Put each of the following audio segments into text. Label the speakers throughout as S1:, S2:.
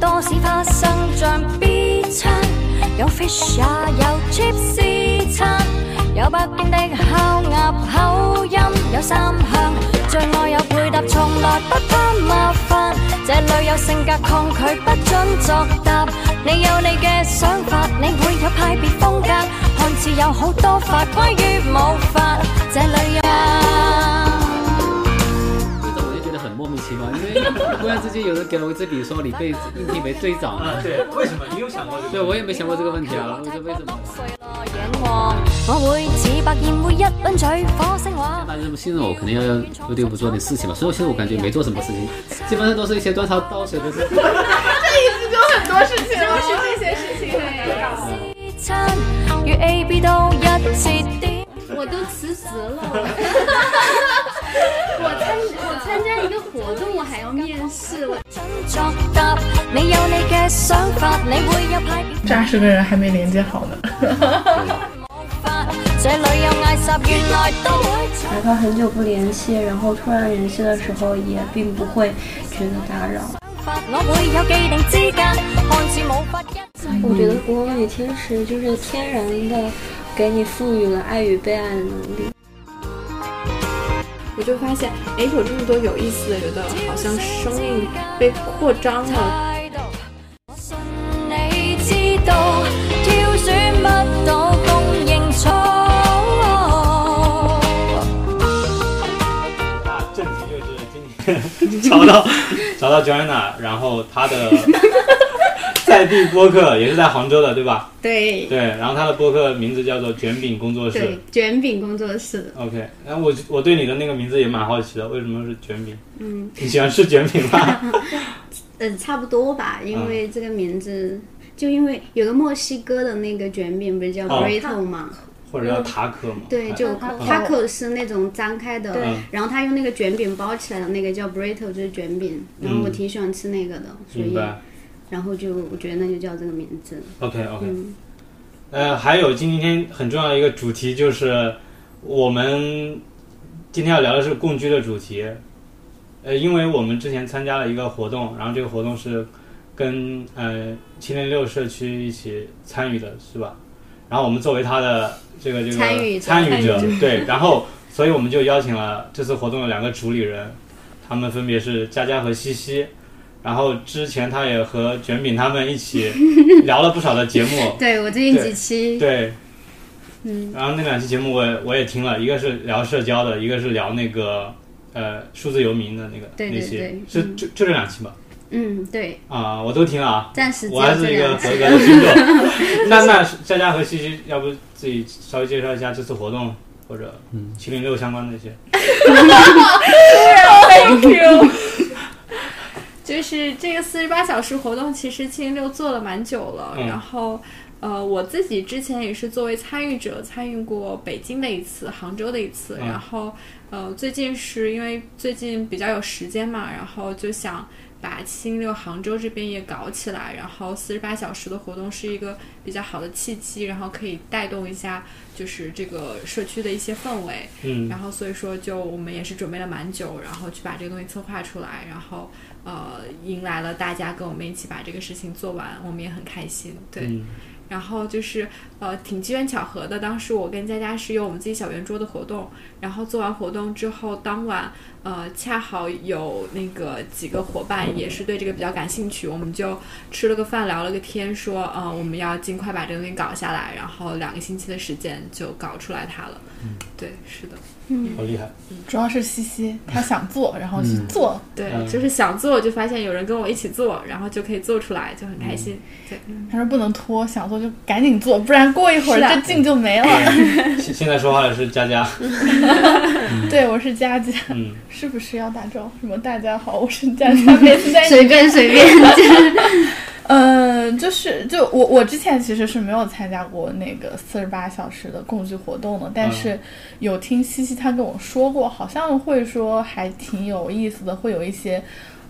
S1: 多事發生像 B 餐，有 fish 也有 chips 餐，有北京的烤鴨口音，有三香，最愛有配搭，從來不怕麻煩。這裏有性格抗拒，不准作答。你有你嘅想法，你會有派別風格，看似有好多法，關於冇法，這裏有。
S2: 这种我就觉得很莫名其妙，因为忽然之间有人给了我一支笔，说你被应聘为队长了，
S3: 啊，对，为什么你有想过这
S2: 对
S3: 个？
S2: 我也没想过这个问题啊，我说为什么？
S1: 我會似白燕會一輪嘴火星話。
S2: 大家这么信任我，肯定要不得不做点事情嘛。所以其实我感觉没做什么事情，基本上都是一些端茶倒水的事情。
S4: 有很多事情，
S5: 就是这些事情很难搞。
S1: 餐與 A B 都一節點，
S5: 我都辞职了，我参我参加一个活动，我还要面试，我
S1: 準作答。你有你嘅想法，你會有派別
S4: 这二十个人还没连接好呢。
S1: 冇法。這裏有嗌霎，原來都會唱。
S6: 哪怕很久不联系，然后突然联系的时候，也并不会觉得打扰。
S1: 法我會有既定之間，看似冇法一。
S6: 我觉得《国王与天使》就是天然的给你赋予了爱与被爱的能力。
S7: 我就发现，哎，有这么多有意思的，觉得好像生命被扩张了。
S1: 態度，我信你知道，挑選不到供應錯。
S3: 那正题就是今天 找到找到 Joanna，然后她的 在地播客也是在杭州的，对吧？
S5: 对
S3: 对，然后她的播客名字叫做卷饼工作室
S5: 对。卷饼工作室，
S3: OK，然后我我对你的那个名字也蛮好奇的，为什么是卷饼？嗯，你喜欢吃卷饼 吗？
S5: 嗯、差不多
S3: 啊
S5: 吧，因为这个名字。就因为有个墨西哥的那个卷饼不是叫
S3: 哦
S5: burrito 吗？
S3: 或者叫塔可吗？哎
S5: 对，就 taco 是那种张开的，
S3: 啊嗯
S5: 然后他用那个卷饼包起来的那个叫 burrito，就是卷饼。然后我挺喜欢吃那个的，
S3: 嗯
S5: 所
S3: 明
S5: 以
S3: 白。
S5: 然后就我觉得那就叫这个名字。
S3: OK OK，、
S5: 嗯
S3: 呃，还有今天很重要的一个主题就是我们今天要聊的是共居的主题。呃，因为我们之前参加了一个活动，然后这个活动是跟呃七零六社区一起参与的，是吧？然后我们作为他的这个这个
S5: 参与者
S3: 参与者，对，然后所以我们就邀请了这次活动的两个主理人，他们分别是佳佳和西西。然后之前他也和卷饼他们一 起聊了不少的节目，
S5: 对我最近
S3: 对
S5: 几期，
S3: 哦对，
S5: 嗯，
S3: 然后那两期节目我也我也听了，一个是聊社交的，一个是聊那个呃数字游民的那个
S5: 对对
S3: 那些
S5: 对，
S3: 是
S5: 嗯
S3: 就就这两期吧。
S5: 嗯，对，
S3: 啊、我都听了啊，
S5: 暂时只
S3: 我还
S5: 有这
S3: 是一个
S5: 两
S3: 合格
S5: 期。
S3: 的听众。那那佳佳和西西，要不自己稍微介绍一下这次活动或者七零六相关的一些？
S4: Thank you。
S7: 就是这个四十八小时活动，其实七零六做了蛮久了，
S3: 嗯
S7: 然后。呃，我自己之前也是作为参与者参与过北京的一次、杭州的一次，
S3: 嗯
S7: 然后呃，最近是因为最近比较有时间嘛，然后就想把七零六杭州这边也搞起来，然后四十八小时的活动是一个比较好的契机，然后可以带动一下就是这个社区的一些氛围，
S3: 嗯
S7: 然后所以说就我们也是准备了蛮久，然后去把这个东西策划出来，然后呃迎来了大家跟我们一起把这个事情做完，我们也很开心。对，
S3: 嗯
S7: 然后就是呃挺机缘巧合的，当时我跟佳佳是有我们自己小圆桌的活动，然后做完活动之后，当晚呃恰好有那个几个伙伴也是对这个比较感兴趣，我们就吃了个饭，聊了个天，说呃我们要尽快把这个东西搞下来，然后两个星期的时间就搞出来它了。
S3: 嗯
S7: 对，是的。
S3: 好厉害。
S4: 主要是西西，她想做，然后去做。
S7: 对，
S3: 嗯
S7: 就是想做就发现有人跟我一起做，然后就可以做出来，就很开心。
S4: 她说不能拖，想做就赶紧做，不然过一会儿
S7: 是啊
S4: 这劲就没 了。
S3: 对现现在说话的是佳佳，
S4: 对，我是佳佳，
S3: 嗯，
S4: 是不是要打招呼？什么大家好，我是 佳佳，每次在你
S5: 随便 随便，
S4: 嗯，就是就我我之前其实是没有参加过那个四十八小时的共聚活动的，但是有听西西他跟我说过，好像会说还挺有意思的，会有一些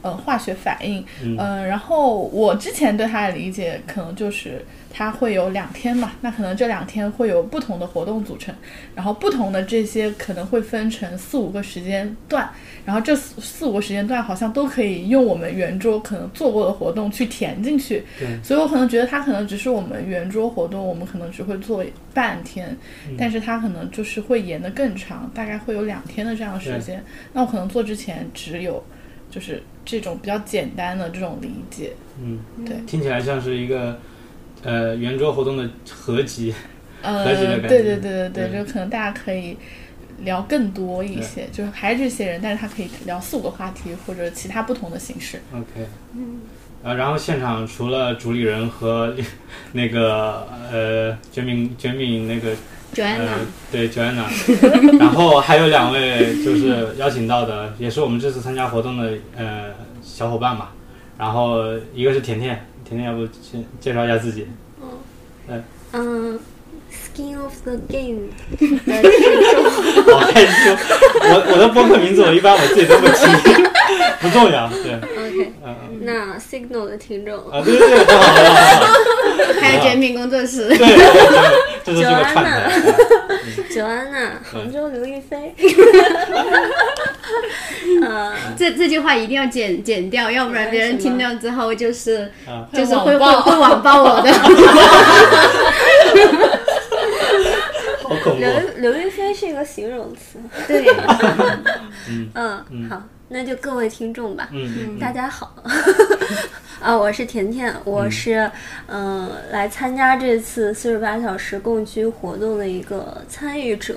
S4: 呃化学反应，
S3: 嗯
S4: 呃，然后我之前对它的理解可能就是它会有两天嘛，那可能这两天会有不同的活动组成，然后不同的这些可能会分成四五个时间段，然后这四四五个时间段好像都可以用我们圆桌可能做过的活动去填进去，
S3: 对
S4: 所以我可能觉得它可能只是我们圆桌活动，我们可能只会做半天，
S3: 嗯
S4: 但是它可能就是会延得更长，大概会有两天的这样的时间。那我可能做之前只有就是这种比较简单的这种理解，
S3: 嗯，
S4: 对
S3: 听起来像是一个呃圆桌活动的合集，
S4: 呃，
S3: 合理的
S4: 对
S3: 感觉
S4: 对对对对，
S3: 对
S4: 就可能大家可以聊更多一些，就是还是这些人，但是他可以聊四五个话题或者其他不同的形式。
S3: OK，嗯，啊，然后现场除了主理人和 那个呃卷饼卷饼那个呃
S5: Joanna，
S3: 对 Joanna，然 后还有两位就是邀请到的，也是我们这次参加活动的呃小伙伴嘛。然后一个是甜甜，甜甜要不先介绍一下自己？
S6: 嗯，Skin of the Game，
S3: 我害羞，我我的播客名字我一般我自己都不提， 不重要。对，
S6: OK，
S3: 嗯、
S6: 那 Signal 的听众
S3: 啊，对对对，很好很好很好，
S5: 还有卷饼工作室，
S3: 对对对，这是这个串台。
S6: ，Joanna，杭州刘亦 菲， 呃嗯
S5: 这这句话一定要剪剪掉，要不然别人听到之后就是
S3: 啊
S5: 就是会
S4: 会网暴
S5: 会会网暴 我的。
S3: 好恐怖啊
S6: 刘。刘亦菲是一个形容词。
S5: 对，
S6: 嗯，好，那就各位听众吧，
S3: 嗯，
S6: 大家好。 啊，我是甜甜，我是嗯、呃来参加这次四十八小时共居活动的一个参与者。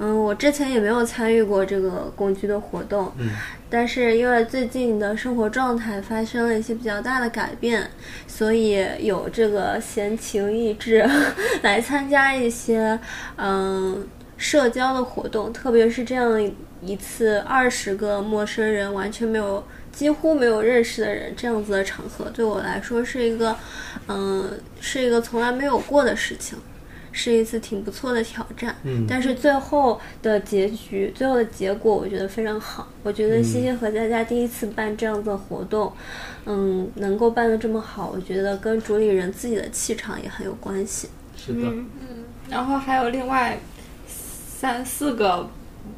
S6: 嗯，我之前也没有参与过这个共居的活动，
S3: 嗯
S6: 但是因为最近的生活状态发生了一些比较大的改变，所以有这个闲情逸致 来参加一些嗯社交的活动，特别是这样一次二十个陌生人完全没有几乎没有认识的人这样子的场合，对我来说是一个嗯、是一个从来没有过的事情。是一次挺不错的挑战，
S3: 嗯
S6: 但是最后的结局，最后的结果，我觉得非常好。我觉得西西
S3: 嗯
S6: 和佳佳第一次办这样子的活动，嗯，能够办得这么好，我觉得跟主理人自己的气场也很有关系。
S2: 是的，
S7: 然后还有另外三四个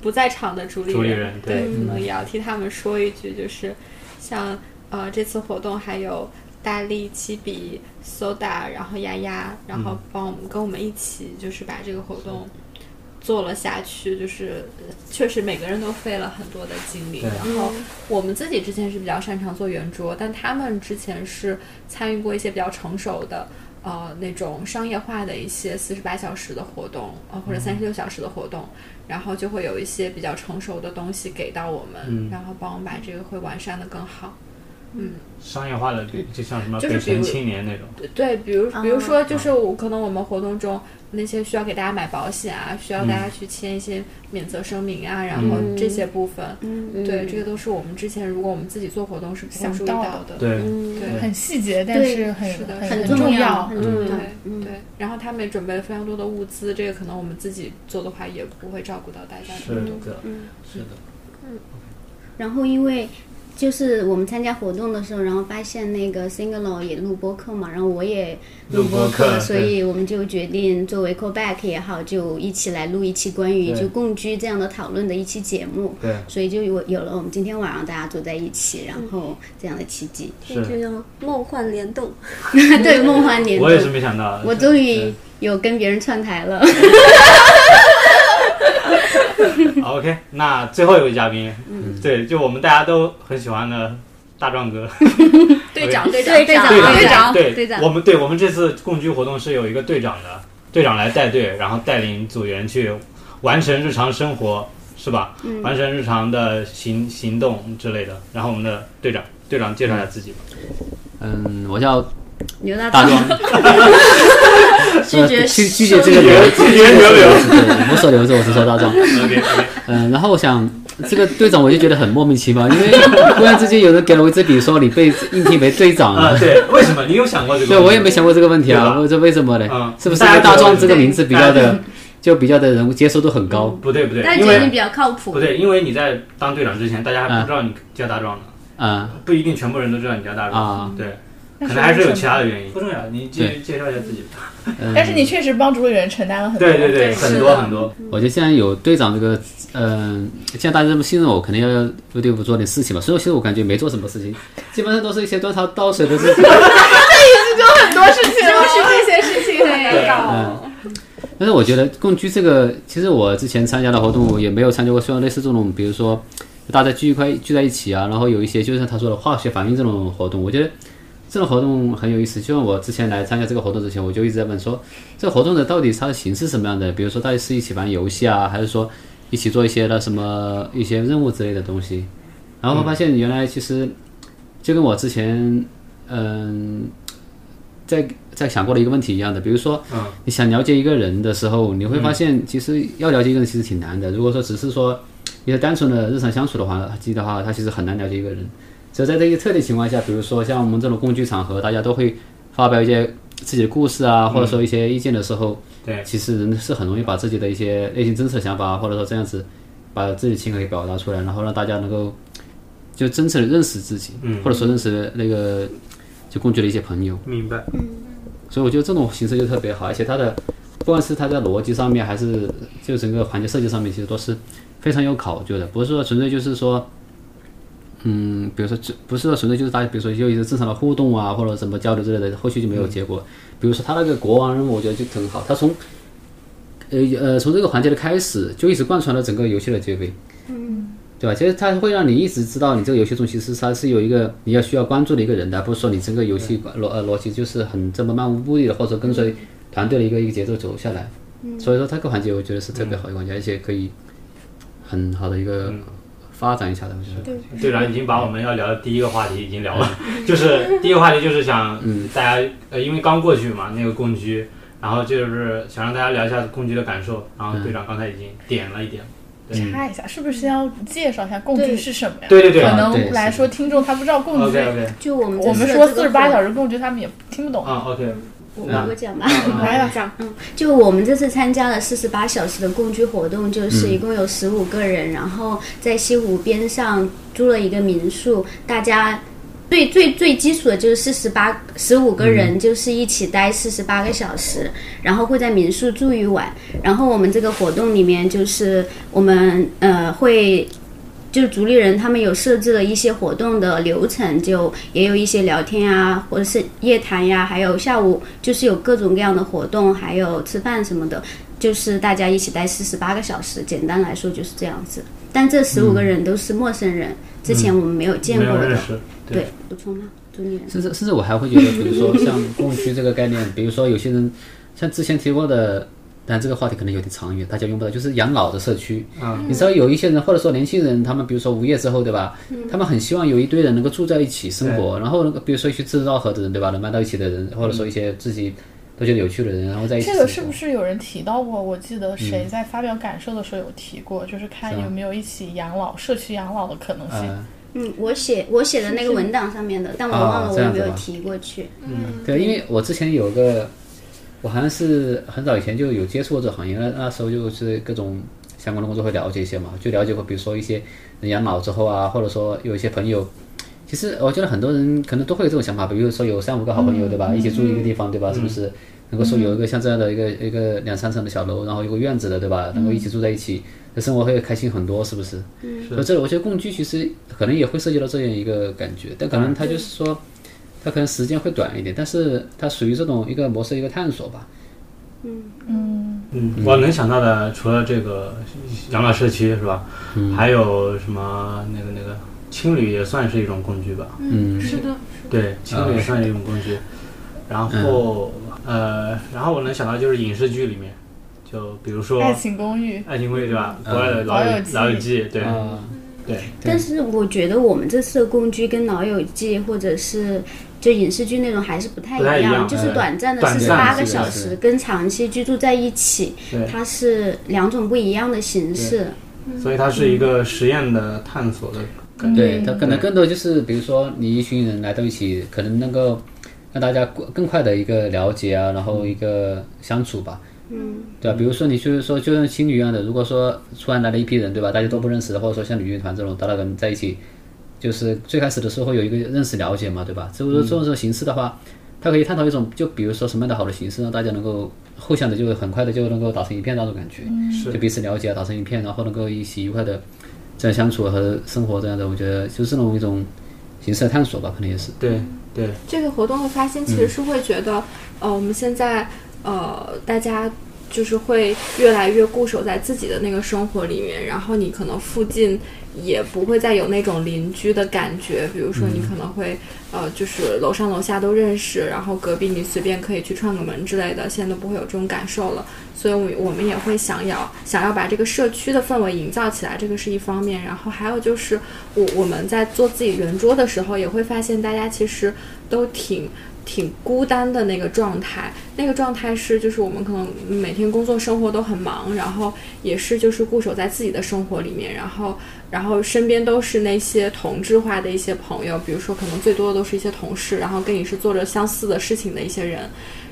S7: 不在场的主理嗯
S3: 主理人对嗯
S7: 对，可能也要替他们说一句，就是像呃这次活动还有大力、七比、Soda，然后丫丫，然后帮我们、跟我们一起就是把这个活动。做了下去，就是呃确实每个人都费了很多的精力。
S3: 对啊
S7: 然后我们自己之前是比较擅长做圆桌，但他们之前是参与过一些比较成熟的，呃，那种商业化的一些四十八小时的活动，呃，
S3: 嗯
S7: 或者三十六小时的活动，然后就会有一些比较成熟的东西给到我们，
S3: 嗯
S7: 然后帮我们把这个会完善的更好。
S3: 商业化的，比就像什么
S7: 就是
S3: 北
S7: 比
S3: 辰
S7: 如
S3: 青年那种。
S7: 对，比如比如说，就是我可能我们活动中那些需要给大家买保险啊，需要大
S3: 嗯
S7: 家去签一些免责声明啊，然后这些部分，
S6: 嗯
S7: 对，这个都是我们之前如果我们自己做活动是不会
S4: 想
S7: 注意
S4: 到
S7: 到的。
S3: 对，
S6: 嗯，
S4: 很细节，但
S5: 对
S4: 是很
S7: 是的
S4: 很
S7: 很
S4: 很
S5: 重
S4: 重
S5: 要
S4: 要
S5: 很。
S3: 嗯
S7: 对
S5: 嗯
S7: 对，然后他们也准备了非常多的物资，这个可能我们自己做的话也不会照顾到大家嗯
S3: 是
S7: 这么多。
S3: 的，是的，
S5: 然后因为就是我们参加活动的时候，然后发现那个 Singalo 也录播客嘛，然后我也录播
S3: 录播客
S5: 所以我们就决定作为 callback 也好，就一起来录一期关于
S3: 对
S5: 就共居这样的讨论的一期节目。
S3: 对，
S5: 所以就有有了我们今天晚上大家坐在一起，然后这样的奇迹，
S6: 这就叫梦幻联动。
S5: 对梦幻联
S3: 我也是
S5: 动，
S3: 没想到，
S5: 我终于有跟别人串台了。
S3: 对。好 OK，那最后一位嘉宾，对，就我们大家都很喜欢的大壮哥，
S7: 队长，队长，
S5: 队长
S3: 队
S5: 队长
S3: 对，
S5: 队长
S3: 我们对我们这次共居活动是有一个队长的，队长来带队，然后带领组员去完成日常生活，是吧？完成日常的行行动之类的。然后我们的队长，队长介绍一下自己吧。
S2: 嗯，我叫
S5: 牛大
S2: 大
S5: 壮
S2: 壮，
S5: 拒绝
S2: 拒拒绝这个
S5: 收
S2: 留，
S3: 拒绝留
S2: 留
S3: 留，
S2: 对，啊无所留着，我是说大壮。
S3: OK，
S2: 嗯，然后我想这个队长我就觉得很莫名其妙，因为忽然之间有人给了我一支笔，说你被应聘为队长
S3: 啊，
S2: 了。
S3: 对，为什么？你有想过这个？
S2: 对，我也没。想过这个问题
S3: 对
S2: 啊，
S3: 吧
S2: 我这为什么嘞
S3: 嗯？
S2: 是不是
S3: 大
S2: 因
S3: 家
S2: 为大
S3: 觉得
S2: 壮这个
S3: 对
S2: 名字比
S3: 大家
S2: 较
S3: 觉
S2: 的，就比较的人物接受度很高？
S3: 不对不对，
S5: 大家
S3: 因
S5: 觉得你
S3: 为
S5: 比较靠谱
S3: 嗯不。对，因为你在当队长之前，大家还不知道你叫大壮呢。
S2: 啊、
S3: 不一定全部人都知道你叫大壮，
S2: 啊
S3: 对，
S4: 那
S3: 可能还是
S4: 为
S3: 有
S4: 什
S3: 其
S4: 么
S3: 他的原因，不重要。你介
S2: 对
S3: 介绍一下自己吧。
S2: 嗯
S4: 但是你确实帮助人承担了很多。
S3: 对对对，
S7: 对
S3: 很
S7: 是
S3: 多
S7: 的
S3: 很多，
S2: 我觉得现在有队长这个，嗯、现在大家这么信任我，肯定要为队伍做点事情嘛。所以其实我感觉没做什么事情，基本上都是一些端茶倒水的事情。
S4: 很多事情
S7: 就是这些事情很难搞。
S2: 嗯但是我觉得共居这个，其实我之前参加的活动我也没有参加过，像类似这种，比如说大家聚一块聚在一起啊，然后有一些就像他说的化学反应这种活动，我觉得这种活动很有意思。就像我之前来参加这个活动之前，我就一直在问说，这个活动的到底它的形式是什么样的？比如说大家是一起玩游戏啊，还是说一起做一些的什么一些任务之类的东西？然后发现原来其实就跟我之前嗯、在在想过的一个问题一样的，比如说。
S3: 嗯，
S2: 你想了解一个人的时候，你会发现其实要了解一个人其实挺难的。如果说只是说一个单纯的日常相处的话，记的话，他其实很难了解一个人。只有在这些特定情况下，比如说像我们这种共聚场合，大家都会发表一些自己的故事啊，或者说一些意见的时候，
S3: 对，
S2: 其实人是很容易把自己的一些内心真实的想法，或者说这样子把自己情感给表达出来，然后让大家能够就真正的认识自己，
S3: 嗯
S2: 或者说认识那个就共聚的一些朋友。
S3: 明白。
S2: 所以我觉得这种形式就特别好，而且它的不管是它在逻辑上面，还是就整个环节设计上面，其实都是非常有考究的，不是说纯粹就是说，嗯，比如说就不是说纯粹就是大家比如说有一些正常的互动啊，或者什么交流之类的，后续就没有结果。比如说他那个国王任务，我觉得就很好，他从呃呃从这个环节的开始就一直贯穿了整个游戏的结尾。对吧？其实它会让你一直知道你这个游戏中其实它是有一个你要需要关注的一个人的，而不是说你整个游戏逻呃逻辑就是很这么漫无目的的，或者说跟随团队的一个一个节奏走下来。所以说它这个环节我觉得是特别好的一个环节，而且可以很好的一个发展一下的，我觉得。
S3: 队长已经把我们要聊的第一个话题已经聊了， 就是第一个话题就是想大家呃，因为刚过去嘛，那个共居，然后就是想让大家聊一下共居的感受，然后队长刚才已经点了一点，
S4: 插一下，是不是先要介绍一下共居是什么呀？
S3: 对对对
S4: 可
S2: 啊对
S4: 能来说听众他不知道共居
S3: ，OK，OK，
S5: 就我们
S4: 我们说四十八小时共居，他们也听
S5: 哦
S4: 不懂。
S3: 啊 OK，
S5: 我
S3: 那
S5: 我讲吧，
S3: 嗯
S4: 来吧，
S7: 讲
S5: 就我们这次参加了四十八小时的共居活动，就是一共有十五个人，然后在西湖边上租了一个民宿，大家。最最最基础的就是四十八十五个人，就是一起待四十八个小时，然后会在民宿住一晚。然后我们这个活动里面，就是我们呃会就是主理人他们有设置了一些活动的流程，就也有一些聊天啊，或者是夜谈呀，还有下午就是有各种各样的活动，还有吃饭什么的，就是大家一起待四十八个小时，简单来说就是这样子。但这十五个人都是陌生人，之前我们没有
S3: 嗯
S5: 见
S3: 没
S5: 过
S3: 有
S5: 的。
S3: 认识，
S5: 对，补充吗？主理人。
S2: 甚至甚至我还会觉得，比如说像共居这个概念，比如说有些人像之前提过的，但这个话题可能有点长远，大家用不到，就是养老的社区。
S3: 嗯
S2: 你知道有一些人或者说年轻人，他们比如说无业之后，对吧？
S4: 嗯
S2: 他们很希望有一堆人能够住在一起生活，然后那个比如说一些志同道合的人，对吧？能搬到一起的人，或者说一些自己都觉得有趣的人，然后在一起
S4: 这
S2: 生活。
S4: 个是不是有人提到过？我记得
S3: 嗯
S4: 谁在发表感受的时候有提过，就是看有没有一起养老、社区养老的可能性。
S2: 呃，
S5: 嗯，我写我写的那个文档上面的，但我忘了
S2: 哦
S5: 我
S2: 这
S5: 有
S2: 样子
S5: 没有
S2: 吧
S5: 提过去。
S2: 对，因为我之前有个，我好像是很早以前就有接触过这个行业，那那时候就是各种相关的工作会了解一些嘛，就了解过，比如说一些人养老之后啊，或者说有一些朋友，其实我觉得很多人可能都会有这种想法，比如说有三五个好朋友，对吧？一起住一个地方，对吧？是不是能够说有一个像这样的一个一个两三层的小楼，然后有个院子的，对吧？能够一起住在一起，那生活会开心很多，是不是？
S3: 是
S2: 所以这里我觉得共居其实可能也会涉及到这样一个感觉，但可能它就是说，它可能时间会短一点，但是它属于这种一个模式一个探索吧。
S3: 嗯，我能想到的除了这个养老社区是吧，还有什么那个那个青旅也算是一种工具吧，
S2: 嗯，
S7: 是的，
S3: 对，情侣也算一种工具。然后、呃，然后我能想到就是影视剧里面，就比如说
S4: 爱
S3: 《
S4: 情公寓，
S3: 爱情公寓》对吧？国外的
S4: 老
S3: 老
S4: 友
S3: 友
S4: 记
S3: 老友记，对、
S2: 啊，
S3: 对，
S2: 对
S5: 但是我觉得我们这次的共居跟《老友记》或者是就影视剧那种还是不太
S3: 不太一样
S5: 就是
S3: 哎
S5: 短暂的
S3: 短
S5: 四十
S3: 暂
S5: 八
S3: 的
S5: 个
S3: 是
S5: 小
S2: 的是
S5: 时跟长期居住在一起
S3: 对，
S5: 它是两种不一样的形式。
S3: 所以它是一个实验的探索的
S2: 嗯
S3: 感觉。
S2: 对，它可能更多就是比如说你一群人来到一起，可能能够让大家过更快的一个了解啊，然后一个相处吧。嗯，对吧？比如说你就是说，就像情侣一样的，如果说突然来了一批人，对吧？大家都不认识的，或者说像旅行团这种，大家可能在一起就是最开始的时候有一个认识了解嘛，对吧？所以说这种形式的话，它可以探讨一种，就比如说什么样的好的形式，让大家能够互相的就很快的就能够打成一片那种感觉，
S3: 是
S2: 就彼此了解，打成一片，然后能够一起愉快的这样相处和生活这样的，我觉得就是这种一种形式的探索吧，可能也是。
S3: 对对，
S7: 这个活动的发心其实是会觉得，呃，我们现在呃大家。就是会越来越固守在自己的那个生活里面，然后你可能附近也不会再有那种邻居的感觉，比如说你可能会、呃，就是楼上楼下都认识，然后隔壁你随便可以去串个门之类的，现在都不会有这种感受了。所以我们，我们也会想要想要把这个社区的氛围营造起来，这个是一方面。然后还有就是我，我们在做自己圆桌的时候，也会发现大家其实都挺挺孤单的那个状态。那个状态是，就是我们可能每天工作生活都很忙，然后也是就是固守在自己的生活里面，然后然后身边都是那些同质化的一些朋友，比如说可能最多的都是一些同事，然后跟你是做着相似的事情的一些人。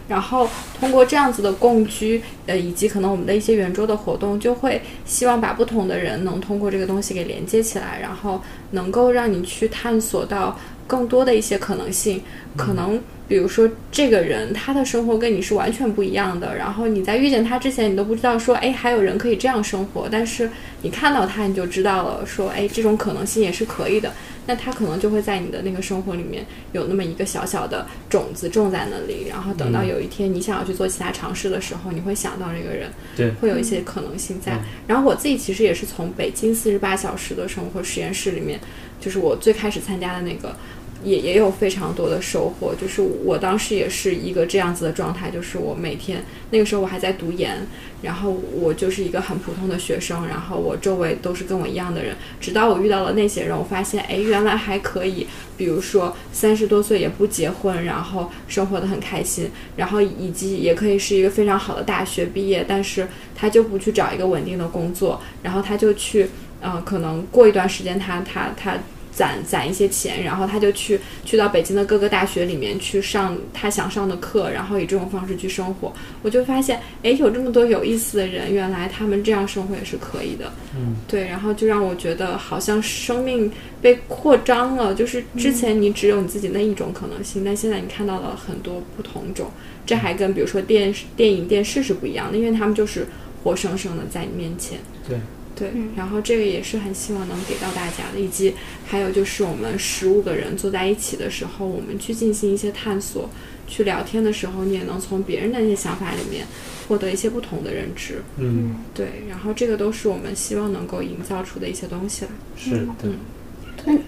S7: 然后通过这样子的共居，呃，以及可能我们的一些圆桌的活动，就会希望把不同的人能通过这个东西给连接起来，然后能够让你去探索到更多的一些可能性。可能比如说这个人他的生活跟你是完全不一样的，然后你在遇见他之前，你都不知道说，哎，还有人可以这样生活，但是你看到他，你就知道了，说，哎，这种可能性也是可以的。那他可能就会在你的那个生活里面有那么一个小小的种子种在那里，然后等到有一天你想要去做其他尝试的时候，你会想到这个人，
S3: 对
S7: 会有一些可能性在。然后我自己其实也是从北京四十八小时的生活实验室里面，就是我最开始参加的那个。也也有非常多的收获，就是我当时也是一个这样子的状态，就是我每天那个时候我还在读研，然后我就是一个很普通的学生，然后我周围都是跟我一样的人，直到我遇到了那些人，我发现哎，原来还可以，比如说三十多岁也不结婚，然后生活的很开心，然后以及也可以是一个非常好的大学毕业，但是他就不去找一个稳定的工作，然后他就去，呃，可能过一段时间他他他攒攒一些钱，然后他就去去到北京的各个大学里面去上他想上的课，然后以这种方式去生活。我就发现，哎，有这么多有意思的人，原来他们这样生活也是可以的。
S3: 嗯，
S7: 对，然后就让我觉得好像生命被扩张了，就是之前你只有你自己那一种可能性，但现在你看到了很多不同种。这还跟比如说电视、电影、电视是不一样的，因为他们就是活生生的在你面前。
S3: 对
S7: 对，然后这个也是很希望能给到大家的，以及还有就是我们十五个人坐在一起的时候，我们去进行一些探索，去聊天的时候，你也能从别人的一些想法里面获得一些不同的认知。
S3: 嗯，
S7: 对，然后这个都是我们希望能够营造出的一些东西了。
S3: 是的，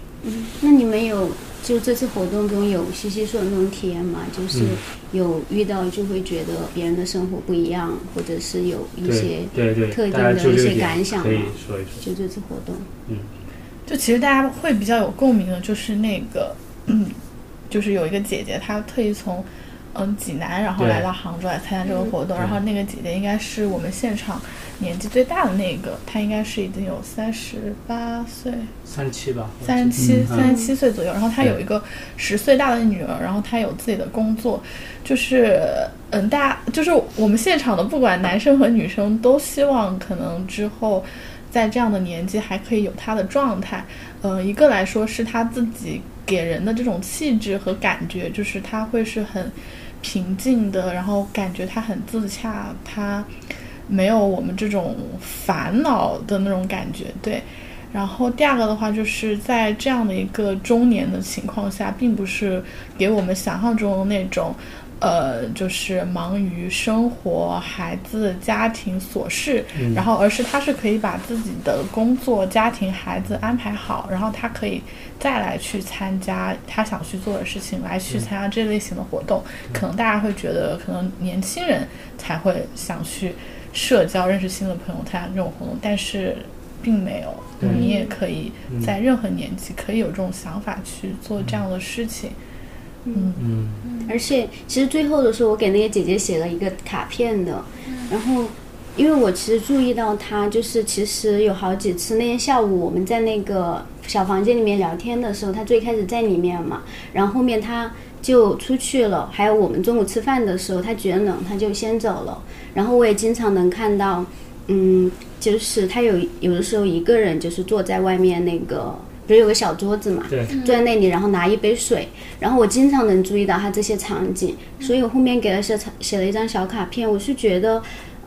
S5: 那你们有就这次活动中有西西说的那种体验吗？就是
S3: 嗯
S5: 有遇到就会觉得别人的生活不一样，或者是有一些
S3: 对对
S5: 特
S3: 对，
S5: 定
S3: 大家
S5: 的
S3: 就
S5: 一
S3: 这个
S5: 些
S3: 点
S5: 感想
S3: 可以
S5: 吗？
S3: 说一说。
S5: 就这次活动，
S4: 就其实大家会比较有共鸣的，就是那个，嗯，就是有一个姐姐，她特意从嗯济南，然后
S3: 对
S4: 来到杭州来参加这个活动。然后那个姐姐应该是我们现场年纪最大的那个，她应该是已经有三十八岁，
S3: 三七吧，我记得
S4: 三十七、
S3: 嗯
S4: 三十七岁左右，然后她有一个十岁大的女儿，然后她有自己的工作，就是嗯，大家就是我们现场的，不管男生和女生，都希望可能之后在这样的年纪还可以有她的状态。呃，一个来说是她自己给人的这种气质和感觉，就是她会是很平静的，然后感觉她很自洽，她没有我们这种烦恼的那种感觉，对。然后第二个的话，就是在这样的一个中年的情况下，并不是给我们想象中的那种，呃，就是忙于生活、孩子、家庭琐事，然后而是他是可以把自己的工作、家庭、孩子安排好，然后他可以再来去参加他想去做的事情，来去参加这类型的活动。可能大家会觉得，可能年轻人才会想去社交、认识新的朋友、参加这种活动，但是并没有。
S3: 对
S4: 你也可以
S3: 嗯
S4: 在任何年纪可以有这种想法去做这样的事情。
S3: 嗯，
S5: 而且其实最后的时候，我给那个姐姐写了一个卡片的，然后。因为我其实注意到她，就是其实有好几次那天下午我们在那个小房间里面聊天的时候，她最开始在里面嘛，然后后面她就出去了。还有我们中午吃饭的时候，她觉得冷，她就先走了。然后我也经常能看到，嗯，就是她有有的时候一个人就是坐在外面那个不是有个小桌子嘛，
S3: 对，
S6: 嗯
S5: 坐在那里，然后拿一杯水，然后我经常能注意到他这些场景，所以我后面给了写写了一张小卡片，我是觉得，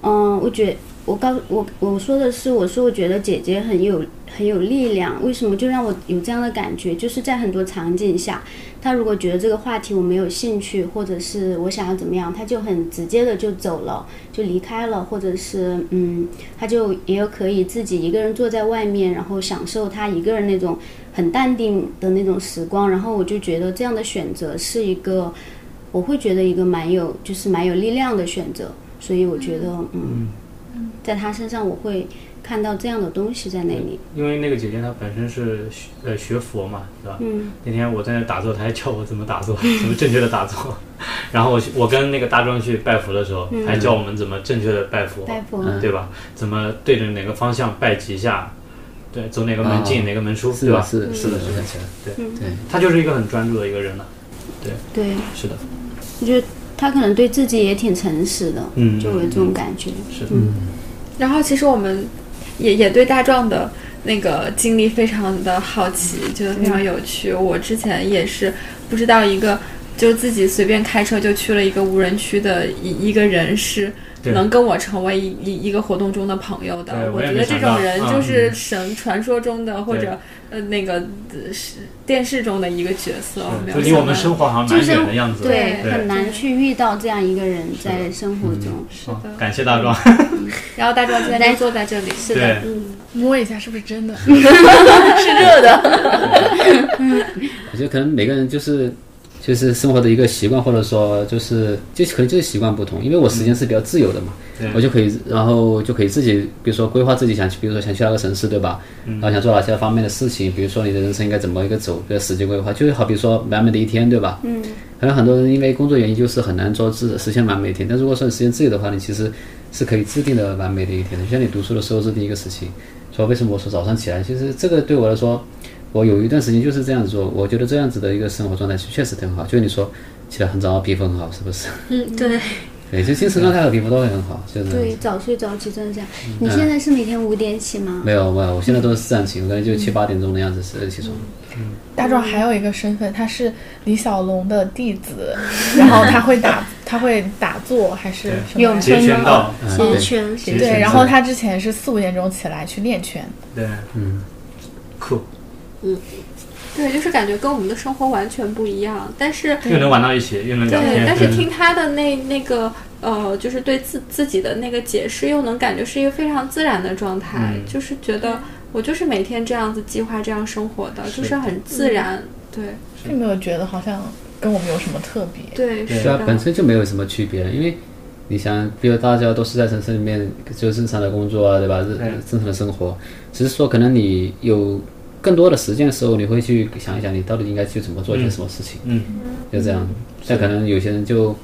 S5: 嗯、我觉我告我我说的是，我说我觉得姐姐很有很有力量，为什么就让我有这样的感觉？就是在很多场景下，她如果觉得这个话题我没有兴趣，或者是我想要怎么样，她就很直接的就走了，就离开了，或者是嗯，她就也有可以自己一个人坐在外面，然后享受她一个人那种很淡定的那种时光。然后我就觉得这样的选择是一个，我会觉得一个蛮有就是蛮有力量的选择，所以我觉得嗯在他身上我会看到这样的东西在那里。
S3: 因为那个姐姐她本身是学呃学佛嘛，对吧？
S5: 嗯
S3: 那天我在那打坐，她还教我怎么打坐， 怎么正确的打坐。 然后我去我跟那个大壮去拜佛的时候，还教我们怎么正确的拜佛，
S5: 拜佛
S2: 嗯
S3: 对吧？怎么对着哪个方向拜几下，对，走哪个门进、
S2: 哦
S3: 哪个门出，
S2: 是
S3: 对吧？嗯
S2: 是的是的，是的，是的
S3: 她就是一个很专注的一个人了、
S5: 对，
S3: 是的，
S5: 我觉得他可能对自己也挺诚实的，
S3: 嗯，
S5: 就我有这种感觉。
S3: 是的，
S7: 然后其实我们也也对大壮的那个经历非常的好奇，觉得非常有趣。我之前也是不知道一个，就自己随便开车就去了一个无人区的一一个人是。
S3: 对
S7: 能跟我成为一一一个活动中的朋友的
S3: 对，我
S7: 我
S3: 也
S7: 觉
S3: 没
S7: 得这
S3: 想到
S7: 种人
S3: 嗯
S7: 就是神传说中的或
S3: 对
S7: 者呃那个呃是电视中的一个角色，我没有
S3: 就离
S7: 想
S3: 我们
S7: 到
S3: 生活好像蛮远的样子。嗯
S5: 对，
S3: 对
S5: 很难去遇到这样一个人在生活中。
S7: 是
S3: 啊
S7: 的。
S3: 感谢大壮，
S7: 然后大壮现在就坐在这里，是
S3: 对，
S4: 摸一下是不是真的？
S5: 嗯
S2: 我觉得可能每个人就是就是生活的一个习惯，或者说就是就可能就是习惯不同，因为我时间是比较自由的嘛，
S3: 嗯
S2: 我就可以然后就可以自己，比如说规划自己想去，比如说想去哪个城市，对吧？然后想做哪些方面的事情，比如说你的人生应该怎么一个走，比如时间规划，就是好比说完美的一天，对吧？嗯，可能很多人因为工作原因就是很难做自实现完美的一天，但如果说你时间自由的话，你其实是可以制定的完美的一天的，就像你读书的时候制定一个事情。说为什么我说早上起来，其实这个对我来说，我有一段时间就是这样子做，我觉得这样子的一个生活状态确实很好。就你说起来很早，皮肤很好，是不是？
S6: 嗯，对，
S2: 对，就精神状态和皮肤都会很好，
S3: 嗯
S2: 就是这样
S5: 对，
S2: 子。
S5: 早睡早起真的这样。你现在是每天五点起
S3: 嗯
S5: 吗？
S2: 没有没有，我现在都是自然醒，可能就七八点钟的样子是呃起床。
S4: 大壮还有一个身份，他是李小龙的弟子，然后他会 打，他会打坐还是什么
S5: 咏
S4: 呀？
S3: 截
S5: 春
S3: 拳
S5: 呢？
S3: 道，
S2: 嗯，
S5: 截
S2: 对，
S5: 拳，
S3: 截拳
S4: 对，
S3: 道
S4: 然后他之前是四五点钟起来去练拳，
S3: 对，
S2: 嗯，
S3: 酷，
S7: 对，就是感觉跟我们的生活完全不一样，但是
S3: 又能玩到一起，又能聊
S7: 对
S3: 天，，
S7: 但是
S3: 嗯
S7: 听他的那那个呃，就是对自自己的那个解释，又能感觉是一个非常自然的状态，
S3: 嗯
S7: 就是觉得我就是每天这样子计划这样生活的，就是很自然。对
S4: 并没有觉得好像跟我们有什么特别。
S7: 对
S3: 对
S7: 是
S2: 对啊，本
S7: 的，
S2: 身就没有什么区别，因为你想，比如大家都是在城市里面就正常的工作啊，对吧？正
S3: 对
S2: 正常的生活，只是说可能你有更多的时间的时候，你会去想一想，你到底应该去怎么做一些
S3: 嗯
S2: 什么事情。
S3: 嗯，
S2: 就这样。但可能有些人就，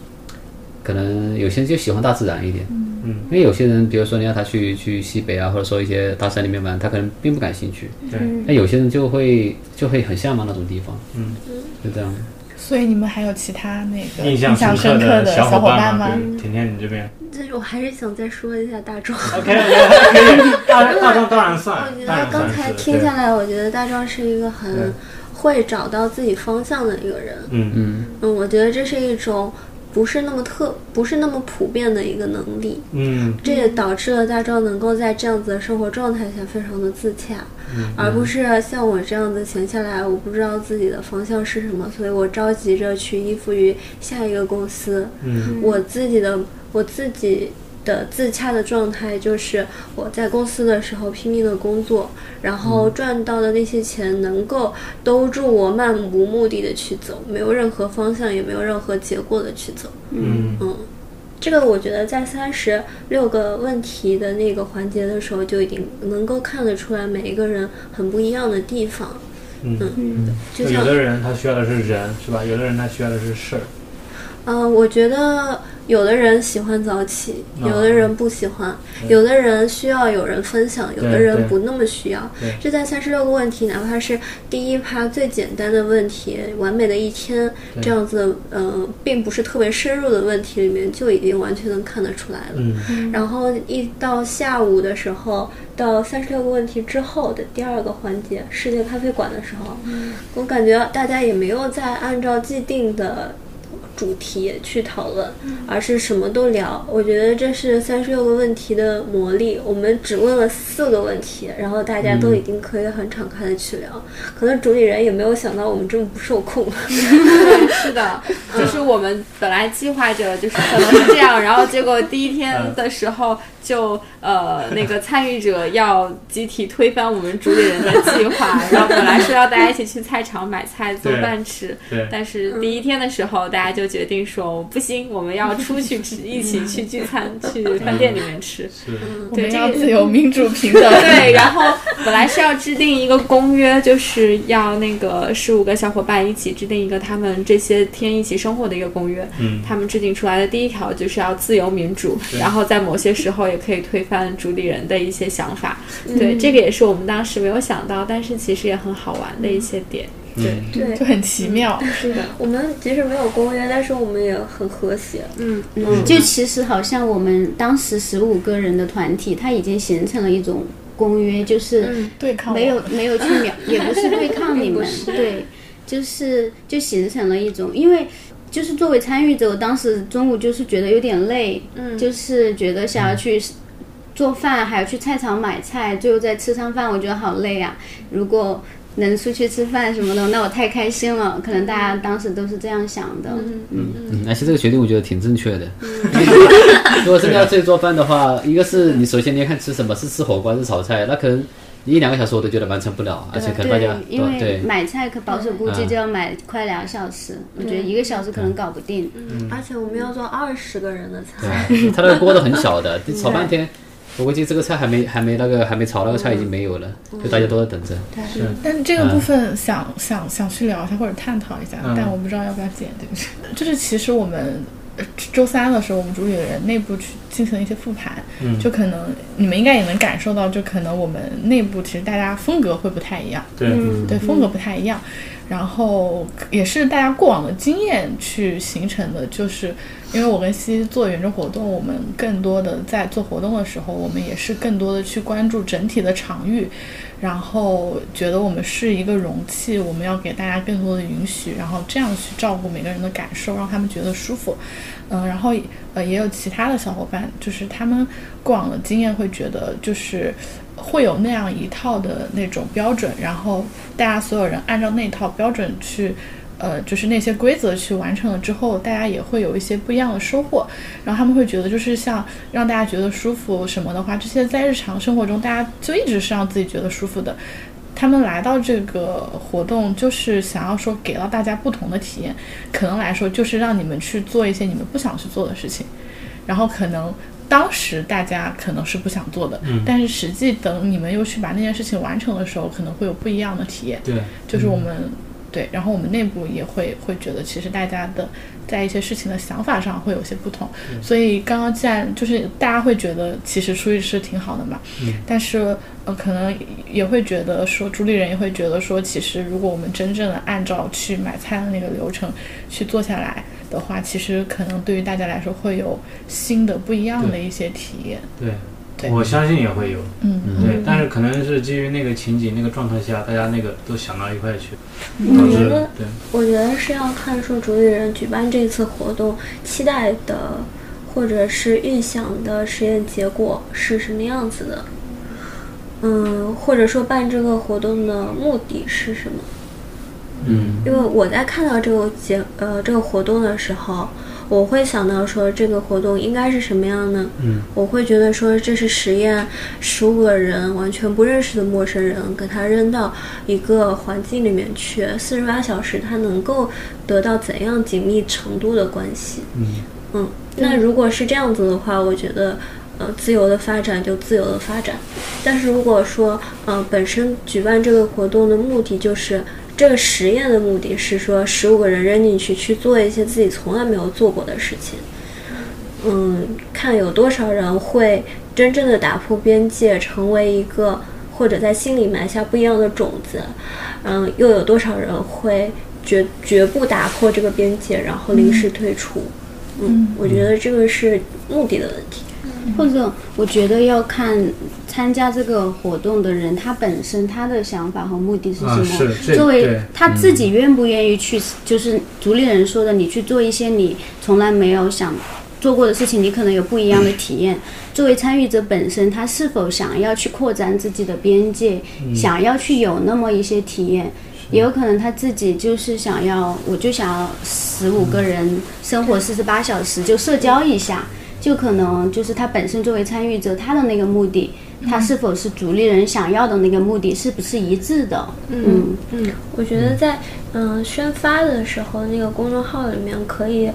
S2: 可能有些人就喜欢大自然一点。
S3: 嗯，
S2: 因为有些人，比如说你让他去去西北啊，或者说一些大山里面玩，他可能并不感兴趣。
S3: 对，
S2: 但有些人就会就会很向往那种地方。
S3: 嗯，
S2: 就这样。
S4: 所以你们还有其他那个
S3: 印象深
S4: 深
S3: 刻
S4: 刻
S3: 的
S4: 小
S3: 伙
S4: 伴
S3: 吗？嗯
S4: 吗？
S3: 对，甜甜你这边
S6: 但是我还是想再说一下大壮。
S3: ，OK，大大壮当然算
S6: 我，觉
S3: 当
S6: 得
S3: 然
S6: 哦刚
S3: 算
S6: 才
S3: 是
S6: 听下，来，我觉得大壮是一个
S3: 对
S6: 很会找到自己方向的一个人。
S3: 对嗯
S2: 嗯，
S6: 嗯，我觉得这是一种不是那么特不是那么普遍的一个能力。
S3: 嗯
S6: 这也导致了大壮能够在这样子的生活状态下非常的自洽，而不是像我这样子闲下来，我不知道自己的方向是什么，所以我着急着去依附于下一个公司。
S3: 嗯
S6: 我自己的我自己的自洽的状态就是我在公司的时候拼命的工作，然后赚到的那些钱能够兜住我漫无目的的去走，没有任何方向，也没有任何结果的去走。
S3: 嗯
S6: 嗯，这个我觉得在三十六个问题的那个环节的时候，就已经能够看得出来每一个人很不一样的地方。
S3: 嗯，
S6: 嗯，就
S3: 有
S6: 像
S3: 的人他需要的是人，是吧？有的人他需要的是事儿，
S6: 嗯，我觉得有的人喜欢早起，
S3: 啊
S6: 有的人不喜欢，
S3: 对
S6: 有的人需要有人分享，有的
S3: 对
S6: 人不那么需要
S3: 对。
S6: 这在三十六个问题，哪怕是第一趴最简单的问题，完美的一天
S3: 对
S6: 这样子，嗯、并不是特别深入的问题里面，就已经完全能看得出来了。
S3: 嗯，
S6: 然后一到下午的时候，到三十六个问题之后的第二个环节——世界咖啡馆的时候，我感觉大家也没有再按照既定的主题去讨论，而是什么都聊。我觉得这是三十六个问题的魔力。我们只问了四个问题，然后大家都已经可以很敞开的去聊。可能主理人也没有想到我们这么不受 控。
S7: 对， 是的，就是我们本来计划着就是可能是这样，然后结果第一天的时候就呃那个参与者要集体推翻我们主理人的计划，然后本来说要大家一起去菜场买菜做
S3: 对
S7: 饭吃，
S3: 对
S7: 但是第一天的时候大家就决定说不行，我们要出去吃，一起去聚餐，去饭店里 面吃。
S3: 是，
S4: 我
S7: 对
S4: 们
S7: 这
S4: 要
S7: 个
S4: 自由、民主、平等。
S7: 对，然后本来是要制定一个公约，就是要那个十五个小伙伴一起制定一个他们这些天一起生活的一个公约。
S3: 嗯，
S7: 他们制定出来的第一条就是要自由民主，
S3: 对
S7: 然后在某些时候也可以推翻主理人的一些想法。
S8: 嗯
S7: 对，这个也是我们当时没有想到，但是其实也很好玩的一些点。
S3: 嗯
S7: 对，
S6: 对，
S4: 就很奇妙，
S5: 嗯
S7: 是的，
S6: 我们即使没有公约，但是我们也很和谐。
S7: 嗯，
S5: 就其实好像我们当时十五个人的团体，它已经形成了一种公约，就是
S4: 对抗我
S5: 没有没有去秒，嗯 也不是对抗你
S6: 不
S5: 们，对，就是就形成了一种，因为就是作为参与者，我当时中午就是觉得有点累，嗯，就是觉得想要去。做饭还要去菜场买菜，最后再吃上饭，我觉得好累啊！如果能出去吃饭什么的，那我太开心了。可能大家当时都是这样想的，
S2: 嗯，而且这个决定我觉得挺正确的。
S5: 嗯
S2: 如果真的要自己做饭的话，一个是你首先你要看吃什么，是吃火锅还是炒菜，那可能一两个小时我都觉得完成不了，而且可能大家
S5: 对，
S2: 对
S5: 因为
S2: 对
S5: 买菜可保守估计
S2: 嗯
S5: 就要买快两小时，我觉得一个小时可能搞不定。
S6: 而且我们要做二十个人的菜。
S2: 对，它那个锅都很小 的，你炒半天，我估计这个菜还没还没那个还没炒，那个菜已经没有了，
S5: 嗯
S2: 就大家都在等着。
S4: 但这个部分想、想想去聊一下或者探讨一下，
S3: 嗯
S4: 但我不知道要不要剪这个 事。就是其实我们呃周三的时候，我们主理人内部去进行一些复盘，
S3: 嗯
S4: 就可能你们应该也能感受到，就可能我们内部其实大家风格会不太一样，
S3: 对，嗯
S4: 对，风格不太一样。然后也是大家过往的经验去形成的，就是因为我跟西西做圆桌活动，我们更多的在做活动的时候，我们也是更多的去关注整体的场域，然后觉得我们是一个容器，我们要给大家更多的允许，然后这样去照顾每个人的感受，让他们觉得舒服。嗯，然后呃也有其他的小伙伴，就是他们过往的经验会觉得就是。会有那样一套的那种标准，然后大家所有人按照那套标准去，呃，就是那些规则去完成了之后，大家也会有一些不一样的收获。然后他们会觉得，就是像让大家觉得舒服什么的话，这些在日常生活中大家就一直是让自己觉得舒服的。他们来到这个活动，就是想要说给到大家不同的体验，可能来说就是让你们去做一些你们不想去做的事情，然后可能当时大家可能是不想做的，但是实际等你们又去把那件事情完成的时候，可能会有不一样的体验。
S3: 对，
S4: 就是我们、对，然后我们内部也会会觉得，其实大家的在一些事情的想法上会有些不同，所以刚刚既然就是大家会觉得其实出去吃挺好的嘛，但是呃可能也会觉得说主理人也会觉得说，其实如果我们真正的按照去买菜的那个流程去做下来的话，其实可能对于大家来说会有新的不一样的一些体验，
S3: 对，
S4: 对
S3: 我相信也会有，
S4: 嗯。
S3: 对，但是可能是基于那个情景、那个状态下，大家那个都想到一块去，导
S6: 我觉
S3: 致
S6: 得，
S3: 对，
S6: 我觉得是要看说主理人举办这次活动期待的，或者是预想的实验结果是什么样子的。嗯，或者说办这个活动的目的是什么？
S2: 嗯，
S6: 因为我在看到这个节呃这个活动的时候，我会想到说这个活动应该是什么样呢？
S3: 嗯，
S6: 我会觉得说这是实验十五个人完全不认识的陌生人，给他扔到一个环境里面去，四十八小时他能够得到怎样紧密程度的关系？
S3: 嗯
S6: 嗯，那如果是这样子的话，我觉得。呃，自由的发展就自由的发展，但是如果说，呃，本身举办这个活动的目的就是这个实验的目的是说，十五个人扔进去去做一些自己从来没有做过的事情，嗯，看有多少人会真正的打破边界，成为一个或者在心里埋下不一样的种子，嗯，又有多少人会绝绝不打破这个边界，然后临时退出，嗯，我觉得这个是目的的问题。
S5: 或者我觉得要看参加这个活动的人他本身他的想法和目的是
S3: 啊
S5: 什么。
S3: 是这
S5: 作为
S3: 对
S5: 他自己愿不愿意去，就是主理人说的，你去做一些你从来没有想做过的事情，你可能有不一样的体验。作为参与者本身，他是否想要去扩展自己的边界，想要去有那么一些体验？也有可能他自己就是想要，我就想要十五个人生活四十八小时，就社交一下。就可能就是他本身作为参与者，他的那个目的，他是否是主力人想要的那个目的，是不是一致的？嗯
S6: 我觉得在嗯、宣发的时候，那个公众号里面可以，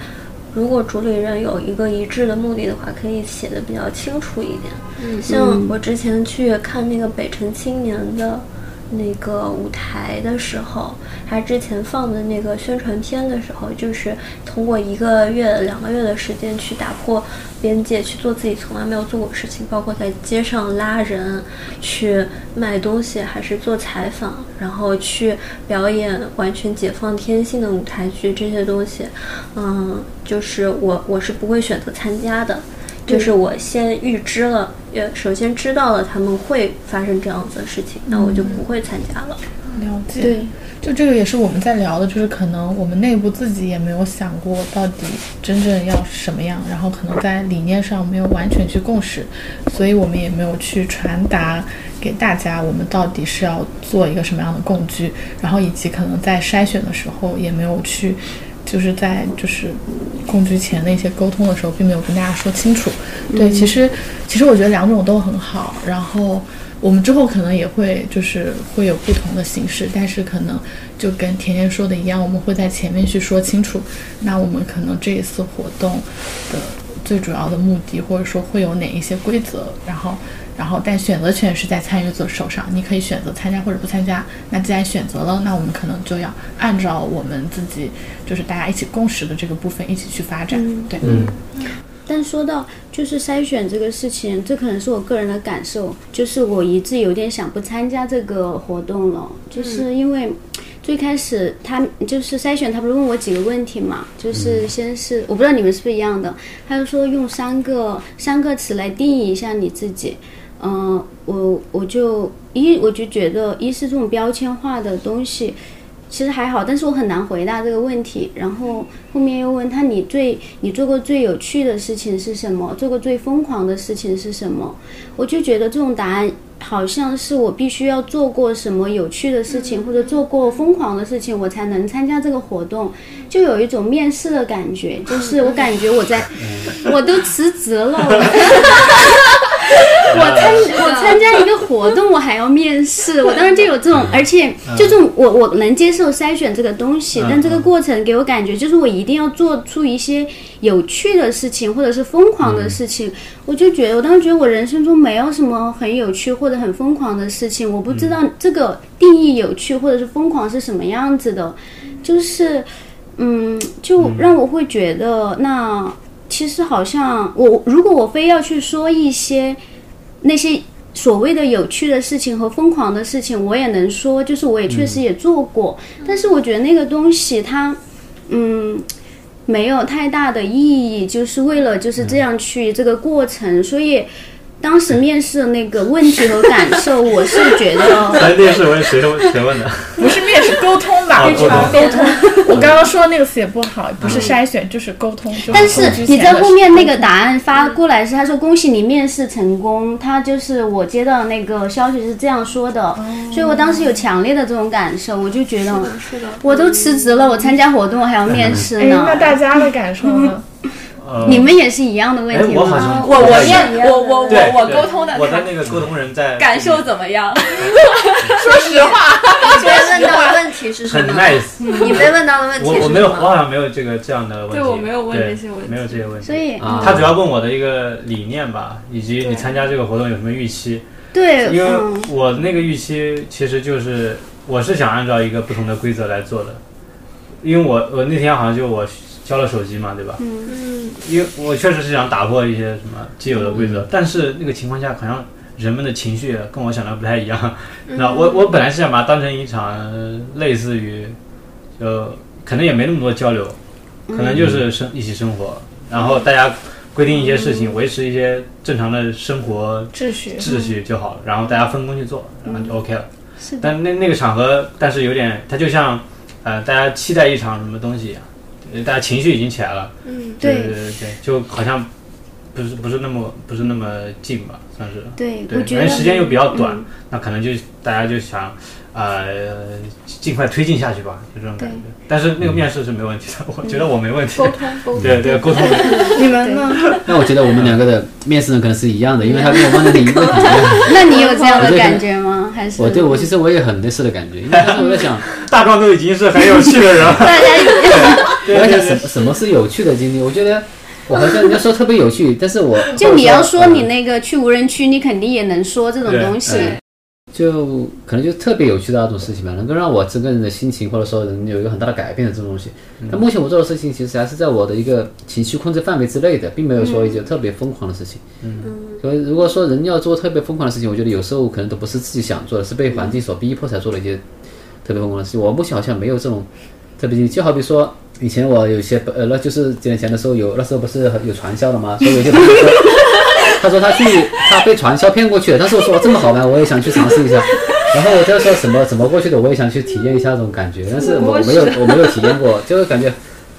S6: 如果主理人有一个一致的目的的话，可以写的比较清楚一点。嗯，像我之前去看那个北辰青年的那个舞台的时候，他之前放的那个宣传片的时候，就是通过一个月、两个月的时间去打破边界，去做自己从来没有做过的事情，包括在街上拉人，去卖东西，还是做采访，然后去表演完全解放天性的舞台剧这些东西，嗯，就是我我是不会选择参加的。就是我先预知了，也首先知道了他们会发生这样子的事情，那我就不会参加了。
S4: 了解，对，就这个也是我们在聊的，就是可能我们内部自己也没有想过到底真正要什么样，然后可能在理念上没有完全去共识，所以我们也没有去传达给大家我们到底是要做一个什么样的共居，然后以及可能在筛选的时候也没有去。就是在就是共居前的一些沟通的时候，并没有跟大家说清楚。对，其实其实我觉得两种都很好。然后我们之后可能也会就是会有不同的形式，但是可能就跟甜甜说的一样，我们会在前面去说清楚。那我们可能这一次活动的最主要的目的，或者说会有哪一些规则，然后。然后，但选择权是在参与者手上，你可以选择参加或者不参加。那既然选择了，那我们可能就要按照我们自己，就是大家一起共识的这个部分一起去发展。对，嗯，
S5: 但说到就是筛选这个事情，这可能是我个人的感受，就是我一直有点想不参加这个活动了，就是因为最开始他就是筛选，他不是问我几个问题嘛，就是先是我不知道你们是不是一样的，他就说用三个三个词来定义一下你自己，嗯、我我就一我就觉得一是这种标签化的东西。其实还好，但是我很难回答这个问题。然后后面又问他，你最你做过最有趣的事情是什么？做过最疯狂的事情是什么？我就觉得这种答案好像是我必须要做过什么有趣的事情，或者做过疯狂的事情，我才能参加这个活动，就有一种面试的感觉。就是我感觉我在，我都辞职了，我我参我参加一个活动，我还要面试，我当时就有这种，而且就这种我我能接受筛选这个东西，但这个过程给我感觉就是我一定要做出一些有趣的事情，或者是疯狂的事情。我就觉得我当时觉得我人生中没有什么很有趣或者很疯狂的事情，我不知道这个定义有趣或者是疯狂是什么样子的，就是嗯，就让我会觉得那。其实好像我如果我非要去说一些那些所谓的有趣的事情和疯狂的事情，我也能说，就是我也确实也做过，但是我觉得那个东西它，嗯。没有太大的意义，就是为了就是这样去这个过程，所以当时面试的那个问题和感受，我是觉得
S3: 咱电视问谁问谁问的？
S4: 不是面试沟通吧，
S3: 啊沟通嗯
S4: 沟通。 我刚刚说的那个词也不好，不是筛选，就是沟通。就
S5: 但
S4: 沟
S5: 是
S4: 通之
S5: 你
S4: 前
S5: 在
S4: 的
S5: 后面那个答案
S4: 嗯
S5: 发过来是，他说恭喜你面试成功，他就是我接到那个消息是这样说的，
S4: 哦
S5: 所以我当时有强烈的这种感受，我就觉得
S6: 是的，
S5: 我都辞职了，我参加活动我还要面试
S4: 哎，
S5: 呢
S4: 那，大家的感受呢？
S3: 呃
S5: 你们也是一样的问
S3: 哎，
S5: 题
S3: 我好
S5: 吗？
S3: 像
S7: 我我
S3: 对
S7: 面我我
S3: 对
S7: 我我
S3: 对
S7: 沟通的
S3: 我的那个沟通人在
S7: 感受怎么样？
S4: 说实话，
S8: 你被问到的问题是什
S3: 很
S8: 么？
S3: nice。
S8: 嗯 你被问到的问题
S3: 我
S8: 是
S3: 我
S8: 什
S3: 没有，我
S8: 么？
S3: 好像没有这个这样的问题。
S7: 对我没有问
S3: 对
S7: 这些问题
S3: 没有这些问题。
S5: 所以
S2: 啊，
S3: 他主要问我的一个理念吧，以及你参加这个活动有什么预期。
S5: 对，
S3: 因为
S5: 嗯，
S3: 我那个预期其实就是我是想按照一个不同的规则来做的，因为我我那天好像就我交了手机嘛，对吧？
S6: 嗯，
S3: 因为我确实是想打破一些什么既有的规则，但是那个情况下好像人们的情绪跟我想的不太一样。那、我我本来是想把它当成一场呃类似于，就可能也没那么多交流，可能就是生一起生活，然后大家规定一些事情，维持一些正常的生活
S4: 秩序。
S3: 秩序就好了，然后大家分工去做，然后就 OK 了。是但那那个场合，但是有点，它就像，呃，大家期待一场什么东西一样，呃大家情绪已经起来了。嗯，对对对对，就好像不是不是那么不是那么近吧，算是。
S5: 对
S3: 对，
S5: 我觉
S3: 反
S5: 得
S3: 正时间又比较短，那可能就大家就想，呃，尽快推进下去吧，就这种感觉。但是那个面试是没问题的，我觉得我没问题。
S7: 沟通沟通。
S3: 对对，沟通。
S4: 你们呢？
S2: 那我觉得我们两个的面试人可能是一样的，因为
S5: 嗯
S2: 他跟我问的那个问题一 样。
S5: 那你有这样的感觉吗？还是
S2: 我对我其实我也很类似的感觉，因为当时我在想，
S3: 大壮都已经是很有趣的人了。
S5: 大家有
S2: 我在想什么什么是有趣的经历？我觉得我好像人家说特别有趣，但是我
S5: 就你要
S3: 嗯
S5: 说你那个去无人区，你肯定也能说这种东西。
S3: 哎
S2: 对就可能就特别有趣的那种事情吧，能够让我整个人的心情或者说人有一个很大的改变的这种东西。但目前我做的事情其实还是在我的一个情绪控制范围之内的，并没有说一些特别疯狂的事情。嗯，所以如果说人要做特别疯狂的事情，我觉得有时候可能都不是自己想做的，是被环境所逼迫才做了一些特别疯狂的事情。我目前好像没有这种特别经历，就好比说以前我有些呃，那就是几年前的时候有，那时候不是很有传销的吗？所以有些朋友说。他说他去，他被传销骗过去了。但是我说这么好玩，我也想去尝试一下。 然后我就说什么怎么过去的，我也想去体验一下这种感觉。但是我没有，我没有体验过，就是感觉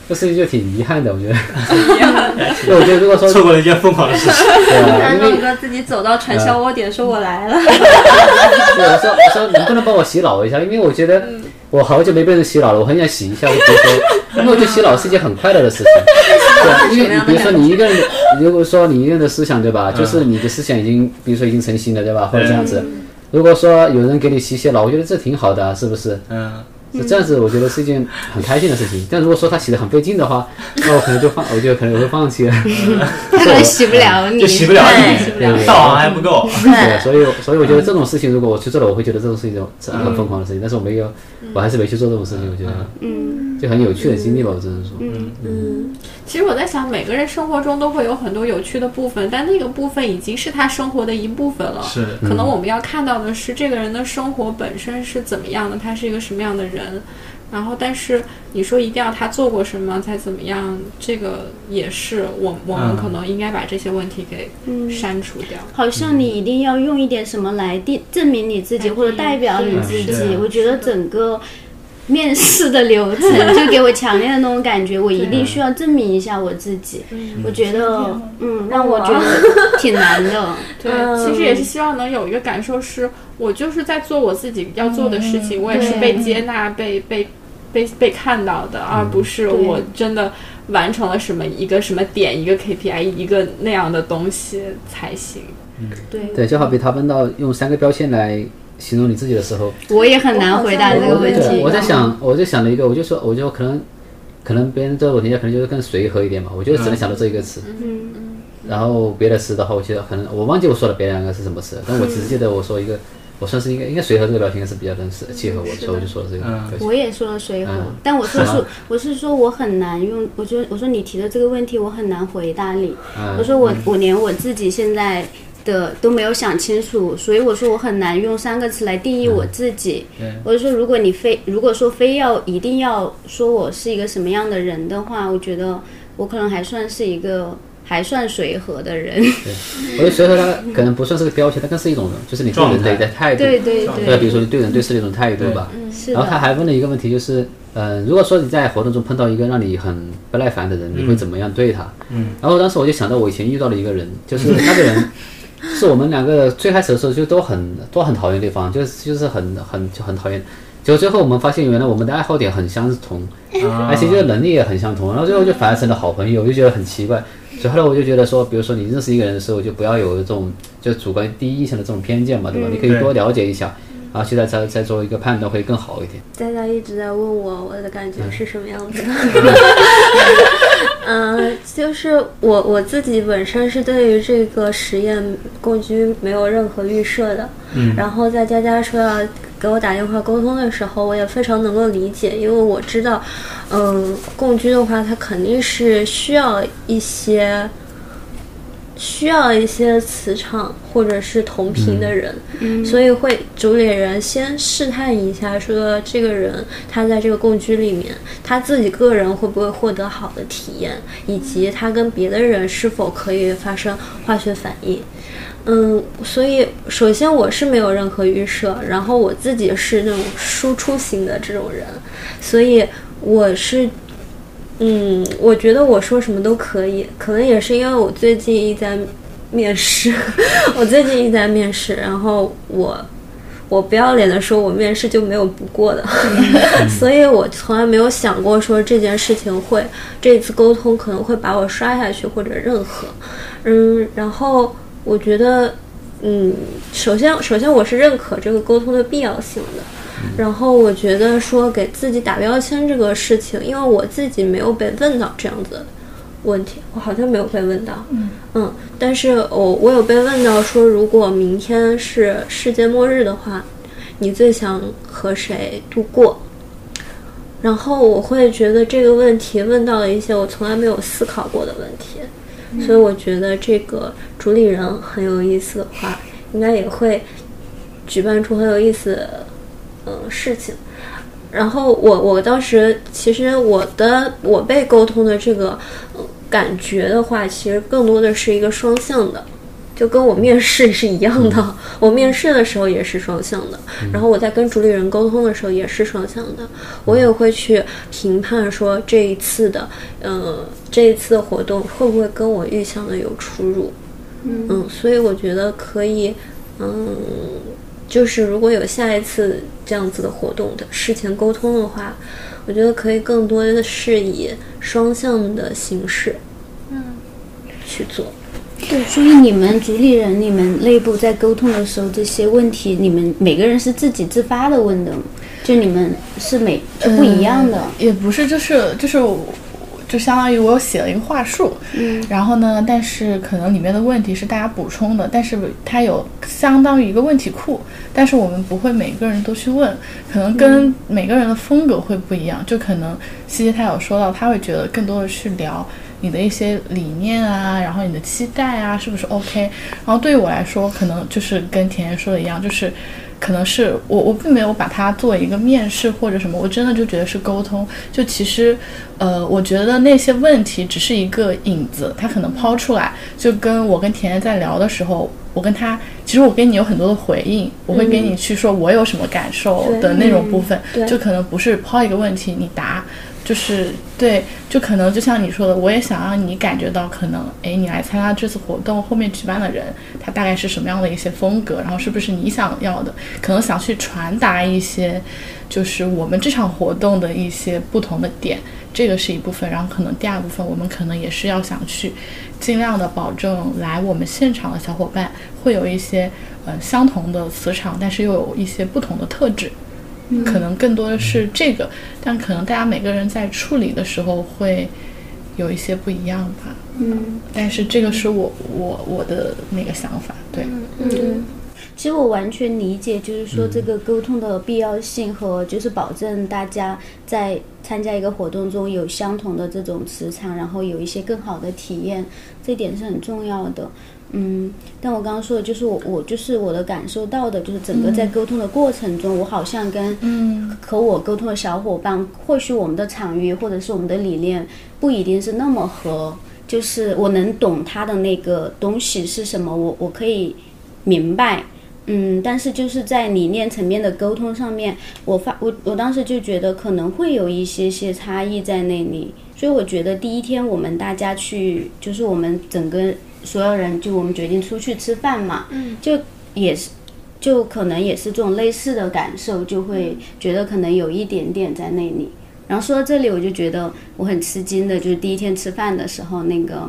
S2: 这事情就挺遗憾的。我觉得，对，我觉得如果说
S3: 错过了一件疯狂的事情。
S2: 对啊，
S8: 然
S2: 因
S8: 弄
S2: 为
S8: 个自己走到传销窝点，说我来了。
S2: 对我说我说能不能帮我洗脑一下？因为我觉得我好久没被人洗脑了，我很想洗一下。我比如说，因为我觉得洗脑是一件很快乐的事情。对，因为你比如说你一个人的，如果说你一个人的思想对吧，就是你的思想已经，比如说已经成型了对吧，或者这样子。如果说有人给你洗洗脑，我觉得这挺好的啊，是不是？
S3: 嗯，
S2: 是这样子，我觉得是一件很开心的事情。但如果说他洗的很费劲的话，那我可能就放，我就可能我会放弃了。
S5: 他可能洗不了你
S3: 哎
S5: 哎
S3: 就。洗不了
S2: 对
S3: 你，大王还不够。
S2: 对，嗯所以所以我觉得这种事情，如果我去做了，我会觉得这种事情是很疯狂的事情。但是我没有，我还是没去做这种事情，我觉得，嗯，就很有趣的经历吧，我只能说，
S3: 嗯
S7: 其实我在想，每个人生活中都会有很多有趣的部分，但那个部分已经是他生活的一部分了。
S3: 是
S7: 可能我们要看到的是这个人的生活本身是怎么样的，他是一个什么样的人。然后，但是你说一定要他做过什么才怎么样，这个也是我我们
S3: 嗯
S7: 可能应该把这些问题给
S4: 嗯
S7: 删除掉。
S5: 好像你一定要用一点什么来定证明你自己，或者代表你自
S3: 是
S5: 己。
S3: 的
S5: 我觉得整个面试的流程就给我强烈的那种感觉，我一定需要证明一下我自己。我觉得，嗯，让我觉得挺难的。
S7: 对，其实也是希望能有一个感受是，我就是在做我自己要做的事情，我也是被接纳、被被被被看到的，而不是我真的完成了什么一个什么点、一个 KPI、一个那样的东西才行。
S2: 对，就好比他问到用三个标签来形容你自己的时候，
S5: 我也很难回答这啊个
S2: 我
S5: 问
S2: 对
S5: 题。
S2: 我在想，我就想了一个，我就说，我就可能，可能别人对我评价可能就是更随和一点吧，我就只能想到这一个词。嗯然后别的词的话，我觉得可能我忘记我说的别的两个是什么词了，但我只是记得我说一个，我算是应该应该随和这个表情是比较能是契合我的，所以我就说了这个
S3: 嗯
S2: 表情。
S5: 我也说了随和，
S2: 嗯
S5: 但我说
S2: 是
S5: 是
S2: 吗
S5: 我是说我很难用，我觉得我说你提的这个问题我很难回答你，
S2: 嗯
S5: 我说我我连我自己现在的都没有想清楚，所以我说我很难用三个词来定义我自己。我就说如果你非如果说非要一定要说我是一个什么样的人的话，我觉得我可能还算是一个还算随和的人。
S2: 我觉得随和它可能不算是个标签，它更是一种就是你对人的一个态度。
S5: 对对
S2: 对，比
S5: 对，
S2: 如说你对人对事的一种态度吧。
S5: 是
S2: 然后他
S5: 的，
S2: 还问了一个问题，就是，呃，如果说你在活动中碰到一个让你很不耐烦的人，你会怎么样对他？嗯，然后当时我就想到我以前遇到的一个人，就是那个 人，是我们两个最开始的时候就都很都很讨厌对方，就是就是很很就很讨厌，结果最后我们发现原来我们的爱好点很相同，哎而且就是能力也很相同，然后最后就反而成了好朋友，我就觉得很奇怪。所以后来我就觉得说，比如说你认识一个人的时候，就不要有这种就主观第一印象的这种偏见嘛，对吧？你可以
S3: 对
S2: 多了解一下，然后现在再再做一个判断会更好一点。
S6: 大家一直在问我我的感觉是什么样子的。 嗯，就是我我自己本身是对于这
S3: 嗯
S4: 嗯
S6: 个实验共居没有任何预设的，然后再加加说要给我打电话沟通的时候，我也非常能够理解，因为我知道，嗯，共居的话，它肯定是需要一些。需要一些磁场或者是同频的人，所以会主理人先试探一下，说这个人他在这个共居里面，他自己个人会不会获得好的体验，以及他跟别的人是否可以发生化学反应。嗯，所以首先我是没有任何预设，然后我自己是那种输出型的这种人，所以我是嗯，我觉得我说什么都可以，可能也是因为我最近一直在面试，我最近一直在面试，然后我我不要脸的说，我面试就没有不过的， 所以我从来没有想过说这件事情会这次沟通可能会把我刷下去或者任何，嗯，然后我觉得，嗯，首先首先我是认可这个沟通的必要性的，然后我觉得说给自己打标签这个事情，因为我自己没有被问到这样子的问题，我好像没有被问到。嗯但是我我有被问到说，如果明天是世界末日的话，你最想和谁度过？然后我会觉得这个问题问到了一些我从来没有思考过的问题，所以我觉得这个主理人很有意思的话，应该也会举办出很有意思的嗯事情。然后我我当时其实我的我被沟通的这个、呃感觉的话，其实更多的是一个双向的，就跟我面试是一样的。我面试的时候也是双向的，然后我在跟主理人沟通的时候也是双向的。我也会去评判说这一次的，呃，这一次的活动会不会跟我预想的有出入。嗯，所以我觉得可以，嗯，就是如果有下一次这样子的活动的事前沟通的话，我觉得可以更多的是以双向的形式，嗯，去做。
S5: 对，所以你们主理人、你们内部在沟通的时候，这些问题你们每个人是自己自发的问的吗，就你们是每就不一样的。
S4: 也不是，就是就是我，就相当于我有写了一个话术，嗯，然后呢，但是可能里面的问题是大家补充的，但是它有相当于一个问题库，但是我们不会每个人都去问，可能跟每个人的风格会不一样，就可能西西他有说到，他会觉得更多的去聊。你的一些理念啊，然后你的期待啊，是不是 OK？然后对于我来说，可能就是跟甜甜说的一样，就是可能是我我并没有把它作为一个面试或者什么，我真的就觉得是沟通。就其实，呃，我觉得那些问题只是一个引子，它可能抛出来，就跟我跟甜甜在聊的时候。我跟他，其实我给你有很多的回应，我会给你去说我有什么感受的那种部分，
S6: 对
S4: 就可能不是抛一个问题你答，就是对，就可能就像你说的，我也想让你感觉到，可能哎，你来参加这次活动后面举办的人，他大概是什么样的一些风格，然后是不是你想要的，可能想去传达一些，就是我们这场活动的一些不同的点，这个是一部分，然后可能第二部分我们可能也是要想去尽量的保证来我们现场的小伙伴会有一些呃相同的磁场，但是又有一些不同的特质。可能更多的是这个，但可能大家每个人在处理的时候会有一些不一样吧。嗯，但是这个是我我我的那个想法，对，
S5: 其实我完全理解，就是说这个沟通的必要性和就是保证大家在参加一个活动中有相同的这种磁场，然后有一些更好的体验，这点是很重要的。嗯，但我刚刚说的就是我我就是我的感受到的，就是整个在沟通的过程中，我好像跟嗯和我沟通的小伙伴，或许我们的场域或者是我们的理念不一定是那么合，就是我能懂他的那个东西是什么，我我可以明白。嗯，但是就是在理念层面的沟通上面，我发我我当时就觉得可能会有一些些差异在那里，所以我觉得第一天我们大家去，就是我们整个所有人，就我们决定出去吃饭嘛，嗯，就也是。就可能也是这种类似的感受，就会觉得可能有一点点在那里。然后说到这里，我就觉得我很吃惊的，就是第一天吃饭的时候，那个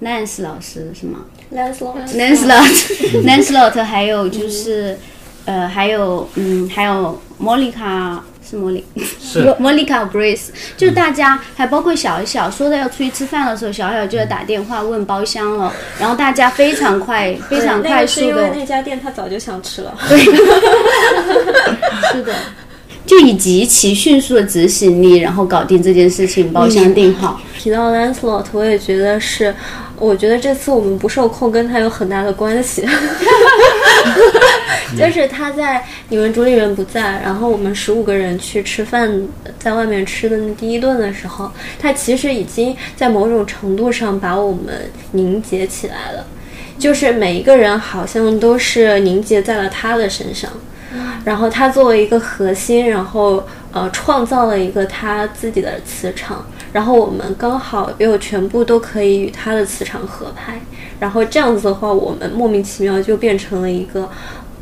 S5: Nance 老师是吗？Nanslot 嗯 Nanslot，还有就是，呃，还有嗯，还有 Monica 是莫里，
S3: 是
S5: Monica Grace，就是大家还包括小小说的要出去吃饭的时候，小小就要打电话问包厢了，然后大家非常快，非常
S6: 那
S5: 快
S6: 个是
S5: 速
S6: 因为
S5: 的，
S6: 那家店他早就想吃了。
S5: 是的，就以极其迅速的执行力，然后搞定这件事情，包
S6: 嗯
S5: 厢订好。
S6: 提到 Lancelot，我也觉得是，我觉得这次我们不受控跟他有很大的关系， 就是他在你们主理人不在，然后我们十五个人去吃饭，在外面吃的那第一顿的时候，他其实已经在某种程度上把我们凝结起来了，就是每一个人好像都是凝结在了他的身上。然后他作为一个核心，然后呃创造了一个他自己的磁场，然后我们刚好又全部都可以与他的磁场合拍，然后这样子的话，我们莫名其妙就变成了一个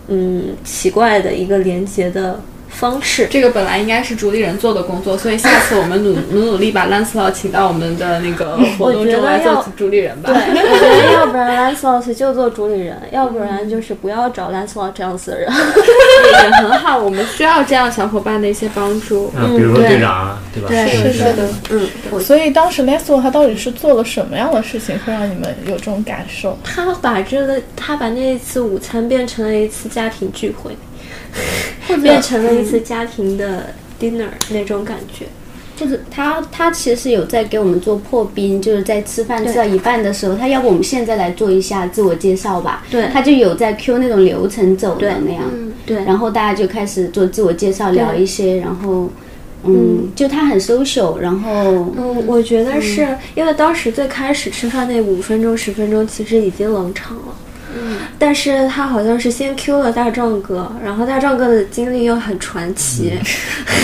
S6: 嗯奇怪的一个连接的方式。
S7: 这个本来应该是主理人做的工作，所以下次我们 努努努力把 Lancelot 请到我们的那个活动
S6: 我觉
S7: 中
S6: 得
S7: 来做
S6: 要
S7: 主理人吧。
S6: 对，我觉得要不然 Lancelot 就做主理人，要不然就是不要找 Lancelot 这样子的人。
S7: 也很好，我们需要这样小伙伴的一些帮助。
S3: 啊，比如说队长啊，对吧？
S6: 对
S4: 嗯是的，
S6: 嗯，
S4: 所以当时 Leslie 他到底是做了什么样的事情，会让你们有这种感受？
S6: 他把这个，他把那一次午餐变成了一次家庭聚会， 变成了一次家庭的 dinner 那种感觉。
S5: 或者他他其实有在给我们做破冰，就是在吃饭吃到一半的时候，他要不我们现在来做一下自我介绍吧，
S6: 对
S5: 他就有在 Q 那种流程走的那样，
S6: 对，嗯
S5: 然后大家就开始做自我介绍，聊一些，然后嗯，就他很 social，然后
S6: 嗯，我觉得是因为当时最开始吃饭那五分钟、十分钟，其实已经冷场了。嗯，但是他好像是先 Q 了大壮哥，然后大壮哥的经历又很传奇，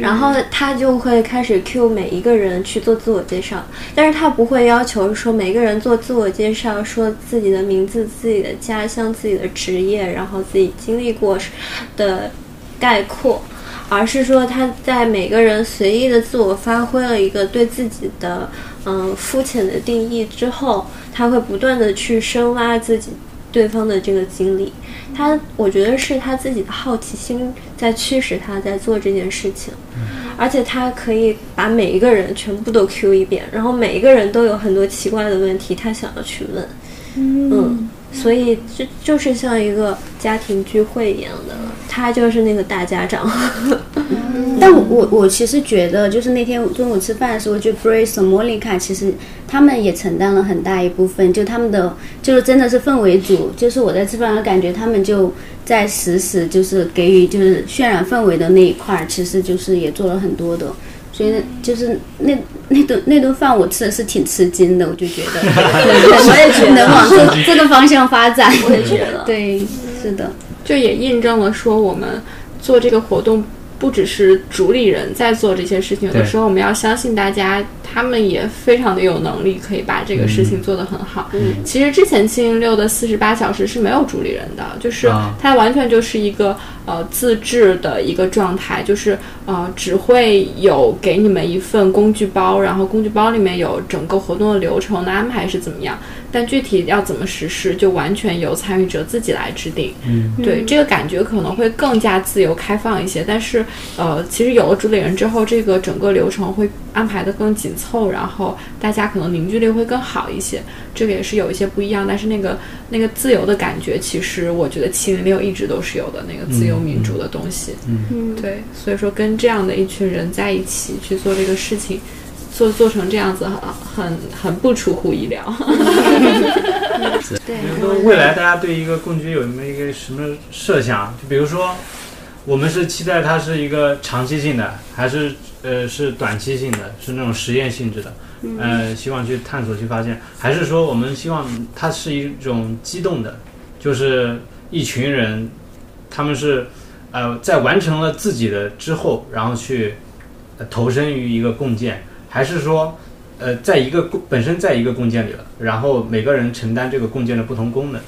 S6: 然后他就会开始 Q 每一个人去做自我介绍，但是他不会要求说每个人做自我介绍，说自己的名字、自己的家乡、自己的职业，然后自己经历过的概括。而是说他在每个人随意的自我发挥了一个对自己的嗯、肤浅的定义之后，他会不断的去深挖自己对方的这个经历。他我觉得是他自己的好奇心在驱使他在做这件事情，而且他可以把每一个人全部都 Q 一遍，然后每一个人都有很多奇怪的问题，他想要去问，嗯，所以就就是像一个家庭聚会一样的了，他就是那个大家长。
S5: 但我我我其实觉得，就是那天中午吃饭的时候，就 Grace 和 Monica 其实他们也承担了很大一部分，就他们的就是真的是氛围组，就是我在吃饭的感觉，他们就在实时就是给予就是渲染氛围的那一块儿，其实就是也做了很多的。所以就是那那顿那顿饭我吃的是挺吃惊的，我就觉 得，对我也觉得能往这这个方向发展，我也觉得， 对，是的，
S7: 就也印证了说，我们做这个活动不只是主理人在做这些事情，有的
S3: 对
S7: 时候我们要相信大家，他们也非常的有能力，可以把这个事情做得很好。嗯，其实之前七零六的四十八小时是没有主理人的，就是
S3: 啊
S7: 它完全就是一个呃自制的一个状态，就是呃只会有给你们一份工具包，然后工具包里面有整个活动的流程的安排是怎么样，但具体要怎么实施，就完全由参与者自己来制定。对，这个感觉可能会更加自由开放一些，但是呃，其实有了主理人之后，这个整个流程会安排的更紧凑，然后大家可能凝聚力会更好一些。这个也是有一些不一样，但是那个那个自由的感觉，其实我觉得七零六一直都是有的那个自由民主的东西。嗯，对，所以说跟这样的一群人在一起去做这个事情。做做成这样子很很很不出乎意料，
S6: 对，
S3: 那未来大家对一个共居有没有一个什么设想？就比如说，我们是期待它是一个长期性的，还是呃是短期性的，是那种实验性质的？
S6: 嗯
S3: 呃，希望去探索去发现，还是说我们希望它是一种机动的，就是一群人，他们是呃在完成了自己的之后，然后去、呃投身于一个共建，还是说呃，在一个共本身在一个共建里了，然后每个人承担这个共建的不同功能。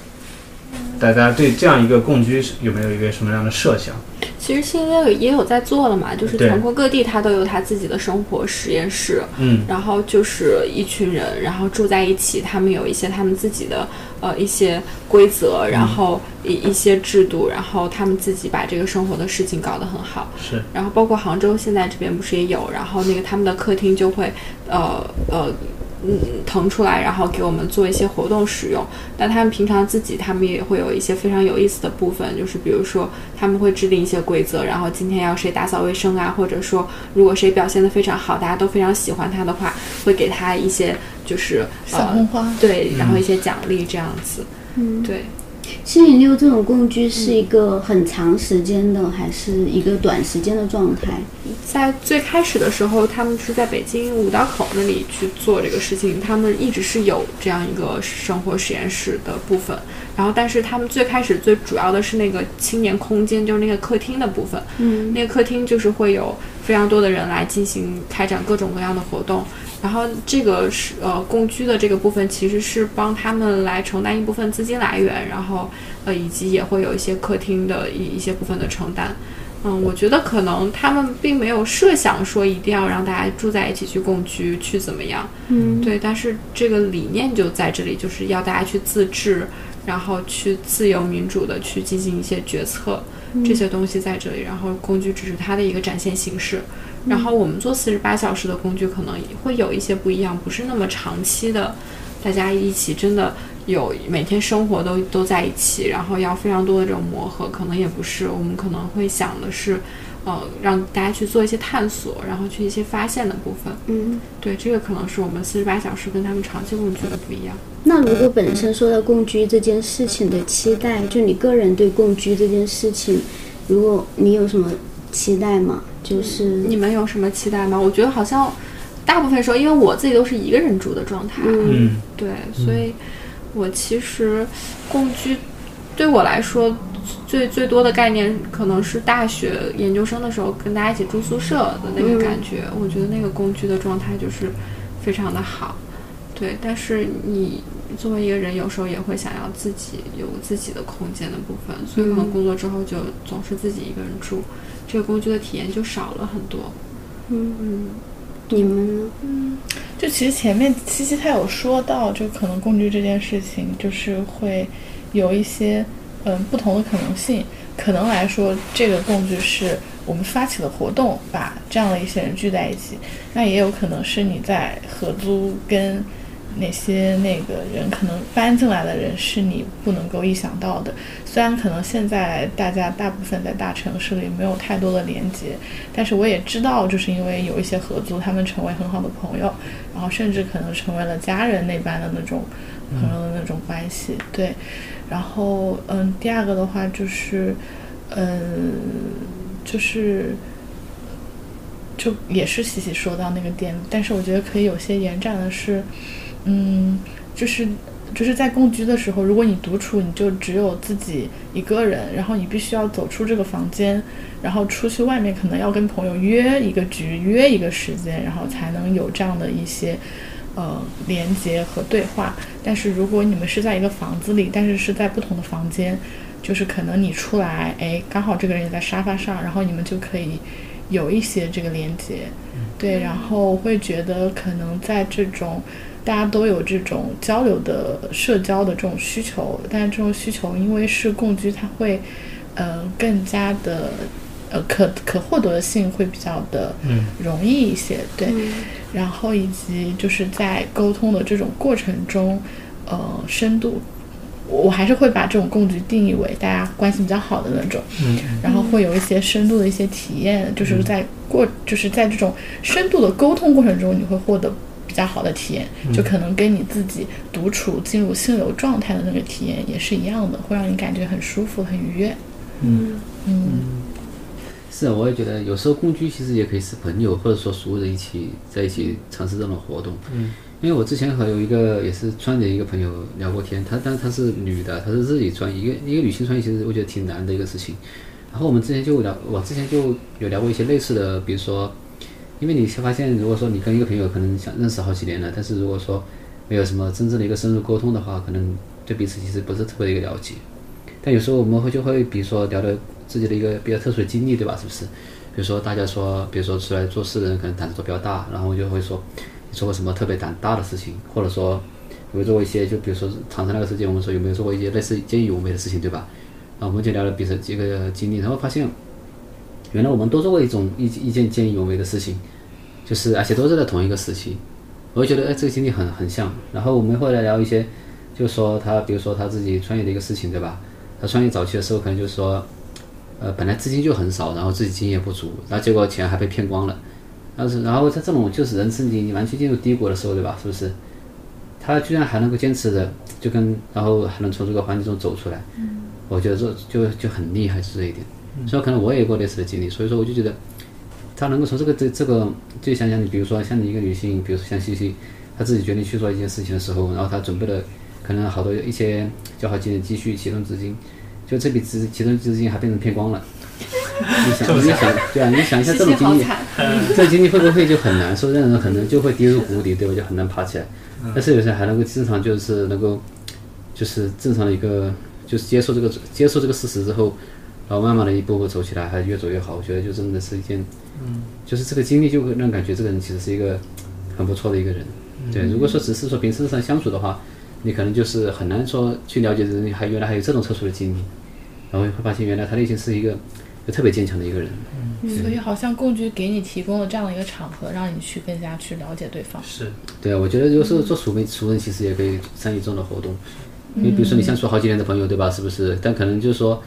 S3: 大家对这样一个共居是有没有一个什么样的设想？
S7: 其实新约也有在做了嘛，就是
S3: 对
S7: 全国各地他都有他自己的生活实验室，
S3: 嗯，
S7: 然后就是一群人，然后住在一起，他们有一些他们自己的呃一些规则，然后一一些制度，然后他们自己把这个生活的事情搞得很好。
S3: 是，
S7: 然后包括杭州现在这边不是也有，然后那个他们的客厅就会呃呃嗯腾出来，然后给我们做一些活动使用。但他们平常自己他们也会有一些非常有意思的部分，就是比如说他们会制定一些规则，然后今天要谁打扫卫生啊，或者说如果谁表现得非常好，大家都非常喜欢他的话，会给他一些就是
S4: 小
S7: 呃
S4: 红花，
S7: 对，然后一些奖励这样子。
S8: 嗯，
S7: 对，
S8: 七零六这种共居是一个很长时间的，还是一个短时间的状态？
S7: 在最开始的时候，他们是在北京五道口那里去做这个事情，他们一直是有这样一个生活实验室的部分。然后，但是他们最开始最主要的是那个青年空间，就是那个客厅的部分。
S8: 嗯，
S7: 那个客厅就是会有非常多的人来进行开展各种各样的活动。然后这个是呃共居的这个部分，其实是帮他们来承担一部分资金来源，然后呃以及也会有一些客厅的一一些部分的承担。嗯，我觉得可能他们并没有设想说一定要让大家住在一起去共居去怎么样，
S8: 嗯，
S7: 对，但是这个理念就在这里，就是要大家去自治，然后去自由民主的去进行一些决策，这些东西在这里，然后工具只是它的一个展现形式。然后我们做四十八小时的工具，可能也会有一些不一样，不是那么长期的，大家一起真的有每天生活都都在一起，然后要非常多的这种磨合，可能也不是。我们可能会想的是，呃，让大家去做一些探索，然后去一些发现的部分。
S8: 嗯。
S7: 对，这个可能是我们四十八小时跟他们长期共居的不一样。
S8: 那如果本身说到共居这件事情的期待，就你个人对共居这件事情，如果你有什么期待吗？就是
S7: 你们有什么期待吗？我觉得好像大部分时候，因为我自己都是一个人住的状态，啊
S8: 嗯
S3: 嗯
S7: 对，所以我其实共居对我来说最最多的概念可能是大学研究生的时候跟大家一起住宿舍的那
S2: 嗯
S7: 个感觉，我觉得那个共居的状态就是非常的好。对，但是你作为一个人，有时候也会想要自己有自己的空间的部分，所以
S2: 嗯
S7: 可能工作之后就总是自己一个人住，这个共居的体验就少了很多。
S8: 你们呢？
S4: 就其实前面七七他有说到，就可能共居这件事情，就是会有一些嗯不同的可能性。可能来说，这个共居是我们发起的活动，把这样的一些人聚在一起。那也有可能是你在合租跟哪些那个人，可能搬进来的人是你不能够意想到的。虽然可能现在大家大部分在大城市里没有太多的连接，但是我也知道，就是因为有一些合租，他们成为很好的朋友，然后甚至可能成为了家人那般的那种朋友的那种关系。对，然后嗯，第二个的话就是，嗯，就是。就也是喜喜说到那个点，但是我觉得可以有些延展的是，嗯，就是就是在共居的时候，如果你独处，你就只有自己一个人，然后你必须要走出这个房间，然后出去外面可能要跟朋友约一个局，约一个时间，然后才能有这样的一些呃连接和对话。但是如果你们是在一个房子里，但是是在不同的房间，就是可能你出来，哎，刚好这个人也在沙发上，然后你们就可以有一些这个连接。对，然后会觉得可能在这种大家都有这种交流的社交的这种需求，但是这种需求因为是共居，它会呃更加的呃可可获得性会比较的
S3: 嗯
S4: 容易一些，对。然后以及就是在沟通的这种过程中，呃，深度，我我还是会把这种共居定义为大家关系比较好的那种。
S3: 嗯
S4: 然后会有一些深度的一些体验，就是在过，就是在这种深度的沟通过程中，你会获得比较好的体验，
S3: 嗯
S4: 就可能跟你自己独处进入心流状态的那个体验也是一样的，会让你感觉很舒服、很愉悦。嗯
S2: 是，啊我也觉得有时候共居其实也可以是朋友，或者说熟人一起在一起尝试这种活动。嗯，因为我之前和有一个也是川的一个朋友聊过天，她但她是女的，她是自己穿，一个一个女性穿衣其实我觉得挺难的一个事情。然后我们之前就聊，我之前就有聊过一些类似的，比如说，因为你先发现，如果说你跟一个朋友可能想认识好几年了，但是如果说没有什么真正的一个深入沟通的话，可能对彼此其实不是特别的一个了解。但有时候我们会就会，比如说聊的自己的一个比较特殊的经历，对吧？是不是？比如说大家说，比如说出来做事的人可能胆子都比较大，然后就会说你做过什么特别胆大的事情，或者说有没有做过一些，就比如说长城那个事件，我们说有没有做过一些类似见义勇为的事情，对吧？然后我们就聊了彼此几个经历，然后发现原来我们都做过一种一一件见义勇为的事情，就是而且都是在同一个时期，我就觉得哎这个经历很很像。然后我们会来聊一些，就说他比如说他自己创业的一个事情，对吧？他创业早期的时候可能就是说，呃本来资金就很少，然后自己经验不足，然后结果钱还被骗光了。但是然后他这种就是人生已经完全进入低谷的时候，对吧？是不是？他居然还能够坚持的，就跟然后还能从这个环境中走出来，我觉得这就就很厉害，是这一点。所以可能我也有过类似的经历，所以说我就觉得，他能够从这个这这个，就想想你，比如说像你一个女性，比如说像西西，她自己决定去做一件事情的时候，然后她准备了可能好多一些较好几年积蓄、启动资金，就这笔资启动资金还被人骗光了。你想，你想，对啊，你想一下这种经历， 这经历会不会就很难受？让人可能就会跌入谷底，对吧？就很难爬起来。但是有些人还能够正常，就是能够，就是正常的一个，就是接受这个接受这个事实之后，然后慢慢的一步步走起来，还越走越好。我觉得就真的是一件，就是这个经历就会让感觉这个人其实是一个很不错的一个人。对，如果说只是说平时上相处的话，你可能就是很难说去了解人还原来还有这种特殊的经历，然后会发现原来他内心是一个就特别坚强的一个人。
S4: 所以好像共居给你提供了这样的一个场合，让你去更加去了解对方。
S3: 是
S2: 对啊，我觉得就是做熟人，熟人其实也可以参与这种的活动。你比如说，你相处好几年的朋友，对吧？是不是？但可能就是说，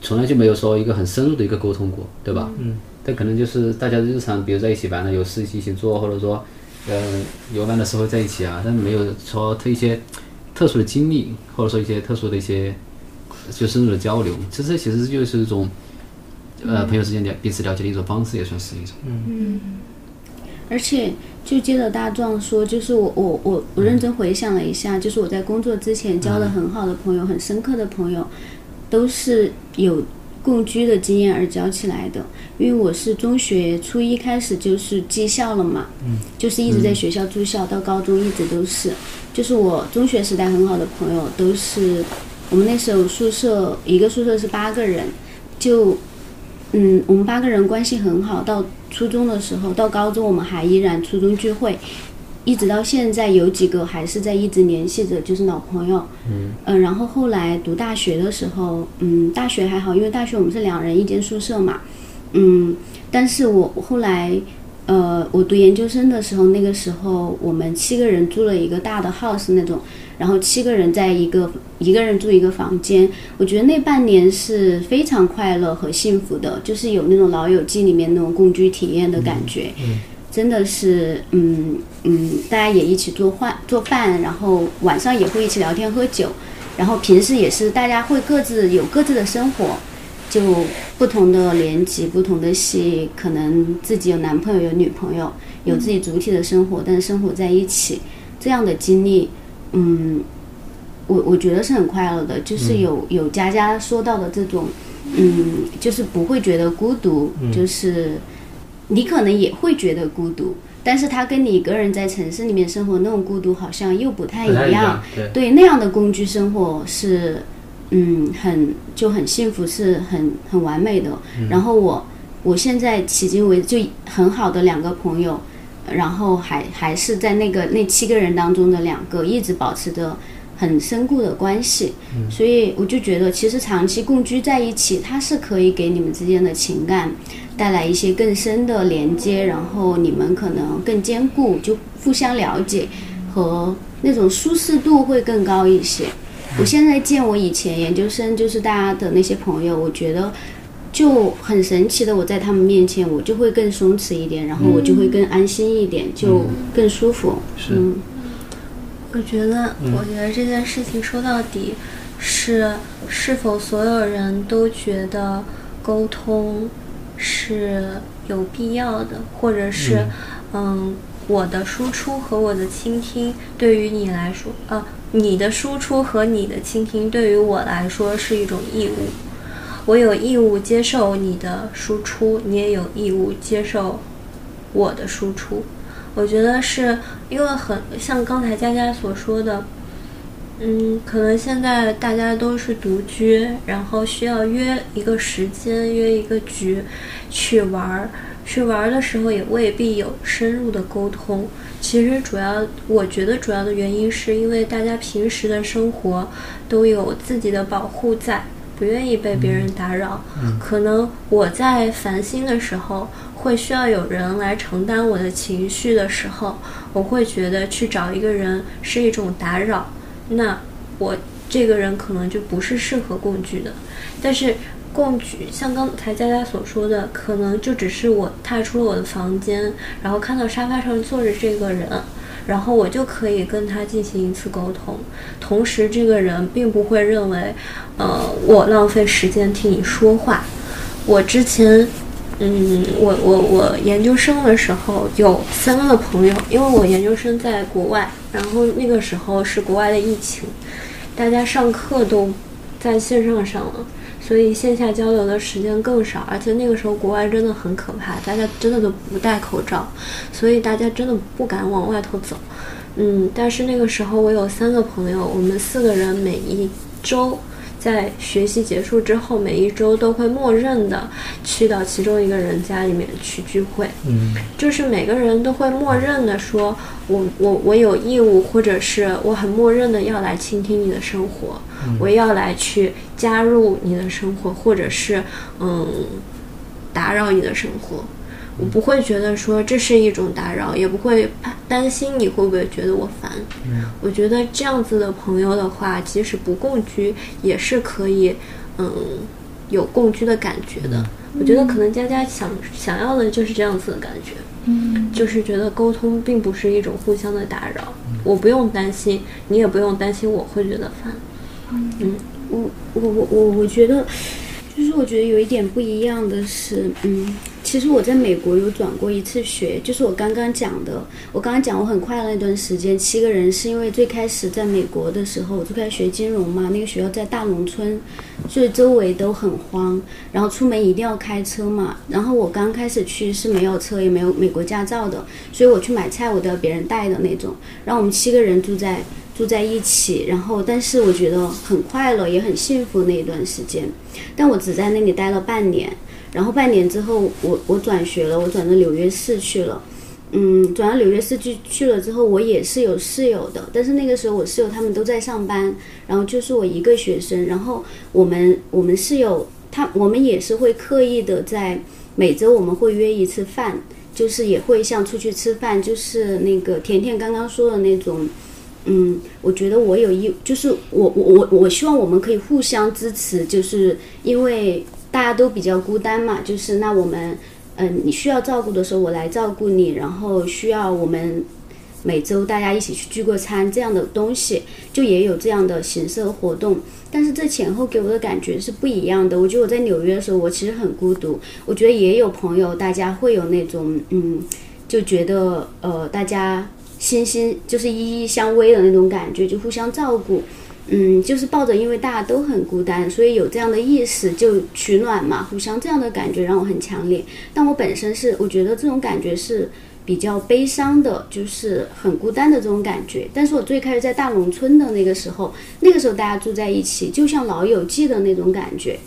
S2: 从来就没有说一个很深入的一个沟通过，对吧？嗯。但可能就是大家日常，比如在一起玩了，有事情一起做，或者说，呃，游玩的时候在一起啊，但没有说特一些特殊的经历，或者说一些特殊的一些就深入的交流。其实，其实就是一种呃朋友之间了彼此了解的一种方式，也算是一种。
S5: 而且就接着大壮说，就是我我我我认真回想了一下，就是我在工作之前交的很好的朋友、很深刻的朋友，都是有共居的经验而交起来的。因为我是中学初一开始就是技校了嘛，就是一直在学校住校，到高中一直都是。就是我中学时代很好的朋友，都是我们那时候宿舍一个宿舍是八个人，就嗯，我们八个人关系很好，到初中的时候，到高中我们还依然初中聚会，一直到现在有几个还是在一直联系着，就是老朋友。嗯、然后后来读大学的时候，嗯，大学还好，因为大学我们是两人一间宿舍嘛，嗯，但是我我后来。呃，我读研究生的时候，那个时候我们七个人住了一个大的 house 那种，然后七个人在一个一个人住一个房间。我觉得那半年是非常快乐和幸福的，就是有那种《老友记》里面那种共居体验的感觉，真的是，嗯嗯，大家也一起做饭做饭，然后晚上也会一起聊天喝酒，然后平时也是大家会各自有各自的生活，就不同的年级、不同的系，可能自己有男朋友、有女朋友，有自己主体的生活，但是生活在一起这样的经历，嗯，我我觉得是很快乐的，就是有有佳佳说到的这种，嗯，就是不会觉得孤独，
S3: 嗯
S5: 就是你可能也会觉得孤独。但是他跟你一个人在城市里面生活那种孤独好像又不太
S3: 不太一
S5: 一样，
S3: 样，对，
S5: 对那样的共居生活是，嗯，很就很幸福，是很很完美的。然后我我现在迄今为止就很好的两个朋友，然后还还是在那个那七个人当中的两个，一直保持着很深固的关系。所以我就觉得，其实长期共居在一起，它是可以给你们之间的情感带来一些更深的连接，然后你们可能更坚固，就互相了解和那种舒适度会更高一些。我现在见我以前研究生，就是大家的那些朋友，我觉得就很神奇的，我在他们面前，我就会更松弛一点，然后我就会更安心一点，就更舒服。
S3: 是
S5: 嗯，
S6: 我觉得，
S3: 嗯
S6: 我觉得这件事情说到底是是否所有人都觉得沟通是有必要的，或者是嗯我的输出和我的倾听对于你来说，呃，你的输出和你的倾听对于我来说是一种义务。我有义务接受你的输出，你也有义务接受我的输出。我觉得是因为很像刚才佳佳所说的，嗯，可能现在大家都是独居，然后需要约一个时间，约一个局去玩儿。去玩儿的时候也未必有深入的沟通。其实主要，我觉得主要的原因是因为大家平时的生活都有自己的保护在，不愿意被别人打扰。可能我在烦心的时候，会需要有人来承担我的情绪的时候，我会觉得去找一个人是一种打扰。那我这个人可能就不是适合共居的。但是共居，像刚才佳佳所说的，可能就只是我踏出了我的房间，然后看到沙发上坐着这个人，然后我就可以跟他进行一次沟通。同时，这个人并不会认为，呃，我浪费时间听你说话。我之前嗯，我我我研究生的时候有三个朋友，因为我研究生在国外，然后那个时候是国外的疫情，大家上课都在线上上了，所以线下交流的时间更少，而且那个时候国外真的很可怕，大家真的都不戴口罩，所以大家真的不敢往外头走。嗯，但是那个时候我有三个朋友，我们四个人每一周在学习结束之后，每一周都会默认的去到其中一个人家里面去聚会。
S3: 嗯，
S6: 就是每个人都会默认的说，我我我有义务，或者是我很默认的要来倾听你的生活，我要来去加入你的生活，或者是嗯打扰你的生活。我不会觉得说这是一种打扰，也不会怕担心你会不会觉得我烦。我觉得这样子的朋友的话，即使不共居，也是可以，嗯，有共居的感觉的。我觉得可能佳佳想想要的就是这样子的感觉，
S4: 嗯，
S6: 就是觉得沟通并不是一种互相的打扰，我不用担心，你也不用担心我会觉得烦。
S8: 我我我我我觉得，就是我觉得有一点不一样的是，嗯，其实我在美国有转过一次学，就是我刚刚讲的，我刚刚讲我很快乐那段时间，七个人是因为最开始在美国的时候，我就开始学金融嘛，那个学校在大农村，所以周围都很荒，然后出门一定要开车嘛，然后我刚开始去是没有车，也没有美国驾照的，所以我去买菜我都要别人带的那种，然后我们七个人住在。住在一起，然后但是我觉得很快乐，也很幸福那一段时间。但我只在那里待了半年，然后半年之后我我转学了，我转到纽约市去了。嗯，转到纽约市去去了之后，我也是有室友的，但是那个时候我室友他们都在上班，然后就是我一个学生，然后我们我们室友他我们也是会刻意的在每周我们会约一次饭，就是也会像出去吃饭，就是那个甜甜刚刚说的那种。嗯，我觉得我有义，就是我我我我希望我们可以互相支持，就是因为大家都比较孤单嘛，就是那我们，嗯、你需要照顾的时候我来照顾你，然后需要我们每周大家一起去聚个餐这样的东西，就也有这样的形式和活动，但是这前后给我的感觉是不一样的。我觉得我在纽约的时候，我其实很孤独，我觉得也有朋友，大家会有那种嗯，就觉得呃大家。心心就是一一相偎的那种感觉，就互相照顾。嗯，就是抱着，因为大家都很孤单，所以有这样的意识就取暖嘛，互相这样的感觉让我很强烈。但我本身是，我觉得这种感觉是比较悲伤的，就是很孤单的这种感觉。但是我最开始在大农村的那个时候，那个时候大家住在一起，就像老友记的那种感觉，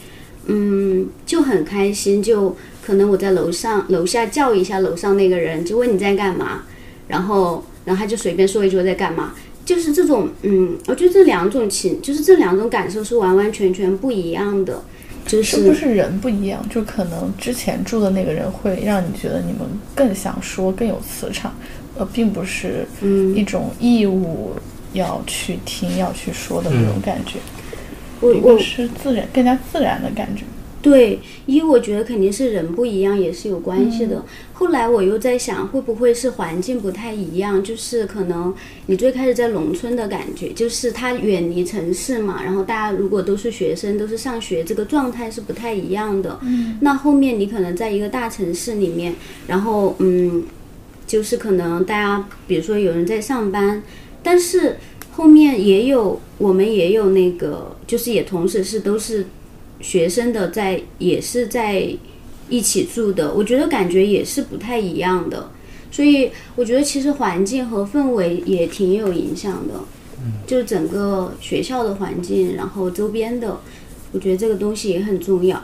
S8: 嗯，就很开心。就可能我在楼上、楼下叫一下楼上那个人，就问你在干嘛，然后然后他就随便说一句我在干嘛，就是这种，嗯，我觉得这两种情，就是这两种感受是完完全全不一样的，就是
S4: 是不是人不一样？就可能之前住的那个人会让你觉得你们更想说，更有磁场，呃，并不是
S8: 嗯
S4: 一种义务要去听、要去说的那种感觉。
S8: 我
S4: 一
S8: 我
S4: 个是自然，更加自然的感觉。
S8: 对，一我觉得肯定是人不一样，也是有关系的。后来我又在想，会不会是环境不太一样？就是可能你最开始在农村的感觉，就是它远离城市嘛，然后大家如果都是学生，都是上学，这个状态是不太一样的。嗯，那后面你可能在一个大城市里面，然后嗯，就是可能大家，比如说有人在上班，但是后面也有我们也有那个，就是也同时是都是学生的在也是在一起住的，我觉得感觉也是不太一样的。所以我觉得其实环境和氛围也挺有影响的。就整个学校的环境，然后周边的，我觉得这个东西也很重要。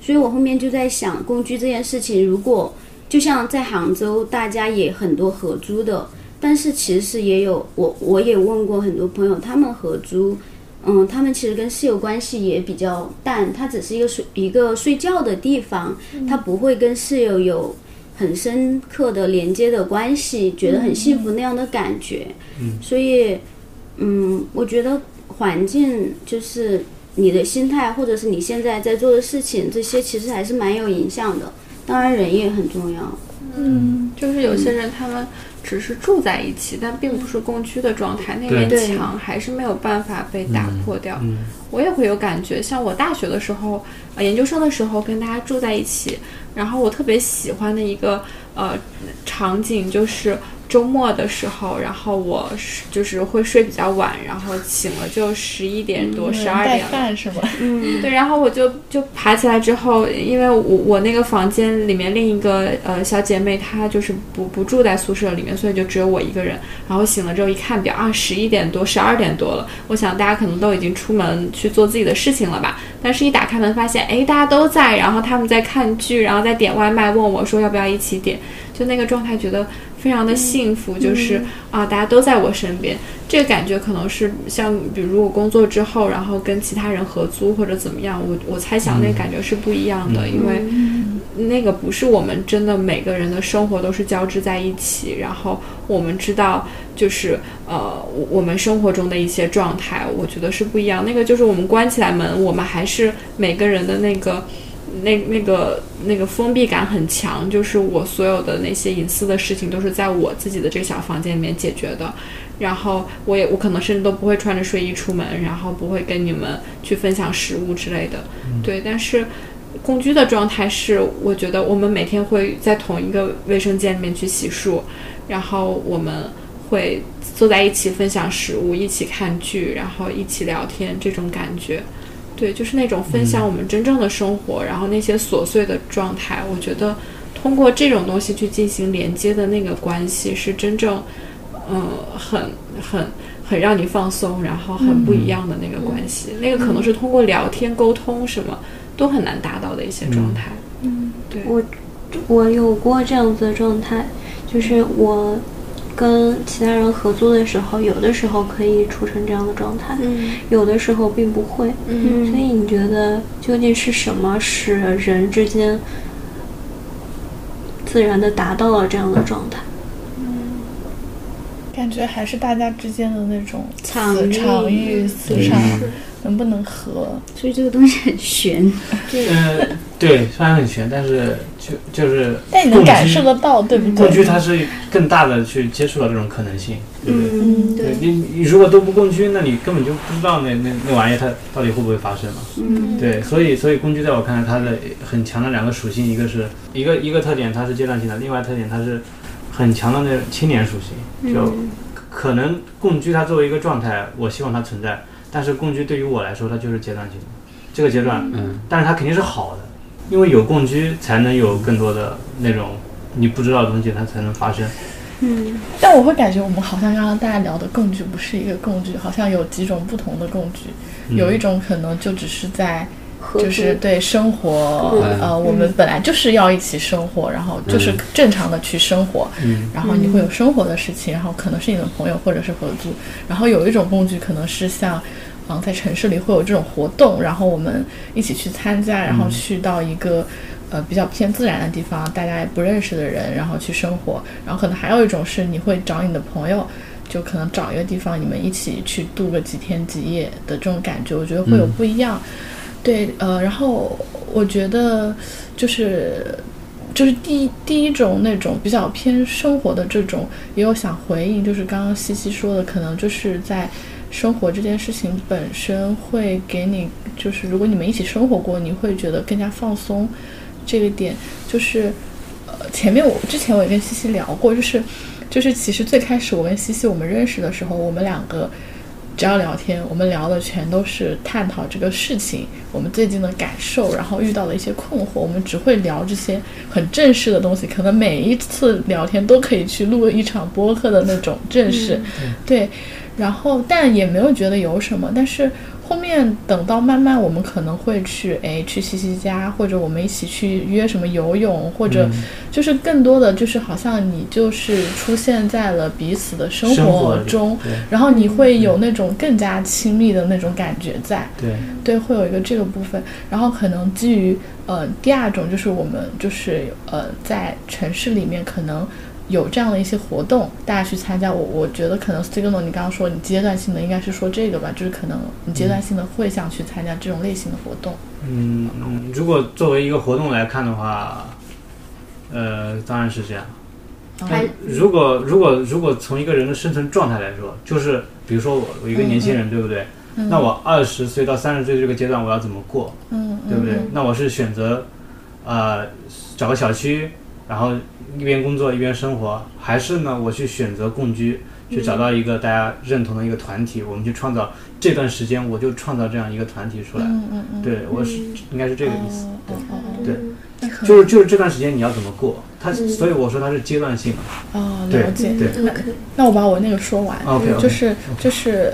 S8: 所以我后面就在想，共居这件事情，如果就像在杭州，大家也很多合租的，但是其实也有我我也问过很多朋友，他们合租，嗯，他们其实跟室友关系也比较淡，它只是一个睡一个睡觉的地方，它不会跟室友有很深刻的连接的关系，觉得很幸福那样的感觉。
S3: 嗯
S8: 所以，嗯，我觉得环境就是你的心态，或者是你现在在做的事情，这些其实还是蛮有影响的。当然，人也很重要。
S7: 嗯，就是有些人他们只是住在一起，但并
S4: 嗯
S7: 不是共居的状态，那面
S8: 对
S7: 墙还是没有办法被打破掉。
S3: 嗯
S7: 我也会有感觉，像我大学的时候，呃，研究生的时候跟大家住在一起，然后我特别喜欢的一个呃场景就是周末的时候，然后我是就是会睡比较晚，然后醒了就十一点多、十
S4: 嗯
S7: 二
S4: 带
S7: 点了。
S4: 饭是吗？
S7: 对，然后我就就爬起来之后，因为我我那个房间里面另一个呃小姐妹她就是不不住在宿舍里面，所以就只有我一个人。然后醒了之后一看表啊，十一点多、十二点多了。我想大家可能都已经出门去做自己的事情了吧，但是一打开门发现，哎，大家都在，然后他们在看剧，然后在点外卖，问我说要不要一起点，就那个状态觉得非常的幸福，就是啊，大家都在我身边，这个感觉可能是像比如我工作之后，然后跟其他人合租或者怎么样，我我猜想那个感觉是不一样的，因为那个不是我们真的每个人的生活都是交织在一起，然后我们知道就是呃我我们生活中的一些状态，我觉得是不一样。那个就是我们关起来门，我们还是每个人的那个。那那个那个封闭感很强，就是我所有的那些隐私的事情都是在我自己的这个小房间里面解决的，然后我也我可能甚至都不会穿着睡衣出门，然后不会跟你们去分享食物之类的，对。但是共居的状态是，我觉得我们每天会在同一个卫生间里面去洗漱，然后我们会坐在一起分享食物，一起看剧，然后一起聊天，这种感觉。对，就是那种分享我们真正的生活，然后那些琐碎的状态，我觉得通过这种东西去进行连接的那个关系是真正，嗯，很很很让你放松，然后很不一样的那个关系，那个可能是通过聊天、沟通什么都很难达到的一些状态。
S4: 嗯
S6: 我有过这样子的状态，就是我跟其他人合租的时候，有的时候可以处成这样的状态，
S1: 嗯
S6: 有的时候并不会。
S1: 嗯
S6: 所以你觉得究竟是什么使人之间自然的达到了这样的状态？
S4: 感觉还是大家之间的那种
S8: 场
S4: 磁
S8: 域
S4: 场域、磁场能不能合？
S8: 所以这个东西很悬。
S3: 呃，对，虽然很悬，但是就就是
S4: 但你能感受得到，对不
S3: 共居，
S4: 对？
S3: 它是更大的去接触到这种可能性，对不对？
S8: 嗯，
S3: 对你，你如果都不共居，那你根本就不知道那那那玩意儿它到底会不会发生嘛。
S8: 嗯，
S3: 对，所以所以共居在我看来，它的很强的两个属性，一个是一个一个特点它是阶段性的，另外特点它是很强的那种青年属
S4: 嗯
S6: 嗯
S3: 性。就可可能共居它作为一个状态，我希望它存在，但是共居对于我来说，它就是阶段性的。这个阶段，
S2: 嗯，
S3: 但是它肯定是好的，因为有共居才能有更多的那种你不知道的东西，它才能发生。
S6: 嗯
S4: 但我会感觉我们好像刚刚大家聊的共居不是一个共居，好像有几种不同的共居，
S3: 嗯
S4: 有一种可能就只是在。
S6: 合
S4: 就
S6: 租
S4: 是对生活，
S2: 嗯
S4: 呃，我们本来就是要一起生活，然后就是正常的去生活，
S3: 嗯
S4: 然后你会有生活的事情，然后可能是你的朋友或者是合租，然后有一种工具可能是像，嗯，在城市里会有这种活动，然后我们一起去参加，然后去到一个。呃，比较偏自然的地方，大家也不认识的人，然后去生活，然后可能还有一种是你会找你的朋友，就可能找一个地方，你们一起去度个几天几夜的这种感觉，我觉得会有不一样。对，呃，然后我觉得就是就是第一第一种那种比较偏生活的这种，也有想回应，就是刚刚西西说的，可能就是在生活这件事情本身会给你，就是如果你们一起生活过，你会觉得更加放松。这个点就是，呃，前面我之前我也跟西西聊过，就是就是其实最开始我跟西西我们认识的时候，我们两个只要聊天，我们聊的全都是探讨这个事情，我们最近的感受，然后遇到的一些困惑，我们只会聊这些很正式的东西。可能
S6: 嗯
S4: 每一次聊天都可以去录一场播客的那种正式，对。然后但也没有觉得有什么，但是后面等到慢慢我们可能会去哎去西西家，或者我们一起去约什么游泳，或
S3: 嗯
S4: 者就是更多的就是好像你就是出现在了彼此的生
S3: 生活
S4: 活
S3: 里
S4: 中，
S3: 对嗯
S4: 然后你会有那种更加亲密的那种感觉在。
S3: 对，
S4: 对，会有一个这个部分，然后可能基于呃第二种就是我们就是呃在城市里面可能有这样的一些活动，大家去参加。我我觉得可能 Signal 你刚刚说你阶段性的应该是说这个吧，就是可能你阶段性的会想去参加这种类型的活动。
S3: 嗯，嗯如果作为一个活动来看的话，呃，当然是这样。
S4: 哦
S5: 还
S3: 如果如果如果从一个人的生存状态来说，就是比如说我我一个年轻
S4: 嗯
S3: 人，对不对？那我二十岁到三十岁这个阶段，我要怎么过，
S4: 嗯
S3: 对不对？那我是选择，呃，找个小区，然后一边工作一边生活，还是呢，我去选择共居，去
S4: 嗯
S3: 找到一个大家认同的一个团体，我们去创造这段时间，我就创造这样一个团体出来。
S4: 嗯嗯嗯，
S3: 对，我是应该是这个意思。
S4: 哦哦哦
S6: 嗯
S4: 哦
S3: 对，
S4: 那可能
S3: 就是就是这段时间你要怎么过，它
S4: 嗯
S3: 所以我说它是阶段性的。
S4: 哦
S3: 对
S4: 了解。
S6: 嗯
S3: 对哦
S4: 那那我把我那个说完。
S3: ，OK，
S4: 就是就是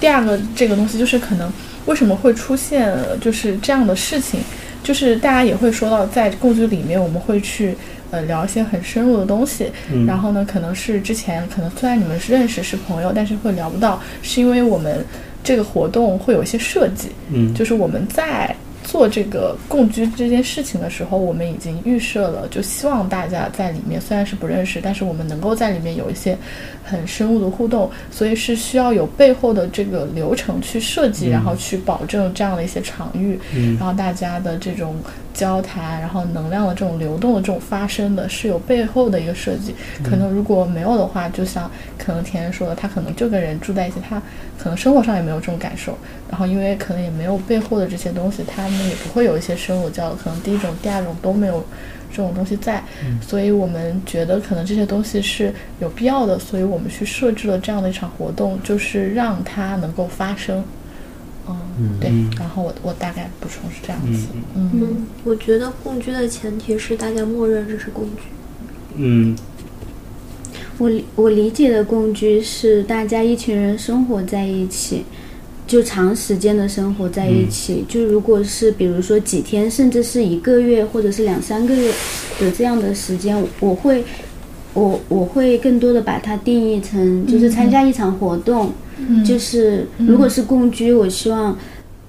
S4: 第二个这个东西，就是可能为什么会出现呃就是这样的事情，就是大家也会说到在共居里面，我们会去呃聊一些很深入的东西，
S3: 嗯
S4: 然后呢，可能是之前可能虽然你们是认识是朋友，但是会聊不到，是因为我们这个活动会有一些设计，
S3: 嗯
S4: 就是我们在做这个共居这件事情的时候，我们已经预设了，就希望大家在里面虽然是不认识，但是我们能够在里面有一些很深入的互动，所以是需要有背后的这个流程去设计，然后去保证这样的一些场域，
S3: 嗯
S4: 然后大家的这种交谈，然后能量的这种流动的这种发生的是有背后的一个设计。可能如果没有的话，就像可能甜甜说的，他可能就跟人住在一起，他可能生活上也没有这种感受，然后因为可能也没有背后的这些东西，他们也不会有一些深入交流，可能第一种、第二种都没有这种东西在，所以我们觉得可能这些东西是有必要的，所以我们去设置了这样的一场活动，就是让它能够发生。嗯，对。然后我我大概补充是这样子。嗯
S6: 嗯，我觉得共居的前提是大家默认这是共居。
S3: 嗯
S5: 我理我理解的共居是大家一群人生活在一起，就长时间的生活在一
S8: 嗯
S5: 起。就如果是比如说几天，甚至是一个月，或者是两三个月的这样的时间，我我会我我会更多的把它定义成就是参加一场活动，
S4: 嗯
S5: 就是如果是共居，我希望。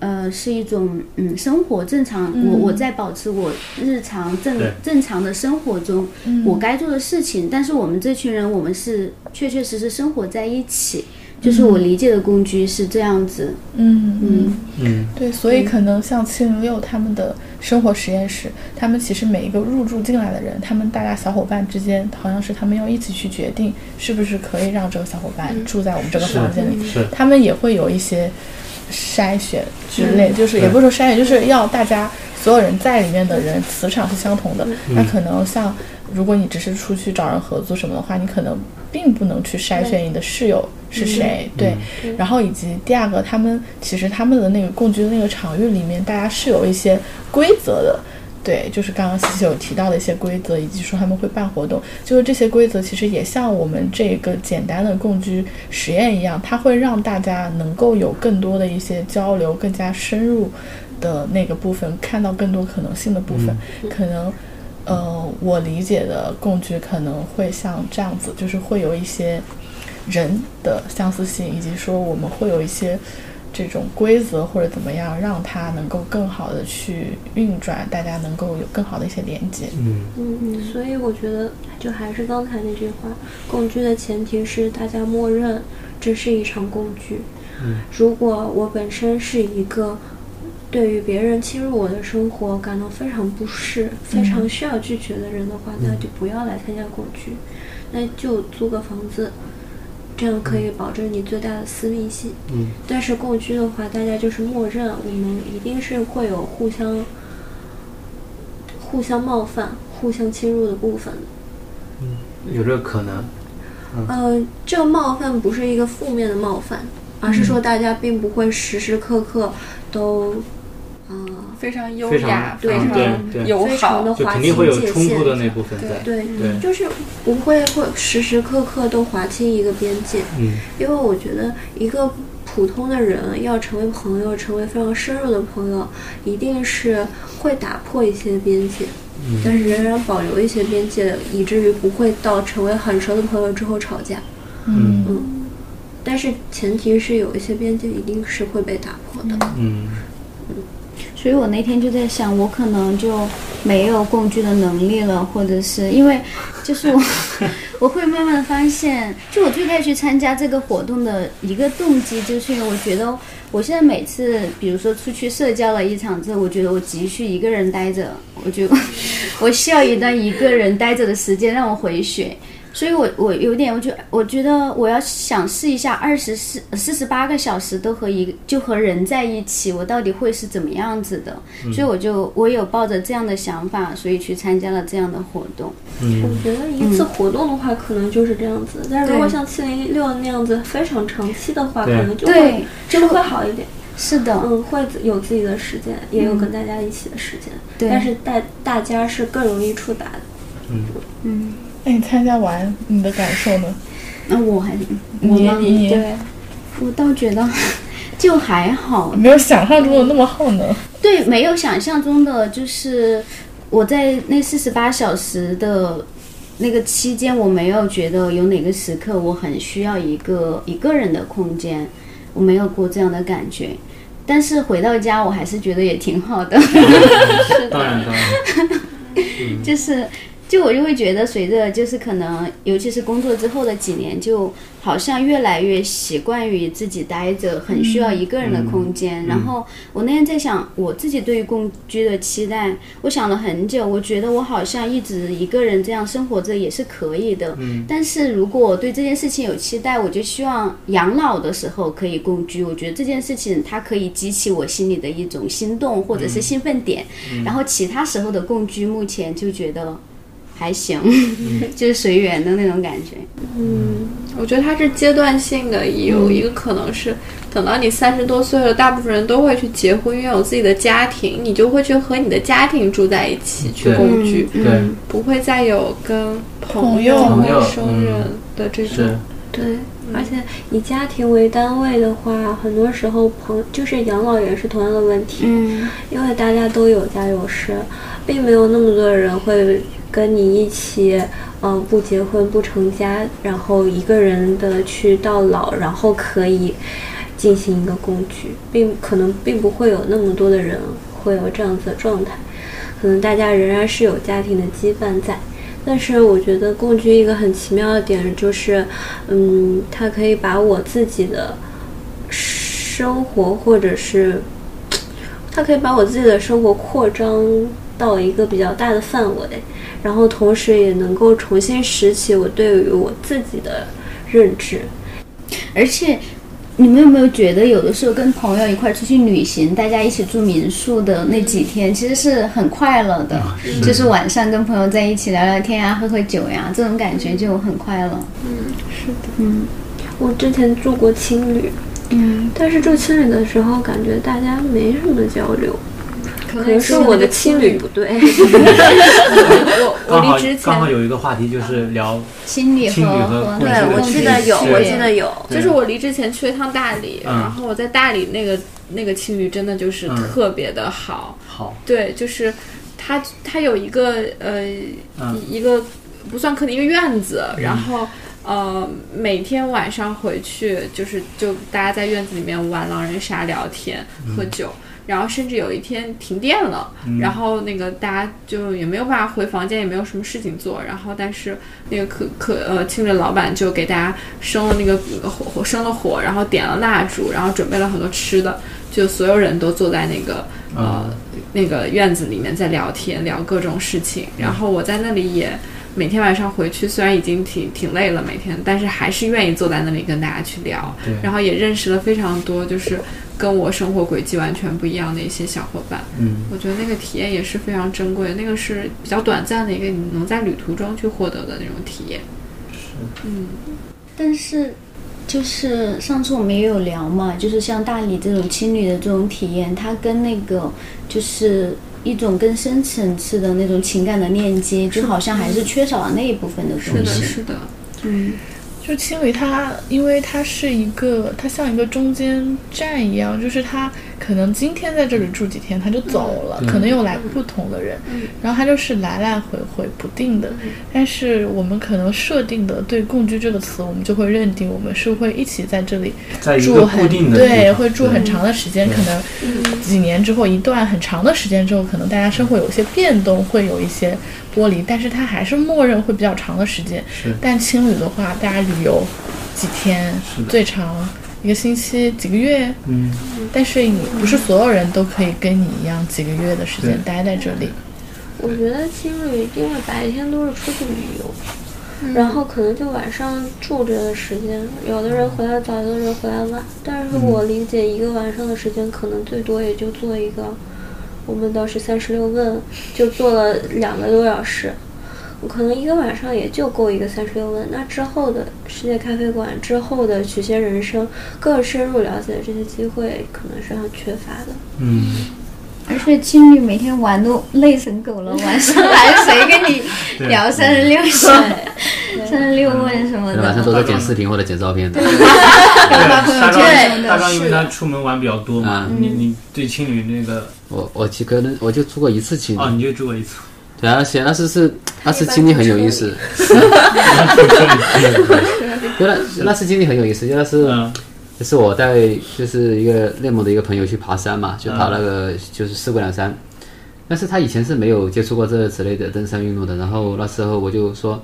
S5: 呃，是一种嗯，生活正常，我
S8: 嗯
S5: 我在保持我日常正
S3: 对
S5: 正常的生活中，
S4: 嗯
S5: 我
S8: 嗯
S5: 该做的事情。但是我们这群人，我们是确确实实生活在一起，就是
S8: 嗯
S5: 我理解的共居是这样子。
S4: 嗯嗯，
S3: 嗯
S4: 对，所以可能像七零六他们的生活实验室，他们其实每一个入住进来的人，他们大家小伙伴之间，好像是他们要一起去决定是不是可以让这个小伙
S5: 嗯
S4: 伴住在我们这个房间里。
S3: 是
S4: 他们也会有一些筛选之
S5: 嗯
S4: 类，就是也不是说筛选，就是要大家所有人在里面的人磁场是相同的。
S5: 嗯
S4: 那可能像如果你只是出去找人合租什么的话，你可能并不能去筛选你的室友是谁，对。然后以及第二个，他们其实他们的那个共居的那个场域里面，大家是有一些规则的。对，就是刚刚西西有提到的一些规则，以及说他们会办活动，就是这些规则其实也像我们这个简单的共居实验一样，它会让大家能够有更多的一些交流，更加深入的那个部分，看到更多可能性的部分。可能，呃，我理解的共居可能会像这样子，就是会有一些人的相似性，以及说我们会有一些这种规则或者怎么样，让它能够更好的去运转，大家能够有更好的一些连接。
S3: 嗯
S6: 嗯，所以我觉得就还是刚才那句话，共居的前提是大家默认这是一场共居。
S3: 嗯
S6: 如果我本身是一个对于别人侵入我的生活感到非常不适、非常需要拒绝的人的
S3: 嗯
S6: 话，那就不要来参加共居，那就租个房子，这样可以保证你最大的私密性。
S3: 嗯
S6: 但是共居的话，大家就是默认我们一定是会有互相、互相冒犯、互相侵入的部分的。
S3: 有这个可能。
S6: 呃，这个冒犯不是一个负面的冒犯，而是说大家并不会时时刻刻都，呃，
S7: 非常优
S3: 非
S7: 雅
S3: 常，
S7: 非
S3: 嗯
S7: 常
S3: 对对
S7: 友
S6: 非
S7: 好
S6: 常的
S3: 就
S6: 划
S3: 肯
S6: 清
S3: 定会有
S6: 界
S3: 冲突的
S6: 限。
S3: 那部分在。
S6: 对，
S3: 对
S6: 就是不会会时时刻刻都划清一个边界，
S3: 嗯，
S6: 因为我觉得一个普通的人要成为朋友，成为非常深入的朋友，一定是会打破一些边界，
S3: 嗯
S6: 但是仍然保留一些边界，以至于不会到成为很熟的朋友之后吵架。
S4: 嗯，
S6: 但是前提是有一些边界一定是会被打破的。
S3: 嗯，
S8: 所以我那天就在想，我可能就没有共居的能力了，或者是因为，就是 我我会慢慢的发现，就我最开始去参加这个活动的一个动机，就是因为我觉得我现在每次，比如说出去社交了一场之后，我觉得我急需一个人待着，我就 我需要一段一个人待着的时间让我回血。所以我我有点，我觉我觉得我要想试一下，二十四四十八个小时都和一个就和人在一起，我到底会是怎么样子的？所以我就我有抱着这样的想法，所以去参加了这样的活动。
S3: 嗯
S6: 我觉得一次活动的话，可能就是这样子。但是如果像七零六那样子非常长期的话，可
S3: 对
S6: 能就
S8: 对
S6: 会真的会好一点。
S8: 是的，
S6: 嗯，会自有自己的时间，也有跟大家一起的时间。
S8: 嗯对
S6: 但是大大家是更容易触达的。
S4: 那哎你参加完你的感受呢？
S8: 嗯那、我还我
S4: 你
S8: 吗？
S4: 你
S6: 对，
S8: 我倒觉得 就还好，
S4: 没有想象中的那么耗能。
S8: 对，没有想象中的，就是我在那四十八小时的那个期间，我没有觉得有哪个时刻我很需要一个一个人的空间，我没有过这样的感觉。但是回到家，我还是觉得也挺好的，
S3: 当然当 然，
S8: 就是。就我就会觉得，随着就是可能，尤其是工作之后的几年，就好像越来越习惯于自己待着，很需要一个人的空间。然后我那天在想，我自己对于共居的期待，我想了很久，我觉得我好像一直一个人这样生活着也是可以的。
S3: 嗯
S8: 但是如果我对这件事情有期待，我就希望养老的时候可以共居。我觉得这件事情它可以激起我心里的一种心动或者是兴奋点。然后其他时候的共居，目前就觉得还行， 就是随缘的那种感觉。
S7: 我觉得它是阶段性的，
S3: 嗯
S7: 有一个可能是等到你三十多岁了，大部分人都会去结婚，拥有自己的家庭，你就会去和你的家庭住在一起，去
S3: 对嗯
S7: 共居，
S3: 对
S4: 嗯
S7: 不会再有跟
S4: 朋
S7: 朋
S4: 友
S7: 陌
S3: 朋友
S7: 生
S3: 嗯
S7: 人的这种。
S3: 是，
S6: 对，
S8: 嗯
S6: 而且以家庭为单位的话，很多时候朋就是养老也是同样的问题。
S8: 嗯，
S6: 因为大家都有家有室，并没有那么多人会跟你一起，嗯、不结婚不成家，然后一个人的去到老，然后可以进行一个共居，并可能并不会有那么多的人会有这样子的状态，可能大家仍然是有家庭的羁绊在。但是我觉得共居一个很奇妙的点就是，嗯，它可以把我自己的生活或者是它可以把我自己的生活扩张到一个比较大的范围，然后同时也能够重新拾起我对于我自己的认知。
S8: 而且，你们有没有觉得，有的时候跟朋友一块儿出去旅行，大家一起住民宿的那几天，其实是很快乐的，啊就是晚上跟朋友在一起聊聊天啊，喝喝酒呀、这种感觉就很快乐。
S6: 我之前住过青旅，嗯，但是住青旅的时候感觉大家没什么交流，可能是我的青旅不 对。
S3: 刚好
S7: 离职前
S3: 刚好有一个话题就是聊，
S8: 心理和
S3: 心理和
S8: 和
S3: 对
S9: 对，我记得有，
S3: 是
S9: 我记得有，
S7: 就是我离职前去了趟大理，
S3: 嗯
S7: 然后我在大理那个那个青旅真的就是
S3: 嗯
S7: 特别的好，
S3: 好，
S7: 对，就是它它有一个呃、
S3: 嗯
S7: 一个不算客厅，一个院子，然后呃每天晚上回去就是就大家在院子里面玩狼人杀、聊天、喝酒。然后甚至有一天停电了，然后那个大家就也没有办法回房间，也没有什么事情做。然后但是那个可可呃庆着老板就给大家生了那个火火生了火，然后点了蜡烛，然后准备了很多吃的，就所有人都坐在那个呃、那个院子里面在聊天，聊各种事情。然后我在那里也每天晚上回去，虽然已经挺挺累了每天，但是还是愿意坐在那里跟大家去聊
S3: 对。
S7: 然后也认识了非常多，就是跟我生活轨迹完全不一样的一些小伙伴。
S3: 嗯，
S7: 我觉得那个体验也是非常珍贵，那个是比较短暂的一个你嗯能在旅途中去获得的那种体验。
S8: 但是就是上次我们也有聊嘛，就是像大理这种青旅的这种体验，它跟那个就是一种更深层次的那种情感的链接，就好像还是缺少了那一部分的
S7: 是
S8: 东
S7: 的，
S8: 西。
S7: 是的，
S8: 嗯，
S4: 就青旅它，因为它是一个，它像一个中间站一样，就是它可能今天在这里住几天，它就走了，可能有来不同的人，然后它就是来来回回不定的。但是我们可能设定的对“共居”这个词，我们就会认定我们是会一起在这里
S3: 在一
S4: 住
S3: 个
S4: 很
S3: 固定的
S4: 对，
S3: 地方嗯
S4: 会住很长的时间，可能几年之后一段很长的时间之后，可能大家生活有一些变动，会有一些剥离，但是它还是默认会比较长的时间。但青旅的话，大家旅游几天
S3: 是的，
S4: 最长一个星期、几个月，
S3: 嗯，
S4: 但是你不是所有人都可以跟你一样几个月的时间
S3: 对
S4: 待在这里。
S6: 我觉得青旅因为白天都是出去旅游，然后可能就晚上住这个时间，有的人回来早，有的人回来晚。但是我理解一个晚上的时间，可能最多也就做一个，我们当时三十六问就做了两个多小时，我可能一个晚上也就够一个三十六问。那之后的世界咖啡馆之后的曲线人生，更深入了解这些机会，可能是很缺乏的。
S3: 嗯，
S8: 而且青旅每天玩都累成狗了，晚上来谁 跟你聊三十六想、三十六问什么
S2: 那晚上
S8: 的？
S2: 都在剪视频或者剪照片的。
S3: 大
S8: 友圈
S3: 壮，大壮因为他出门玩比较多嘛，
S2: 嗯
S3: 你你对青旅那个
S2: 我我去跟我就住过一次青
S8: 嗯
S2: 旅
S3: 哦，你就住过一次，
S2: 对，而且那次是那次经历很有意思。对，那那次经历很有意思，就那是
S3: 嗯
S2: 就是我带就是一个内蒙的一个朋友去爬山嘛，去爬那个就是四姑娘山，但是他以前是没有接触过这之类的登山运动的。然后那时候我就说，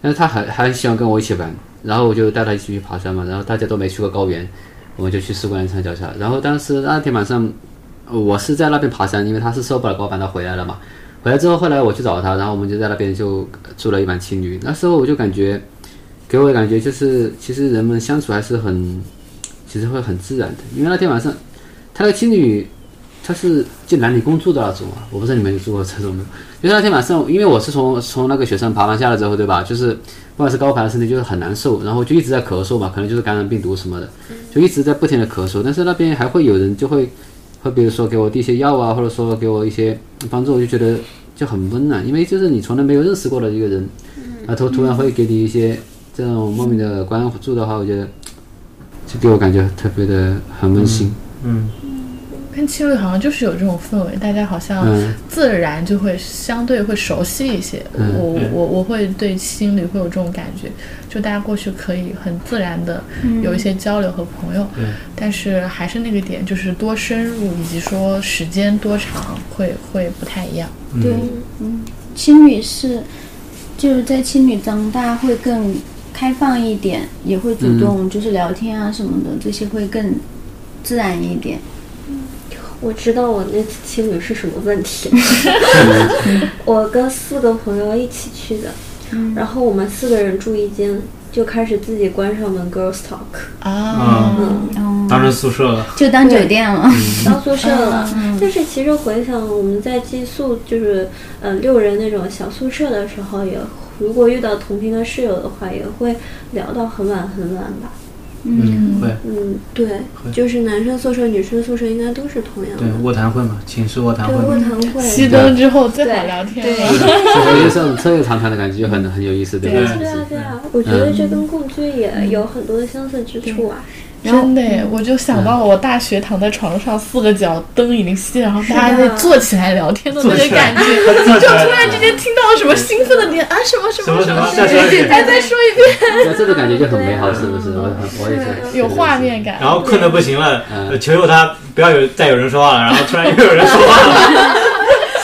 S2: 但是他很还很喜欢跟我一起玩，然后我就带他一起去爬山嘛。然后大家都没去过高原，我们就去四姑娘山脚下。然后当时那天晚上，呃我是在那边爬山，因为他是受不了高反，他回来了嘛。回来之后，后来我去找他，然后我们就在那边就呃住了一晚青旅。那时候我就感觉，给我的感觉就是，其实人们相处还是很，其实会很自然的。因为那天晚上，他的青旅，他是进南理工住的那种啊，我不知道你们有住过这种没有。就是那天晚上，因为我是从从那个雪山爬完下来之后，对吧？就是不管是高反，身体就是很难受，然后就一直在咳嗽嘛，可能就是感染病毒什么的，就一直在不停的咳嗽。但是那边还会有人就会，会比如说给我递一些药啊，或者说给我一些帮助，我就觉得就很温暖，因为就是你从来没有认识过的一个人，然后突然会给你一些这种莫名的关注的话，哦我觉得就给我感觉特别的很温馨。
S3: 嗯，
S4: 看青旅好像就是有这种氛围，大家好像
S2: 嗯
S4: 自然就会相对会熟悉一些。
S2: 嗯
S4: 我
S3: 对
S4: 我我会对青旅会有这种感觉，就大家过去可以很自然的有一些交流和朋友，
S3: 对
S4: 但是还是那个点，就是多深入以及说时间多长会会不太一样。
S8: 对，嗯，青旅是就是在青旅长大会更开放一点，也会主
S2: 嗯
S8: 动就是聊天啊什么的，这些会更自然一点。
S6: 我知道我那次青旅是什么 问题。我跟四个朋友一起去的，然后我们四个人住一间，就开始自己关上门 girls talk，
S4: 啊，
S6: 嗯，
S8: 嗯，
S3: 当成宿舍了，
S8: 就当酒店了。
S6: 当宿
S8: 嗯
S6: 舍了。
S2: 嗯
S6: 但是其实回想我们在寄宿，就是呃六人那种小宿舍的时候也。如果遇到同频的室友的话，也会聊到很晚很晚吧。
S3: 嗯，会，
S6: 嗯，对
S3: 会，
S6: 就是男生宿舍、女生宿舍应该都是同样的
S3: 对，。卧谈会嘛，寝室卧谈
S6: 对，
S3: 会
S6: 卧
S3: 嘛，
S6: 谈会。
S4: 熄灯之后最好聊天了。
S2: 嗯所以我觉得这种彻夜长谈的感觉就很很有意思，对吧？
S3: 对
S6: 对啊，对啊，我觉得这跟共居也有很多的相似之处啊。
S4: 真的
S3: 嗯
S4: 耶，我就想到我大学躺在床上，四个角灯已经熄了，然后大家在坐起来聊天的那
S3: 坐
S4: 个
S3: 起来
S4: 感觉，
S3: 就
S4: 啊 就突然之间听到了什么兴奋的点啊，什么什
S3: 什
S4: 么
S3: 么
S4: 什
S3: 什
S4: 么
S3: 么，下车一 点，
S4: 哎，再说一遍，
S2: 那这种感觉就很美好，是不是？我我我也是
S4: 有画面。感。
S3: 然后困得不行了，
S2: 嗯
S3: 呃求求他不要有再有人说话了，然后突然又有人说话 了，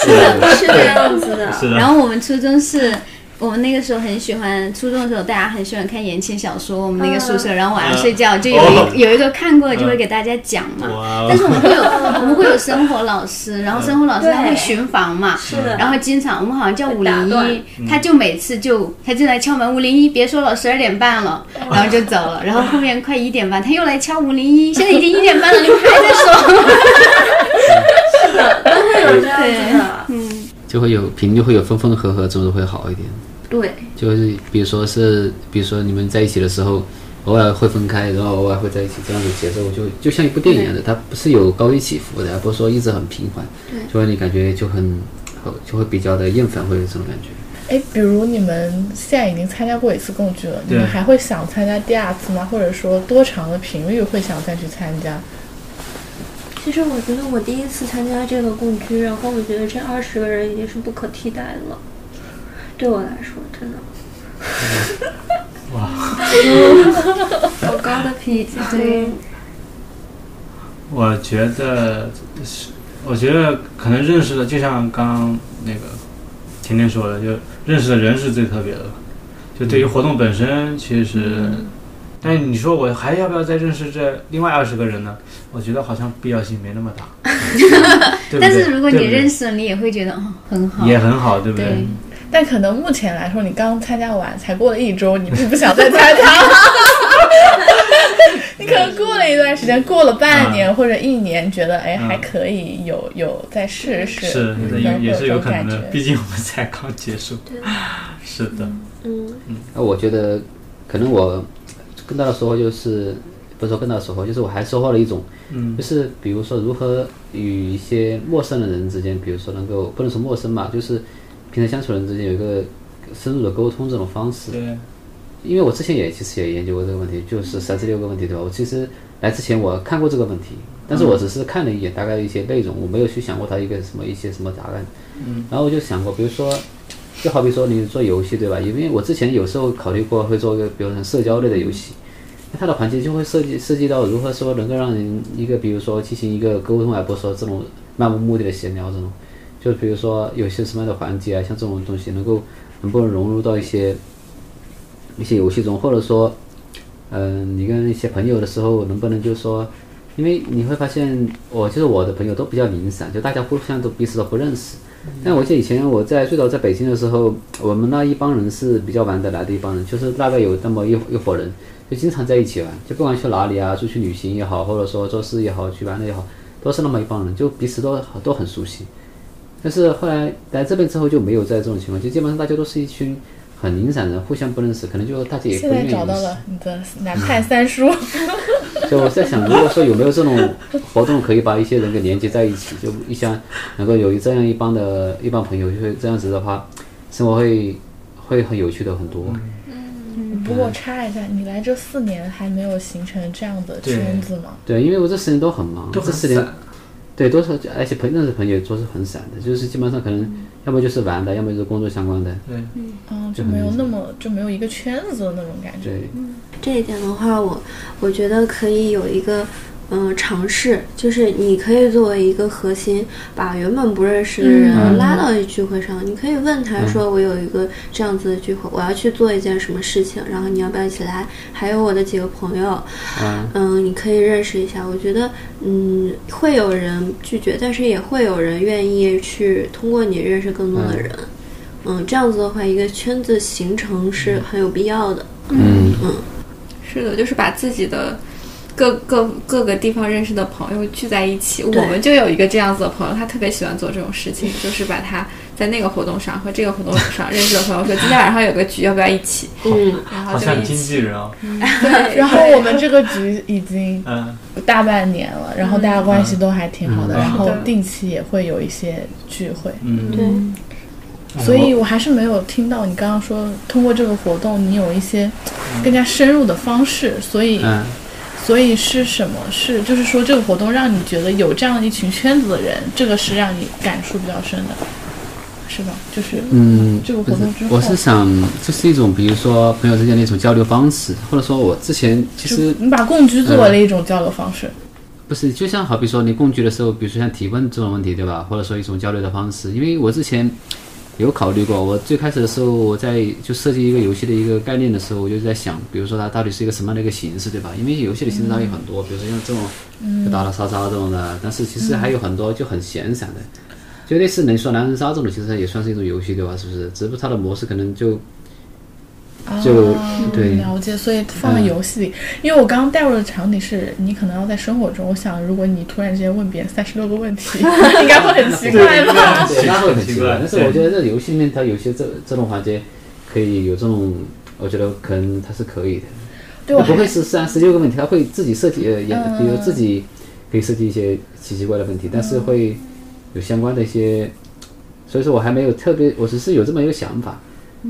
S2: 是的
S6: 是这样子的，
S3: 是
S8: 然
S3: 的，
S8: 后我们初中是。我们那个时候很喜欢，初中的时候大家很喜欢看言情小说，我们那个宿舍，然后晚上睡觉就有一、
S3: 哦
S8: 有一个看过就会给大家讲嘛。
S3: 哇哦
S8: 但是我们会有我们会有生活老师，然后生活老师他
S6: 对
S8: 会巡房嘛，
S6: 是的
S8: 然后经常我们好像叫五零
S6: 打断
S8: 一，他就每次就他就来敲门，五零一别说了，十二点半了，
S6: 嗯
S8: 然后就走了，然后后面快一点半他又来敲五零一，现在已经一点半了，你们 还在说？
S6: 会有这样子的。
S2: 就会有频率会有分分合合，总是会好一点。
S6: 对，
S2: 就是比如说是，比如说你们在一起的时候，偶尔会分开，然后偶尔会在一起，这样的节奏就就像一部电影一样的，它不是有高低起伏的，而不是说一直很平缓，就让你感觉就很就会比较的厌烦，会有这种感觉。
S4: 哎，比如你们现在已经参加过一次共聚了，你
S3: 对
S4: 们还会想参加第二次吗？或者说多长的频率会想再去参加？
S6: 其实我觉得我第一次参加这个共居，然后我觉得这二十个人已经是不可替代的了，对我来说真的。
S7: 好高的评价，对，
S3: 我觉得是，我觉得可能认识的，就像刚刚那个甜甜说的，就认识的人是最特别的吧。就对于活动本身，其实，
S5: 嗯
S3: 但是你说我还要不要再认识这另外二十个人呢？我觉得好像必要性没那么 大。对不对
S5: 但是如果你
S3: 对不对
S5: 认识了，你也会觉得哦很好。
S3: 也很好，对不
S5: 对
S4: 但可能目前来说，你刚参加完，才过了一周，你并不想再参加了。 你可能过了一段时间，过了半年或者一年，觉得哎
S3: 啊嗯
S4: 还可以，有有再试试，
S3: 是
S4: 可能
S3: 也
S4: 会有
S3: 也是
S4: 这
S3: 有
S4: 种
S3: 可能
S4: 感
S3: 的，
S4: 觉
S3: 毕竟我们才刚结束。 是的，
S6: 嗯，
S2: 那我觉得，可能我更大的收获就是，不是说更大的收获，就是我还收获了一种，
S3: 嗯
S2: 就是比如说如何与一些陌生的人之间，比如说能够不能说陌生吧，就是平常相处的人之间有一个深入的沟通这种方式。
S3: 对，
S2: 因为我之前也其实也研究过这个问题，就是三十六个问题对吧？我其实来之前我看过这个问题，但是我只是看了一眼大概的一些内容，我没有去想过它一个什么一些什么答案。嗯，然后我就想过，比如说，就好比说你做游戏对吧？因为我之前有时候考虑过会做一个，比如说社交类的游戏，那它的环节就会涉及涉及到如何说能够让人一个，比如说进行一个沟通，而不是说这种漫无目的的闲聊这种。就比如说有些什么样的环节啊，像这种东西能够能不能融入到一些一些游戏中，或者说，嗯、你跟一些朋友的时候，能不能就是说，因为你会发现，我就是我的朋友都比较零散，就大家互相都彼此都不认识。但我记得以前我在最早在北京的时候，我们那一帮人是比较玩得来的一帮人，就是大概有那么一一伙人，就经常在一起玩，就不管去哪里啊，出去旅行也好，或者说做事也好，去玩的也好，都是那么一帮人，就彼此都都很熟悉。但是后来来这边之后就没有在这种情况，就基本上大家都是一群很零散的，互相不认识，可能就大家也不
S4: 现
S2: 愿
S4: 在
S2: 意
S4: 找到
S2: 认识
S4: 了你的南派三 叔，
S2: 就我在想，如果说有没有这种活动，可以把一些人给连接在一起，就一下能够有一这样一帮的一帮朋友，就是这样子的话，生活会会很有趣的很多。
S3: 嗯
S4: 不过插一下，你来这四年还没有形成这样的圈子吗？
S2: 对，因为我这十年都很忙，
S3: 都
S2: 这
S3: 很
S2: 十年
S3: 散。
S2: 对，都是而且朋认识朋友都是很散的，就是基本上可能要么就是玩的，要么就是工作相关的。
S3: 对，
S4: 嗯，就没有那么就没有一个圈子的那种感觉。
S2: 对，
S6: 这一点的话，我我觉得可以有一个嗯、呃尝试，就是你可以作为一个核心，把原本不认识的人
S4: 嗯
S6: 拉到一聚会上。你可以问
S2: 嗯
S6: 他说：“我有一个这样子的聚会，我要去做一件什么事情，然后你要不要一起来？”还有我的几个朋友，
S2: 嗯，
S6: 嗯，你可以认识一下。我觉得，嗯，会有人拒绝，但是也会有人愿意去通过你认识更多的人。嗯这样子的话，一个圈子形成是很有必要的。
S2: 嗯，
S7: 是的，就是把自己的各各各个地方认识的朋友聚在一起。
S6: 对
S7: 我们就有一个这样子的朋友，他特别喜欢做这种事情，就是把他在那个活动上和这个活动上认识的朋友说，今天晚上有个局，要不要一起？
S6: 嗯，
S7: 然
S3: 好
S7: 后就
S3: 像
S7: 一
S3: 经
S7: 起。
S3: 纪人啊，
S7: 对，
S4: 然后我们这个局已经
S3: 嗯，
S4: 大半年了，然后大家关系都还挺好的，
S3: 嗯
S4: 然后
S7: 是的
S4: 定期也会有一些聚会，
S3: 嗯，
S6: 对。
S2: 嗯
S4: 所以我还是没有听到你刚刚说通过这个活动你有一些更加深入的方式，所以、
S2: 嗯，
S4: 所以是什么？是就是说这个活动让你觉得有这样一群圈子的人，这个是让你感触比较深的，是吧？就是
S2: 嗯，
S4: 这个活动之后
S2: 我是想，这是一种比如说朋友之间的一种交流方式，或者说我之前其
S4: 就
S2: 实
S4: 你把共居作为
S2: 嗯
S4: 了一种交流方式，
S2: 不是，就像好比说你共居的时候，比如说像提问这种问题，对吧？或者说一种交流的方式，因为我之前有考虑过，我最开始的时候，我在就设计一个游戏的一个概念的时候，我就在想，比如说它到底是一个什么样的一个形式，对吧？因为游戏的形式它有很多，比如说像这种就打打杀杀这种的，但是其实还有很多就很闲散的，就类似能说狼人杀这种，其实它也算是一种游戏，对吧？是不是？只不过它的模式可能就就
S4: 啊、
S2: 对
S4: 了解，所以放在
S2: 嗯
S4: 游戏里。因为我刚刚带入的场景是你可能要在生活中，我想如果你突然之间问别人三十六个问 题，应该会很奇怪吧？
S2: 对，那会很
S3: 奇
S2: 奇
S3: 怪
S2: 怪。但是
S3: 对
S2: 我觉得这游戏里面它有些这这种环节可以有这种，我觉得可能它是可以的。
S4: 对我
S2: 不
S4: 还
S2: 会是三十六个问题，他会自己设计呃也，比如自己可以设计一些奇奇怪的问题，但是会有相关的一些，所以说我还没有特别，我只是有这么一个想法，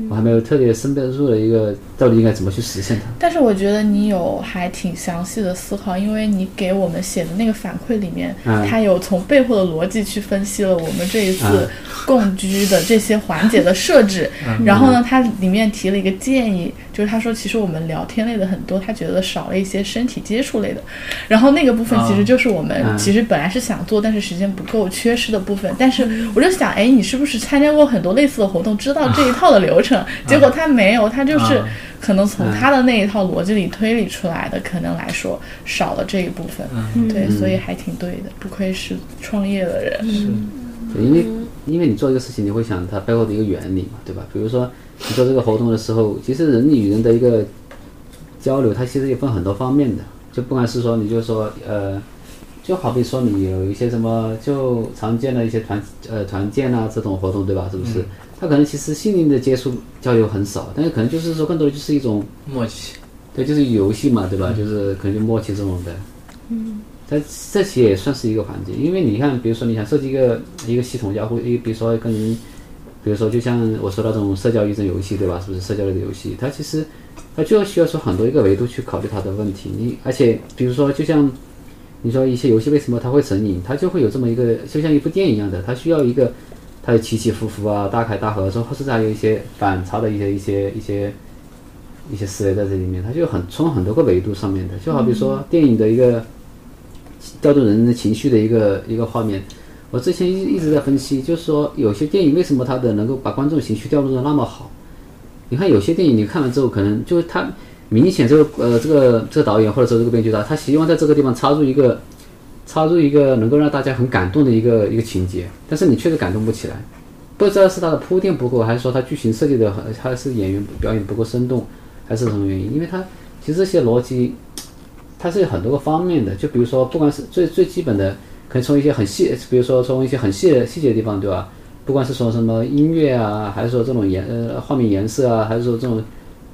S2: 我还没有特别深入入的一个到底应该怎么去实现它。
S4: 但是我觉得你有还挺详细的思考，因为你给我们写的那个反馈里面，
S2: 嗯
S4: 它有从背后的逻辑去分析了我们这一次
S2: 嗯
S4: 共居的这些环节的设置。然后呢，它里面提了一个建议，就是他说其实我们聊天类的很多，他觉得少了一些身体接触类的。然后那个部分其实就是我们
S2: 嗯
S4: 其实本来是想做，但是时间不够缺失的部分。但是
S2: 嗯
S4: 我就想，哎，你是不是参加过很多类似的活动，知道这一套的流程？
S2: 嗯
S4: 结果他没有，他就是
S3: 啊
S4: 可能从他的那一套逻辑里推理出来的，可能来说少了这一部分。
S2: 嗯
S4: 对，所以还挺对的，不愧是创业的人。
S2: 对因为因为你做一个事情，你会想它背后的一个原理嘛，对吧？比如说你做这个活动的时候，其实人与人的一个交流，它其实也分很多方面的，就不管是说你就说呃，就好比说你有一些什么就常见的一些团呃团建啊这种活动，对吧？是不是？它可能其实心灵的接触交流很少，但是可能就是说更多的就是一种
S3: 默契，
S2: 对，就是游戏嘛，对吧？就是可能就默契这种的。嗯。但这其实也算是一个环节，因为你看，比如说你想设计一个一个系统交互，一个比如说跟人，比如说就像我说到这种社交益智游戏，对吧？是不是社交类的游戏？它其实它就需要说很多一个维度去考虑它的问题。你而且比如说就像你说一些游戏为什么它会成瘾，它就会有这么一个，就像一部电影一样的，它需要一个它的起起伏伏啊，大开大合，说甚至还有一些反差的一些一些一些一些思维在这里面，它就很从很多个维度上面的，就好比说电影的一个调动人的情绪的一个一个画面。我之前一一直在分析，就是说有些电影为什么它的能够把观众情绪调动的那么好？你看有些电影你看完之后，可能就是他明显这个呃这个这个导演或者说这个编剧他他希望在这个地方插入一个插入一个能够让大家很感动的一个一个情节，但是你确实感动不起来。不知道是他的铺垫不够，还是说他剧情设计的很，还是演员表演不够生动，还是什么原因？因为他其实这些逻辑，它是有很多个方面的。就比如说，不管是最最基本的，可以从一些很细，比如说从一些很细的细节的地方，对吧？不管是说什么音乐啊，还是说这种颜呃画面颜色啊，还是说这种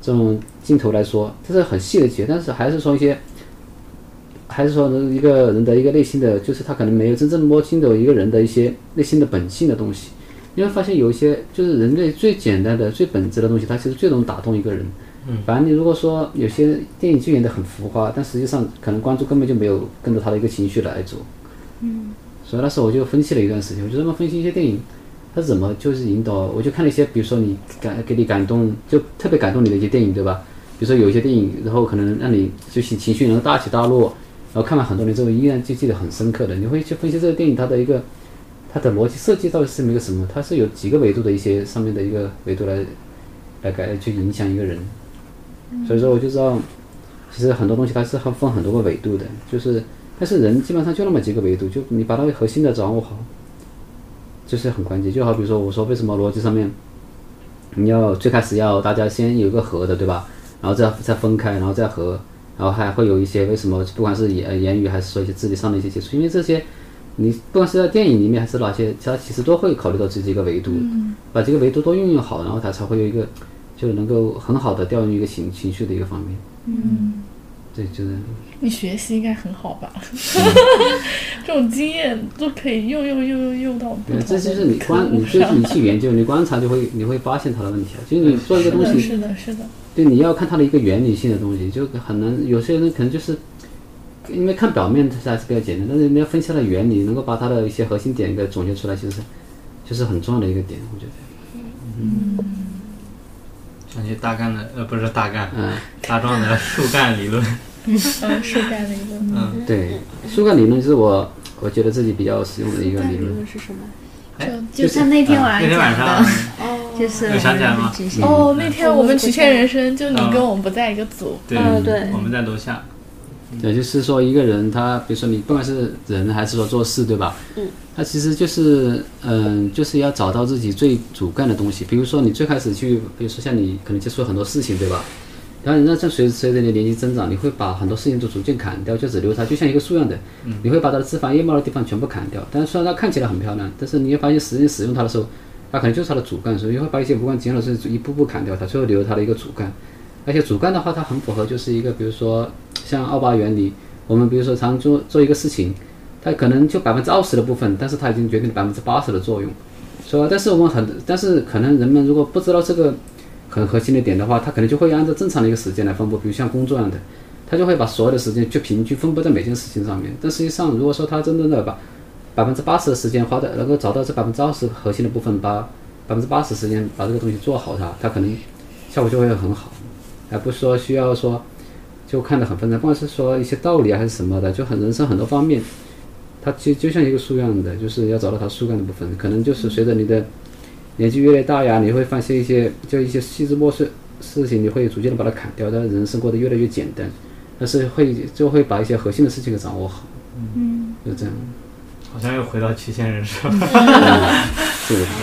S2: 这种镜头来说，这是很细的节，但是还是说一些。还是说一个人的一个内心的，就是他可能没有真正摸清的一个人的一些内心的本性的东西。你会发现有一些就是人类最简单的、最本质的东西，它其实最能打动一个人。嗯，反正你如果说有些电影剧演的很浮夸，但实际上可能观众根本就没有跟着他的一个情绪来走。嗯，所以那时候我就分析了一段时间，我就这么分析一些电影，它怎么就是引导，我就看了一些，比如说你感给你感动，就特别感动你的一些电影，对吧？比如说有一些电影，然后可能让你就情情绪能大起大落，然后看完很多年之后依然就记得很深刻的，你会去分析这个电影它的一个它的逻辑设计到底是一个什么？它是有几个维度的一些上面的一个维度来来改去影响一个人。所以说我就知道，其实很多东西它是很分很多个维度的，就是但是人基本上就那么几个维度，就你把它核心的掌握好，这是很关键。就好比说我说为什么逻辑上面，你要最开始要大家先有一个合的，对吧？然后再再分开，然后再合，然后还会有一些为什么不管是言言语还是说一些肢体上的一些接触，因为这些。你不管是在电影里面还是哪些，它其实都会考虑到这几个维度，把这个维度都运用好，然后它才会有一个就能够很好的调用一个情情绪的一个方面。嗯，对，就是
S4: 你学习应该很好吧？
S2: 嗯
S4: 这种经验都可以用用用用用到不
S2: 对，
S4: 同
S2: 这
S4: 的
S2: 就是你
S4: 科
S2: 观，
S4: 目
S2: 你就是
S4: 上
S2: 你去研究，你观察就会你会发现它的问题啊。就是你做一个东
S4: 是的，
S2: 西，
S4: 是的，是的。
S2: 对，你要看它的一个原理性的东西，就很难。有些人可能就是因为看表面它是比较简单，但是你要分析它的原理，能够把它的一些核心点给总结出来，其实就是很重要的一个点，我觉得。
S3: 想起大干的呃不是大干，
S2: 嗯，
S3: 大壮的树干理论，
S4: 嗯，是这样的一个。
S3: 嗯，
S2: 对，树干理论是我我觉得自己比较实用的一个理论。
S6: 是什么？
S5: 就像那天晚
S3: 啊那
S5: 上
S3: 天晚上
S5: 讲的，就是
S3: 有想起来吗
S5: 极限
S4: 哦，那天我们曲线人生就你
S2: 啊
S4: 跟我们不在一个组，
S3: 对
S6: 嗯对
S3: 我们在楼下，
S2: 也就是说，一个人他，比如说你不管是人还是说做事，对吧？嗯，他其实就是，嗯、就是要找到自己最主干的东西。比如说你最开始去，比如说像你可能接触很多事情，对吧？然后你那这随随着你的年纪增长，你会把很多事情都逐渐砍掉，就只留它就像一个树样的，你会把它的枝繁叶茂的地方全部砍掉。但是虽然它看起来很漂亮，但是你会发现实际使用它的时候，它可能就是它的主干，所以会把一些无关紧要的事情一步步砍掉它，最后留它的一个主干。而且主干的话，它很符合就是一个，比如说像奥巴原理，我们比如说常做做一个事情，它可能就百分之二十的部分，但是它已经决定百分之八十的作用。所以，但是我们很，但是可能人们如果不知道这个很核心的点的话，他可能就会按照正常的一个时间来分布，比如像工作一样的，他就会把所有的时间去平均分布在每件事情上面。但实际上，如果说他真正的把百分之八十的时间花在能够找到这百分之二十核心的部分，把百分之八十时间把这个东西做好它，它可能效果就会很好，而不是说需要说就看得很分散，不管是说一些道理啊还是什么的，就很人生很多方面，它其实就像一个树一样的，就是要找到它树干的部分，可能就是随着你的年纪越来越大呀，你会发现一些就一些细枝末节事情，你会逐渐的把它砍掉，但人生过得越来越简单，但是会就会把一些核心的事情给掌握好，嗯，就这样，
S3: 好像又回到曲线人生。
S2: 是的。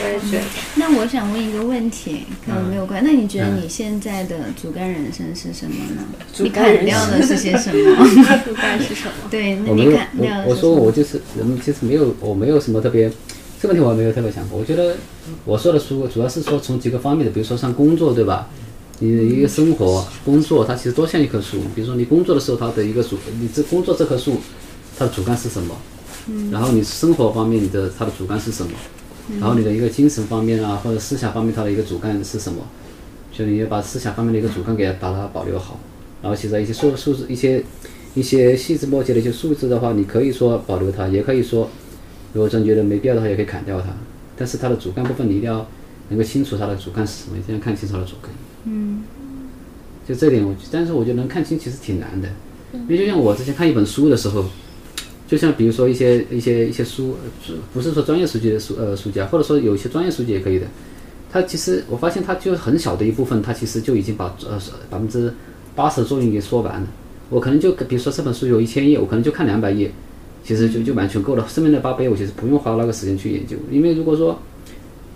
S6: 我也觉得
S5: 那我想问一个问题，跟我没有关。那你觉得你现在的主干人生是什么呢？你砍掉的是些什么？
S6: 主干是什么？
S5: 对，那
S2: 我没有
S5: 你砍，掉
S2: 我
S5: 的
S2: 我
S5: 是什
S2: 说
S5: 么？
S2: 我就是人，其实没有，我没有什么特别，这个问题我没有特别想过。我觉得我说的书主要是说从几个方面的，比如说像工作，对吧？你
S5: 嗯
S2: 的一个生活、工作，它其实都像一棵树。比如说你工作的时候，它的一个主，你这工作这棵树，它的主干是什么？然后你生活方面，你的它的主干是什么？然后你的一个精神方面啊，或者思想方面，它的一个主干是什么？所以你要把思想方面的一个主干给它把它保留好。然后其实一些数数字一些一些细枝末节的一些数字的话，你可以说保留它，也可以说如果真觉得没必要的话，也可以砍掉它。但是它的主干部分你一定要能够清楚它的主干是什么，一定要看清楚它的主干。嗯，就这点我，但是我觉得能看清其实挺难的，因为就像我之前看一本书的时候。就像比如说一些一些一些书，呃不是说专业书籍的书呃书籍啊，或者说有一些专业书籍也可以的，它其实我发现它就很小的一部分，它其实就已经把呃百分之八十的作用给说完了。我可能就比如说这本书有一千页，我可能就看两百页，其实就就完全够了。剩下的八百页我其实不用花那个时间去研究，因为如果说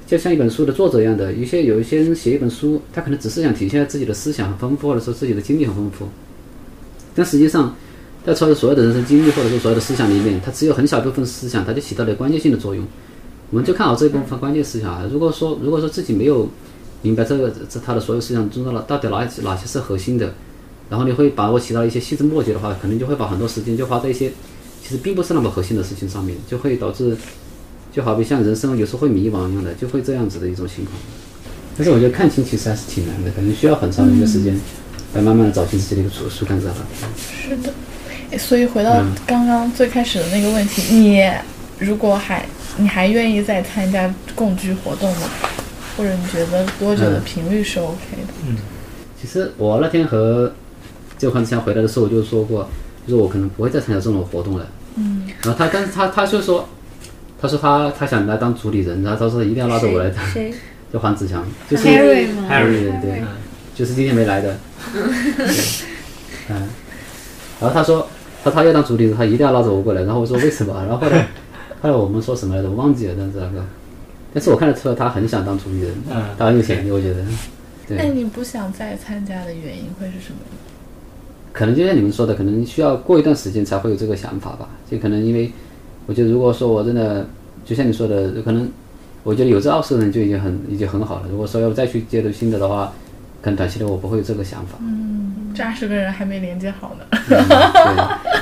S2: 就像一本书的作者一样的，有些有一些人写一本书，他可能只是想体现自己的思想很丰富，或者说自己的经历很丰富，但实际上。在超越所有的人生经历或者说所有的思想里面，它只有很小一部分思想，它就起到了关键性的作用。我们就看好这一部分关键思想啊。如果说如果说自己没有明白这个这它的所有思想中的到底哪哪些是核心的，然后你会把握其他一些细枝末节的话，可能就会把很多时间就花在一些其实并不是那么核心的事情上面，就会导致就好比像人生有时候会迷茫一样的，就会这样子的一种情况。但是我觉得看清其实还是挺难的，可能需要很长的一个时间来慢慢的找清自己的一个主树干在哪。
S4: 是的，诶所以回到
S2: 嗯
S4: 刚刚最开始的那个问题，你如果还你还愿意再参加共居活动吗？或者你觉得多久的
S2: 嗯
S4: 频率是 OK 的？
S2: 其实我那天和这款之前回来的时候，我就说过，就是我可能不会再参加这种活动了。嗯。然后他，但是他他就说，他说他他想来当主理人，然后他说一定要拉着我来当，
S6: 谁？
S2: 就黄子强，就是
S5: Harry
S2: 嗯
S5: 吗？
S3: Harry，
S2: 对对，就是今天没来的。对嗯。然后他说，他他要当主理人，他一定要拉着我过来。然后我说为什么？然后后来 后来我们说什么来着？我忘记了，但是那个，但是我看得出来他很想当主理人，
S3: 嗯
S2: 他很有潜力，我觉得。对。
S4: 那你不想再参加的原因会是什么？
S2: 可能就像你们说的，可能需要过一段时间才会有这个想法吧。就可能因为，我觉得如果说我真的，就像你说的，可能我觉得有这二十人就已经很已经很好了。如果说要再去接触新的的话，可能短期内我不会有这个想 法。
S4: 这二十个人还没连接好呢。
S2: 对，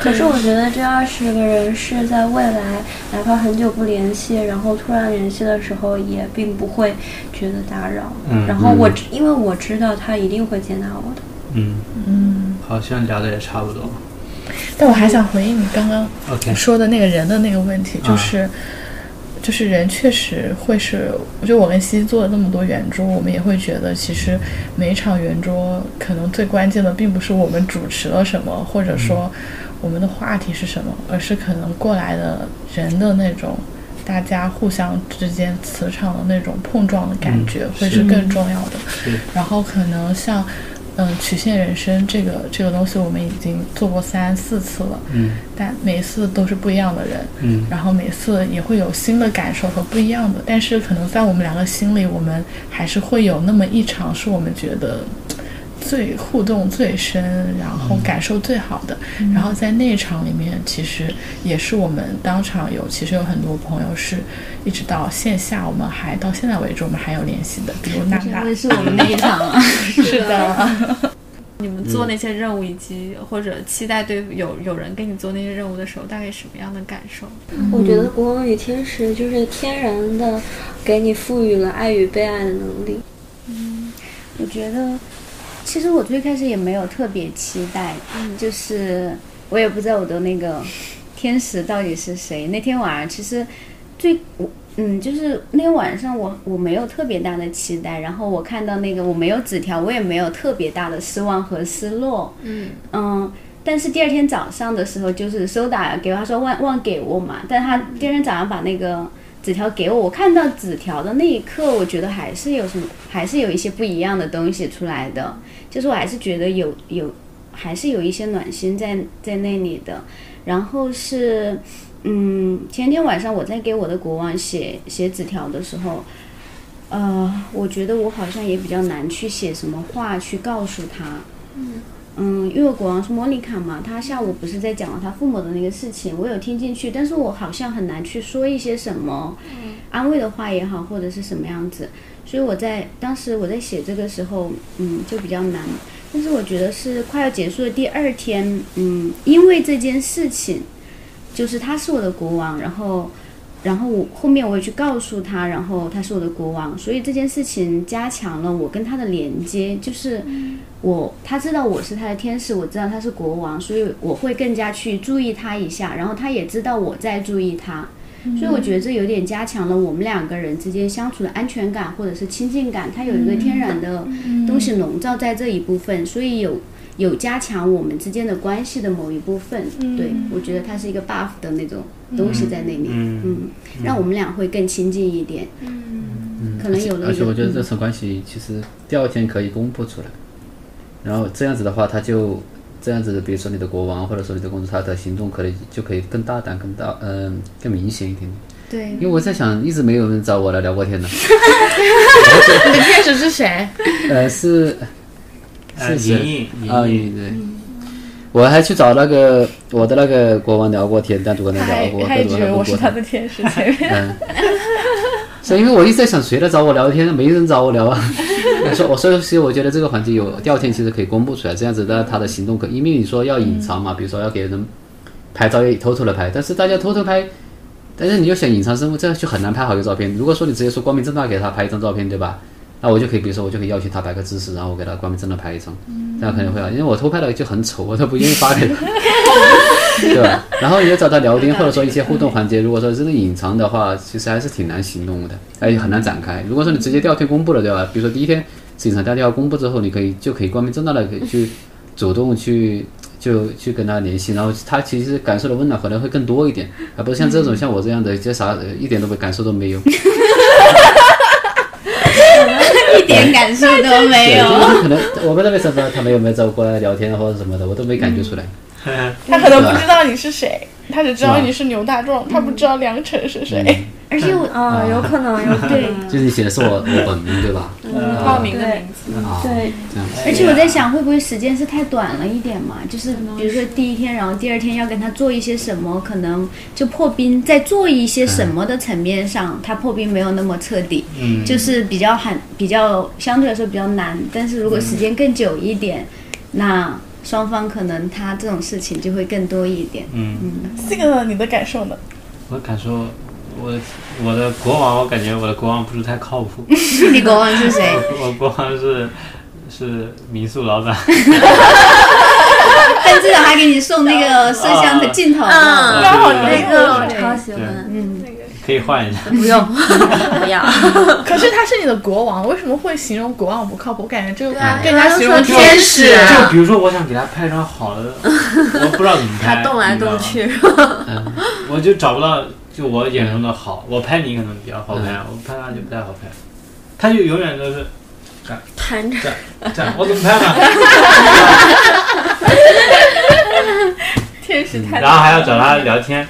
S8: 可是我觉得这二十个人是在未来，哪怕很久不联系，然后突然联系的时候，也并不会觉得打扰。
S3: 嗯
S8: 然后我知因为我知道他一定会接纳我的。
S3: 嗯嗯，好像聊的也差不多。
S4: 但我还想回应你刚刚
S3: OK，啊
S4: 说的那个人的那个问题，就是、就是人确实会是，我觉得我跟西西做了那么多圆桌，我们也会觉得，其实每一场圆桌可能最关键的并不是我们主持了什么，或者说
S3: 嗯
S4: 我们的话题是什么，而是可能过来的人的那种。大家互相之间磁场的那种碰撞的感觉
S3: 嗯
S4: 会
S3: 是
S4: 是更重要的，
S3: 是
S4: 然后可能像，嗯、曲线人生这个这个东西，我们已经做过三四次了，
S3: 嗯
S4: 但每次都是不一样的人，
S3: 嗯
S4: 然后每次也会有新的感受和不一样的。但是可能在我们两个心里，我们还是会有那么一场是我们觉得最互动最深，然后感受最好的。然后在那一场里面，其实也是我们当场有，其实有很多朋友是一直到线下，我们还到现在为止我们还有联系的，比如娜
S5: 这
S4: 娜。
S5: 会是我们那一场啊。
S4: 是的，
S7: 你
S3: 嗯
S7: 们做那些任务，以及或者期待对有有人给你做那些任务的时候，大概什么样的感受？
S8: 嗯我觉得《国王与天使》就是天然的给你赋予了爱与被爱的能力。
S5: 我觉得，其实我最开始也没有特别期待，就是我也不知道我的那个天使到底是谁。那天晚上其实最我嗯，就是那天晚上我我没有特别大的期待，然后我看到那个我没有纸条，我也没有特别大的失望和失落。
S7: 嗯
S5: 嗯。但是第二天早上的时候，就是收打给我他说忘忘给我嘛，但他第二天早上把那个纸条给我，我看到纸条的那一刻，我觉得还是有什么，还是有一些不一样的东西出来的，就是我还是觉得有有，还是有一些暖心在在那里的。然后是，嗯，前天晚上我在给我的国王写写纸条的时候，呃，我觉得我好像也比较难去写什么话去告诉他，嗯，因为国王是莫妮卡嘛，他下午不是在讲了他父母的那个事情，我有听进去，但是我好像很难去说一些什么安慰的话也好，或者是什么样子，所以我在当时我在写这个时候，嗯，就比较难。但是我觉得是快要结束的第二天，嗯，因为这件事情，就是他是我的国王，然后，然后我后面我也去告诉他，然后他是我的国王，所以这件事情加强了我跟他的连接，就是。我他知道我是他的天使，我知道他是国王，所以我会更加去注意他一下，然后他也知道我在注意他，所以我觉得这有点加强了我们两个人之间相处的安全感或者是亲近感，它有一个天然的东西笼罩在这一部分，所以有有加强我们之间的关系的某一部分，对我觉得它是一个 buff 的那种东西在那里，
S3: 嗯 嗯
S5: 嗯，让我们俩会更亲近一点，可能有嗯了
S2: 嗯而
S5: 一
S2: 且我
S5: 个
S2: 觉得这层关系其实第二天可以公布出来，然后这样子的话，他就这样子，比如说你的国王或者说你的公主，他的行动可以就可以更大胆、更大，嗯、更明显一点。
S5: 对
S2: 因为我在想，一直没有人找我来聊过天呢。
S4: 你的天使是谁？
S2: 呃，是
S3: 呃，
S2: 是谁
S3: 莹莹，
S2: 啊，
S3: 莹
S2: 你
S3: 莹，
S2: 对。我还去找那个我的那个国王聊过天，单独跟他
S4: 他
S2: 聊
S4: 还
S2: 过，
S4: 他
S2: 单
S4: 也
S2: 独
S4: 觉
S2: 跟
S4: 得
S2: 他
S4: 我
S2: 问
S4: 是
S2: 过
S4: 他
S2: 他。
S4: 的天使，前面
S2: 嗯，所以因为我一直在想谁来找我聊天，没人找我聊啊。 我说，我说，其实我觉得这个环节有第二天其实可以公布出来，这样子那他的行动可，因为你说要隐藏
S4: 嗯
S2: 嘛，比如说要给人拍照也偷偷的拍，但是大家偷偷拍，但是你又想隐藏身份，这样就很难拍好一个照片。如果说你直接说光明正大给他拍一张照片，对吧？那我就可以，比如说我就可以要求他摆个姿势，然后我给他光明正大拍一张，这样可能会好，因为我偷拍了就很丑，我都不愿意发给他。 对吧？ 然后你要找他聊天，或者说一些互动环节，如果说真的隐藏的话，其实还是挺难行动的，而且很难展开。如果说你直接第二天公布了，对吧？比如说第一天是隐藏，第二天要公布之后，你可以就可以光明正大的去主动去就去跟他联系，然后他其实感受的温暖可能会更多一点，而不是像这种像我这样的，就啥呃一点都没感受都没有。
S5: 一点感受都没
S2: 对，
S5: 有。
S2: 就是可能我不知道为什么他们有没有找我过来聊天啊或者什么的，我都没感觉出来。
S3: 嗯
S4: 他可能不知道你是谁，他只知道你是牛大壮，他不知道梁晨是谁。
S5: 而且我
S8: 啊，有可能，有对
S2: 嗯就是你写的是我我本名对吧？
S7: 报名的
S8: 对
S7: 名字，
S2: 啊，
S8: 对，
S2: 这样子。
S5: 而且我在想，会不会时间是太短了一点嘛？就是比如说第一天，然后第二天要跟他做一些什么，可能就破冰，在做一些什么的层面上，他破冰没有那么彻底，
S3: 嗯，
S5: 就是比较很比较相对来说比较难。但是如果时间更久一点，那双方可能他这种事情就会更多一 点。
S3: 嗯，
S4: 这个呢你的感受呢？
S3: 我感受，我我的国王，我感觉我的国王不是太靠谱，
S5: 你国王是谁？
S3: 我国王是是民宿老板，
S5: 但至少还给你送那
S2: 啊
S5: 个摄像的镜头呢。
S6: 嗯，
S4: 好
S6: 那个我超喜欢，
S5: 嗯，
S3: 可以换一下，
S6: 不用，不要，
S4: 可是他是你的国王，为什么会形容国王不靠谱？我感觉这个更加
S6: 刚刚
S4: 形容
S6: 说
S4: 天啊
S6: 使啊
S3: 就比如说，我想给他拍张好的，我不知道怎么拍，
S6: 他动来动
S3: 你知道吗，
S6: 去，
S3: 我就找不到就我眼中的好。我拍你可能比较好拍，我拍他就不太好拍，他就永远都是
S6: 弹着。
S3: 这样，我怎么 拍呢？
S4: 天使太
S3: 嗯然后还要找他聊天。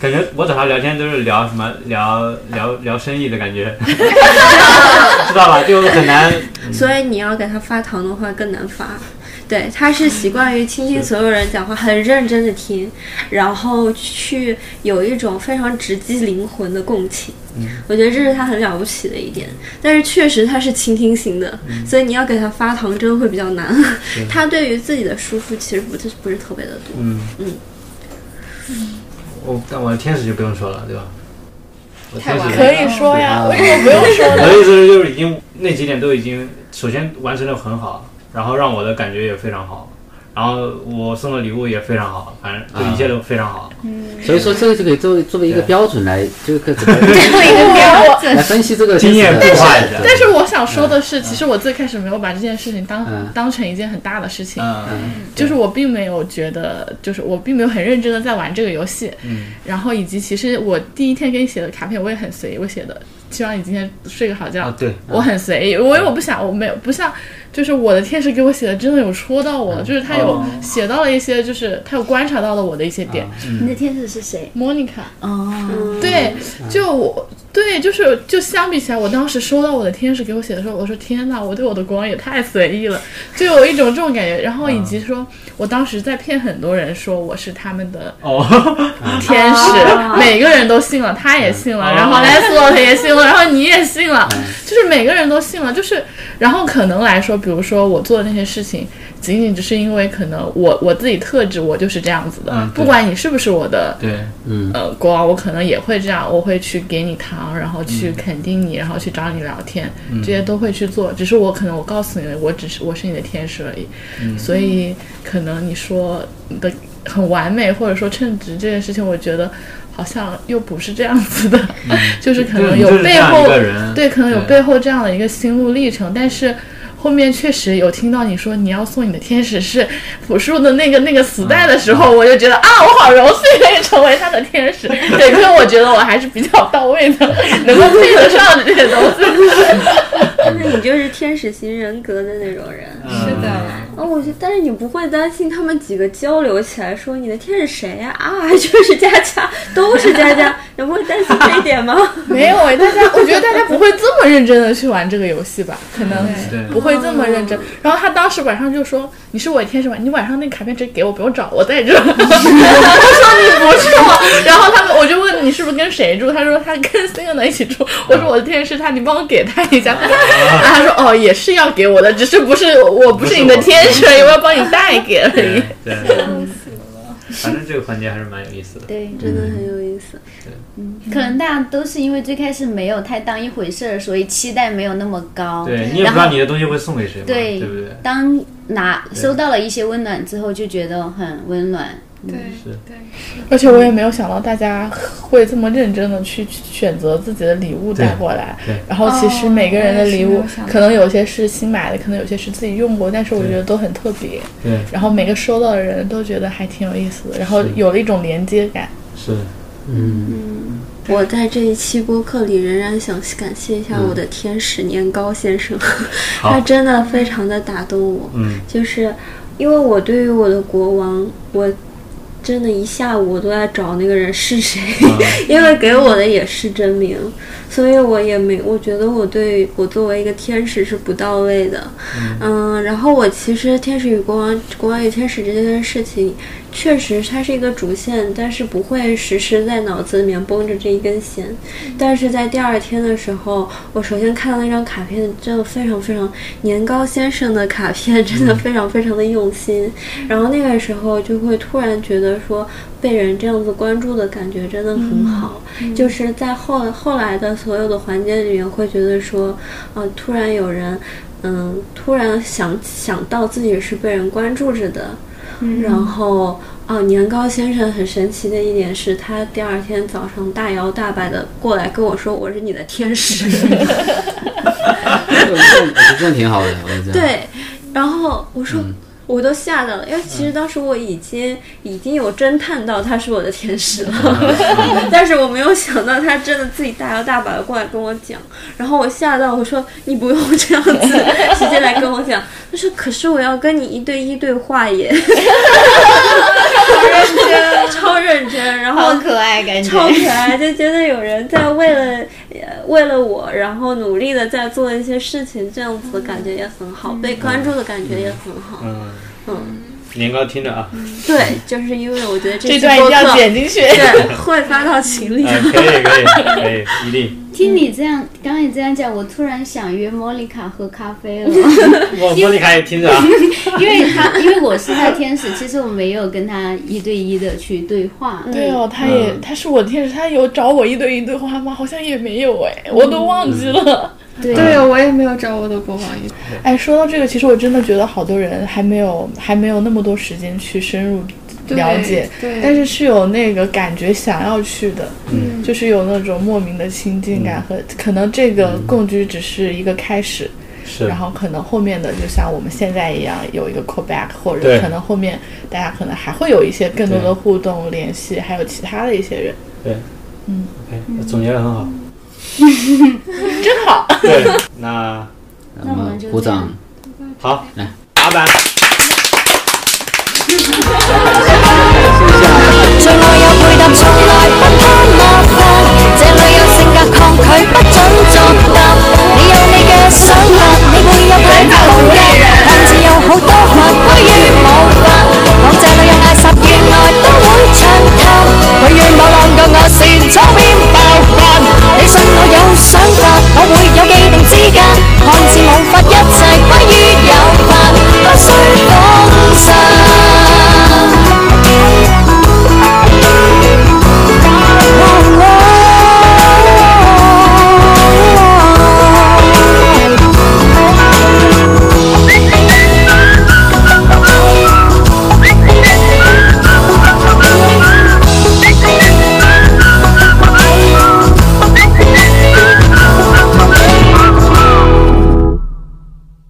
S3: 感觉我找他聊天都是聊 什么聊聊聊生意的感觉，知道吧？就很难
S6: 所以你要给他发糖的话更难发。对，他是习惯于倾听所有人讲话，很认真的听，然后去有一种非常直击灵魂的共情。我觉得这是他很了不起的一点，但是确实他是倾听型的，所以你要给他发糖真的会比较难。他对于自己的输出其实不是不是特别的多。
S3: 嗯
S6: 嗯
S3: 我但我的天使就不用说了，对吧？我天使
S4: 可以说呀，为什么不用说？
S3: 我的意思是，就是已经那几点都已经首先完成的很好，然后让我的感觉也非常好，然后我送的礼物也非常好，反正就一切都非常好。
S2: 所以说这个就可以作为作为一个
S3: 对
S2: 标准来，就可以 怎么 来分析这个
S3: 经验
S2: 天使的
S3: 固化一下
S2: 对
S4: 啊但是我想说的是，其实我最开始没有把这件事情当、
S2: 嗯
S4: 当成一件很大的事情，
S3: 嗯
S4: 就是我并没有觉得，就是我并没有很认真的在玩这个游戏。
S3: 嗯
S4: 然后以及其实我第一天给你写的卡片，我也很随意，我写的希望你今天睡个好觉。
S3: 啊，对，
S4: 我很随意，我因为我不想，我没有不像，就是我的天使给我写的真的有戳到我，就是他有
S3: 哦
S4: 写到了一些，就是他有观察到了我的一些点。
S5: 你的天使是谁？
S4: 莫妮卡，
S5: 哦，
S4: 对，就我对，就是就相比起来，我当时收到我的天使给我写的时候，我说天呐，我对我的光也太随意了，就有一种这种感觉。然后以及说，我当时在骗很多人说我是他们的
S3: 哦，
S4: 天使，每个人都信了，他也信了，
S3: 嗯
S4: 然后
S3: 哦
S4: l e s l o 也信了，然后你也信了，就是每个人都信了，就是然后可能来说，比如说我做的那些事情，仅仅只是因为可能我我自己特质我就是这样子的，
S3: 嗯对
S4: 不管你是不是我的
S3: 对，
S4: 呃光，我可能也会这样，我会去给你糖，然后去
S3: 嗯
S4: 肯定你，然后去找你聊天，这些都会去做。只是我可能我告诉你，我只是我是你的天使而已，
S3: 嗯
S4: 所以可能你说你的很完美或者说称职这件事情，我觉得好像又不是这样子的， 就是可能有
S3: 嗯就是这
S4: 背
S3: 样
S4: 后
S3: 一个人
S4: 对，可能有
S3: 对
S4: 背后这样的一个心路历程，但是。后面确实有听到你说你要送你的天使是朴树的那个那个磁带的时候，我就觉得啊，我好荣幸可以成为他的天 使。对，因为我觉得我还是比较到位的， 能够配得上这些东西。
S6: 但是你就是天使型人格的那种人。
S3: 是
S7: 的，
S6: 哦，我觉得，但是你不会担心他们几个交流起来说你的天是谁呀、啊？ 就是佳佳，都是佳佳，你不会担心这一点 吗？
S4: 没有哎，大家我觉得大家不会这么认真的去玩这个游戏吧？可能
S3: 对
S4: 不会这么认真。然后他当时晚上就说：“你是我的天使吧？你晚上那卡片直接给我，不用找，我在 这。”我说：“你不是我。”然后他们我就问你是不是跟谁住？他说他跟 s i n a 一起住。我说我的天使他，你帮我给他一下。然后他说：“哦，也是要给我的，只是不是我不是你的天使，我要帮你带给而已。”
S3: 对对，反正这个环节还是蛮有意思的。
S5: 对，
S6: 真的很有意思。
S5: 可能大家都是因为最开始没有太当一回事儿，所以期待没有那么高。
S3: 对你也不知
S5: 然
S3: 道
S5: 后
S3: 你的东西会送给谁嘛，
S5: 对
S3: 对不对？
S5: 当拿收到了一些温暖之后，就觉得很温暖。
S7: 对
S3: 是
S7: 对，
S4: 而且我也没有想到大家会这么认真的去选择自己的礼物带过来
S3: 对对，
S4: 然后其实每个人的礼
S7: 哦我
S4: 物
S7: 也是没有想到
S4: 可能有些是新买的，可能有些是自己用过，但是我觉得都很特别。
S3: 对，
S4: 然后每个收到的人都觉得还挺有意思的，然后有了一种连接感。
S3: 是嗯
S6: 我在这一期播客里仍然想感谢一下我的天使年糕先生， 他真的非常的打动我。
S3: 嗯，
S6: 就是因为我对于我的国王，我真的一下午我都在找那个人是谁， 因为给我的也是真名，所以我也没，我觉得我对我作为一个天使是不到位的。嗯，然后我其实天使与国王、国王与天使这件事情，确实它是一个主线，但是不会时时在脑子里面绷着这一根弦。但是在第二天的时候，我首先看到那张卡片，真的非常非常年糕先生的卡片， 真的非常非常的用心。然后那个时候就会突然觉得说，被人这样子关注的感觉真的很好。就是在后后来的所有的环节里面，会觉得说，呃，突然有人，嗯，突然想想到自己是被人关注着的，然后。哦，年糕先生很神奇的一点是他第二天早上大摇大摆的过来跟我说我是你的天 使，
S2: 这个这个我觉得这样挺好的，我觉得这样。
S6: 对，然后我说、
S5: 嗯
S6: 我都吓到了，因为其实当时我已经、已经有侦探到他是我的天 使
S5: 嗯
S6: 了，但是我没有想到他真的自己大摇大摆的过来跟我讲，然后我吓到，我说你不用这样子 直接来跟我讲，他说可是我要跟你一对一对话耶， 超认真，然后
S5: 好可爱，感觉
S6: 超可爱，就觉得有人在为了呃为了我，然后努力的在做一些事情，这样子的感觉也很好，被关注的感觉也很好。
S3: 嗯
S6: 嗯，
S3: 年糕听着啊，
S6: 对，就是因为我觉得这
S4: 这
S6: 期
S4: 段一定
S6: 播
S4: 要
S6: 客
S4: 剪进去。
S6: 对会发到群里。
S3: 呃，可以可以可以， 一定。
S5: 听你这样，刚才你这样讲，我突然想约莫妮卡喝咖啡了，
S3: 我莫妮卡也听着啊，
S5: 因为她，因为我是她天使，其实我没有跟她一对一的去对话，
S4: 对
S3: 嗯
S4: 哦，他也、他是我的天使，他有找我一对一对话吗？好像也没有哎，我
S3: 嗯
S4: 都忘记了。
S5: 对，
S10: 对，我也没有找我的国王一
S4: 哎，说到这个，其实我真的觉得好多人还没有还没有那么多时间去深入
S10: 对
S4: 了解，
S10: 对
S4: 但是是有那个感觉想要去的，嗯，就是有那种莫名的亲近感和、可能这个共居只是一个开始，
S3: 是
S4: 然后可能后面的就像我们现在一样有一个 callback，或
S3: 对
S4: 者可能后面大家可能还会有一些更多的互动联系，还有其他的一些人，
S3: 对，嗯，OK，总结的很好，
S4: 真好。
S3: 对，那
S2: 那我们鼓掌，
S3: 好
S2: 来，
S3: 打板。
S1: 最愛有配搭，從來不貪麻煩，這裏有性格抗拒不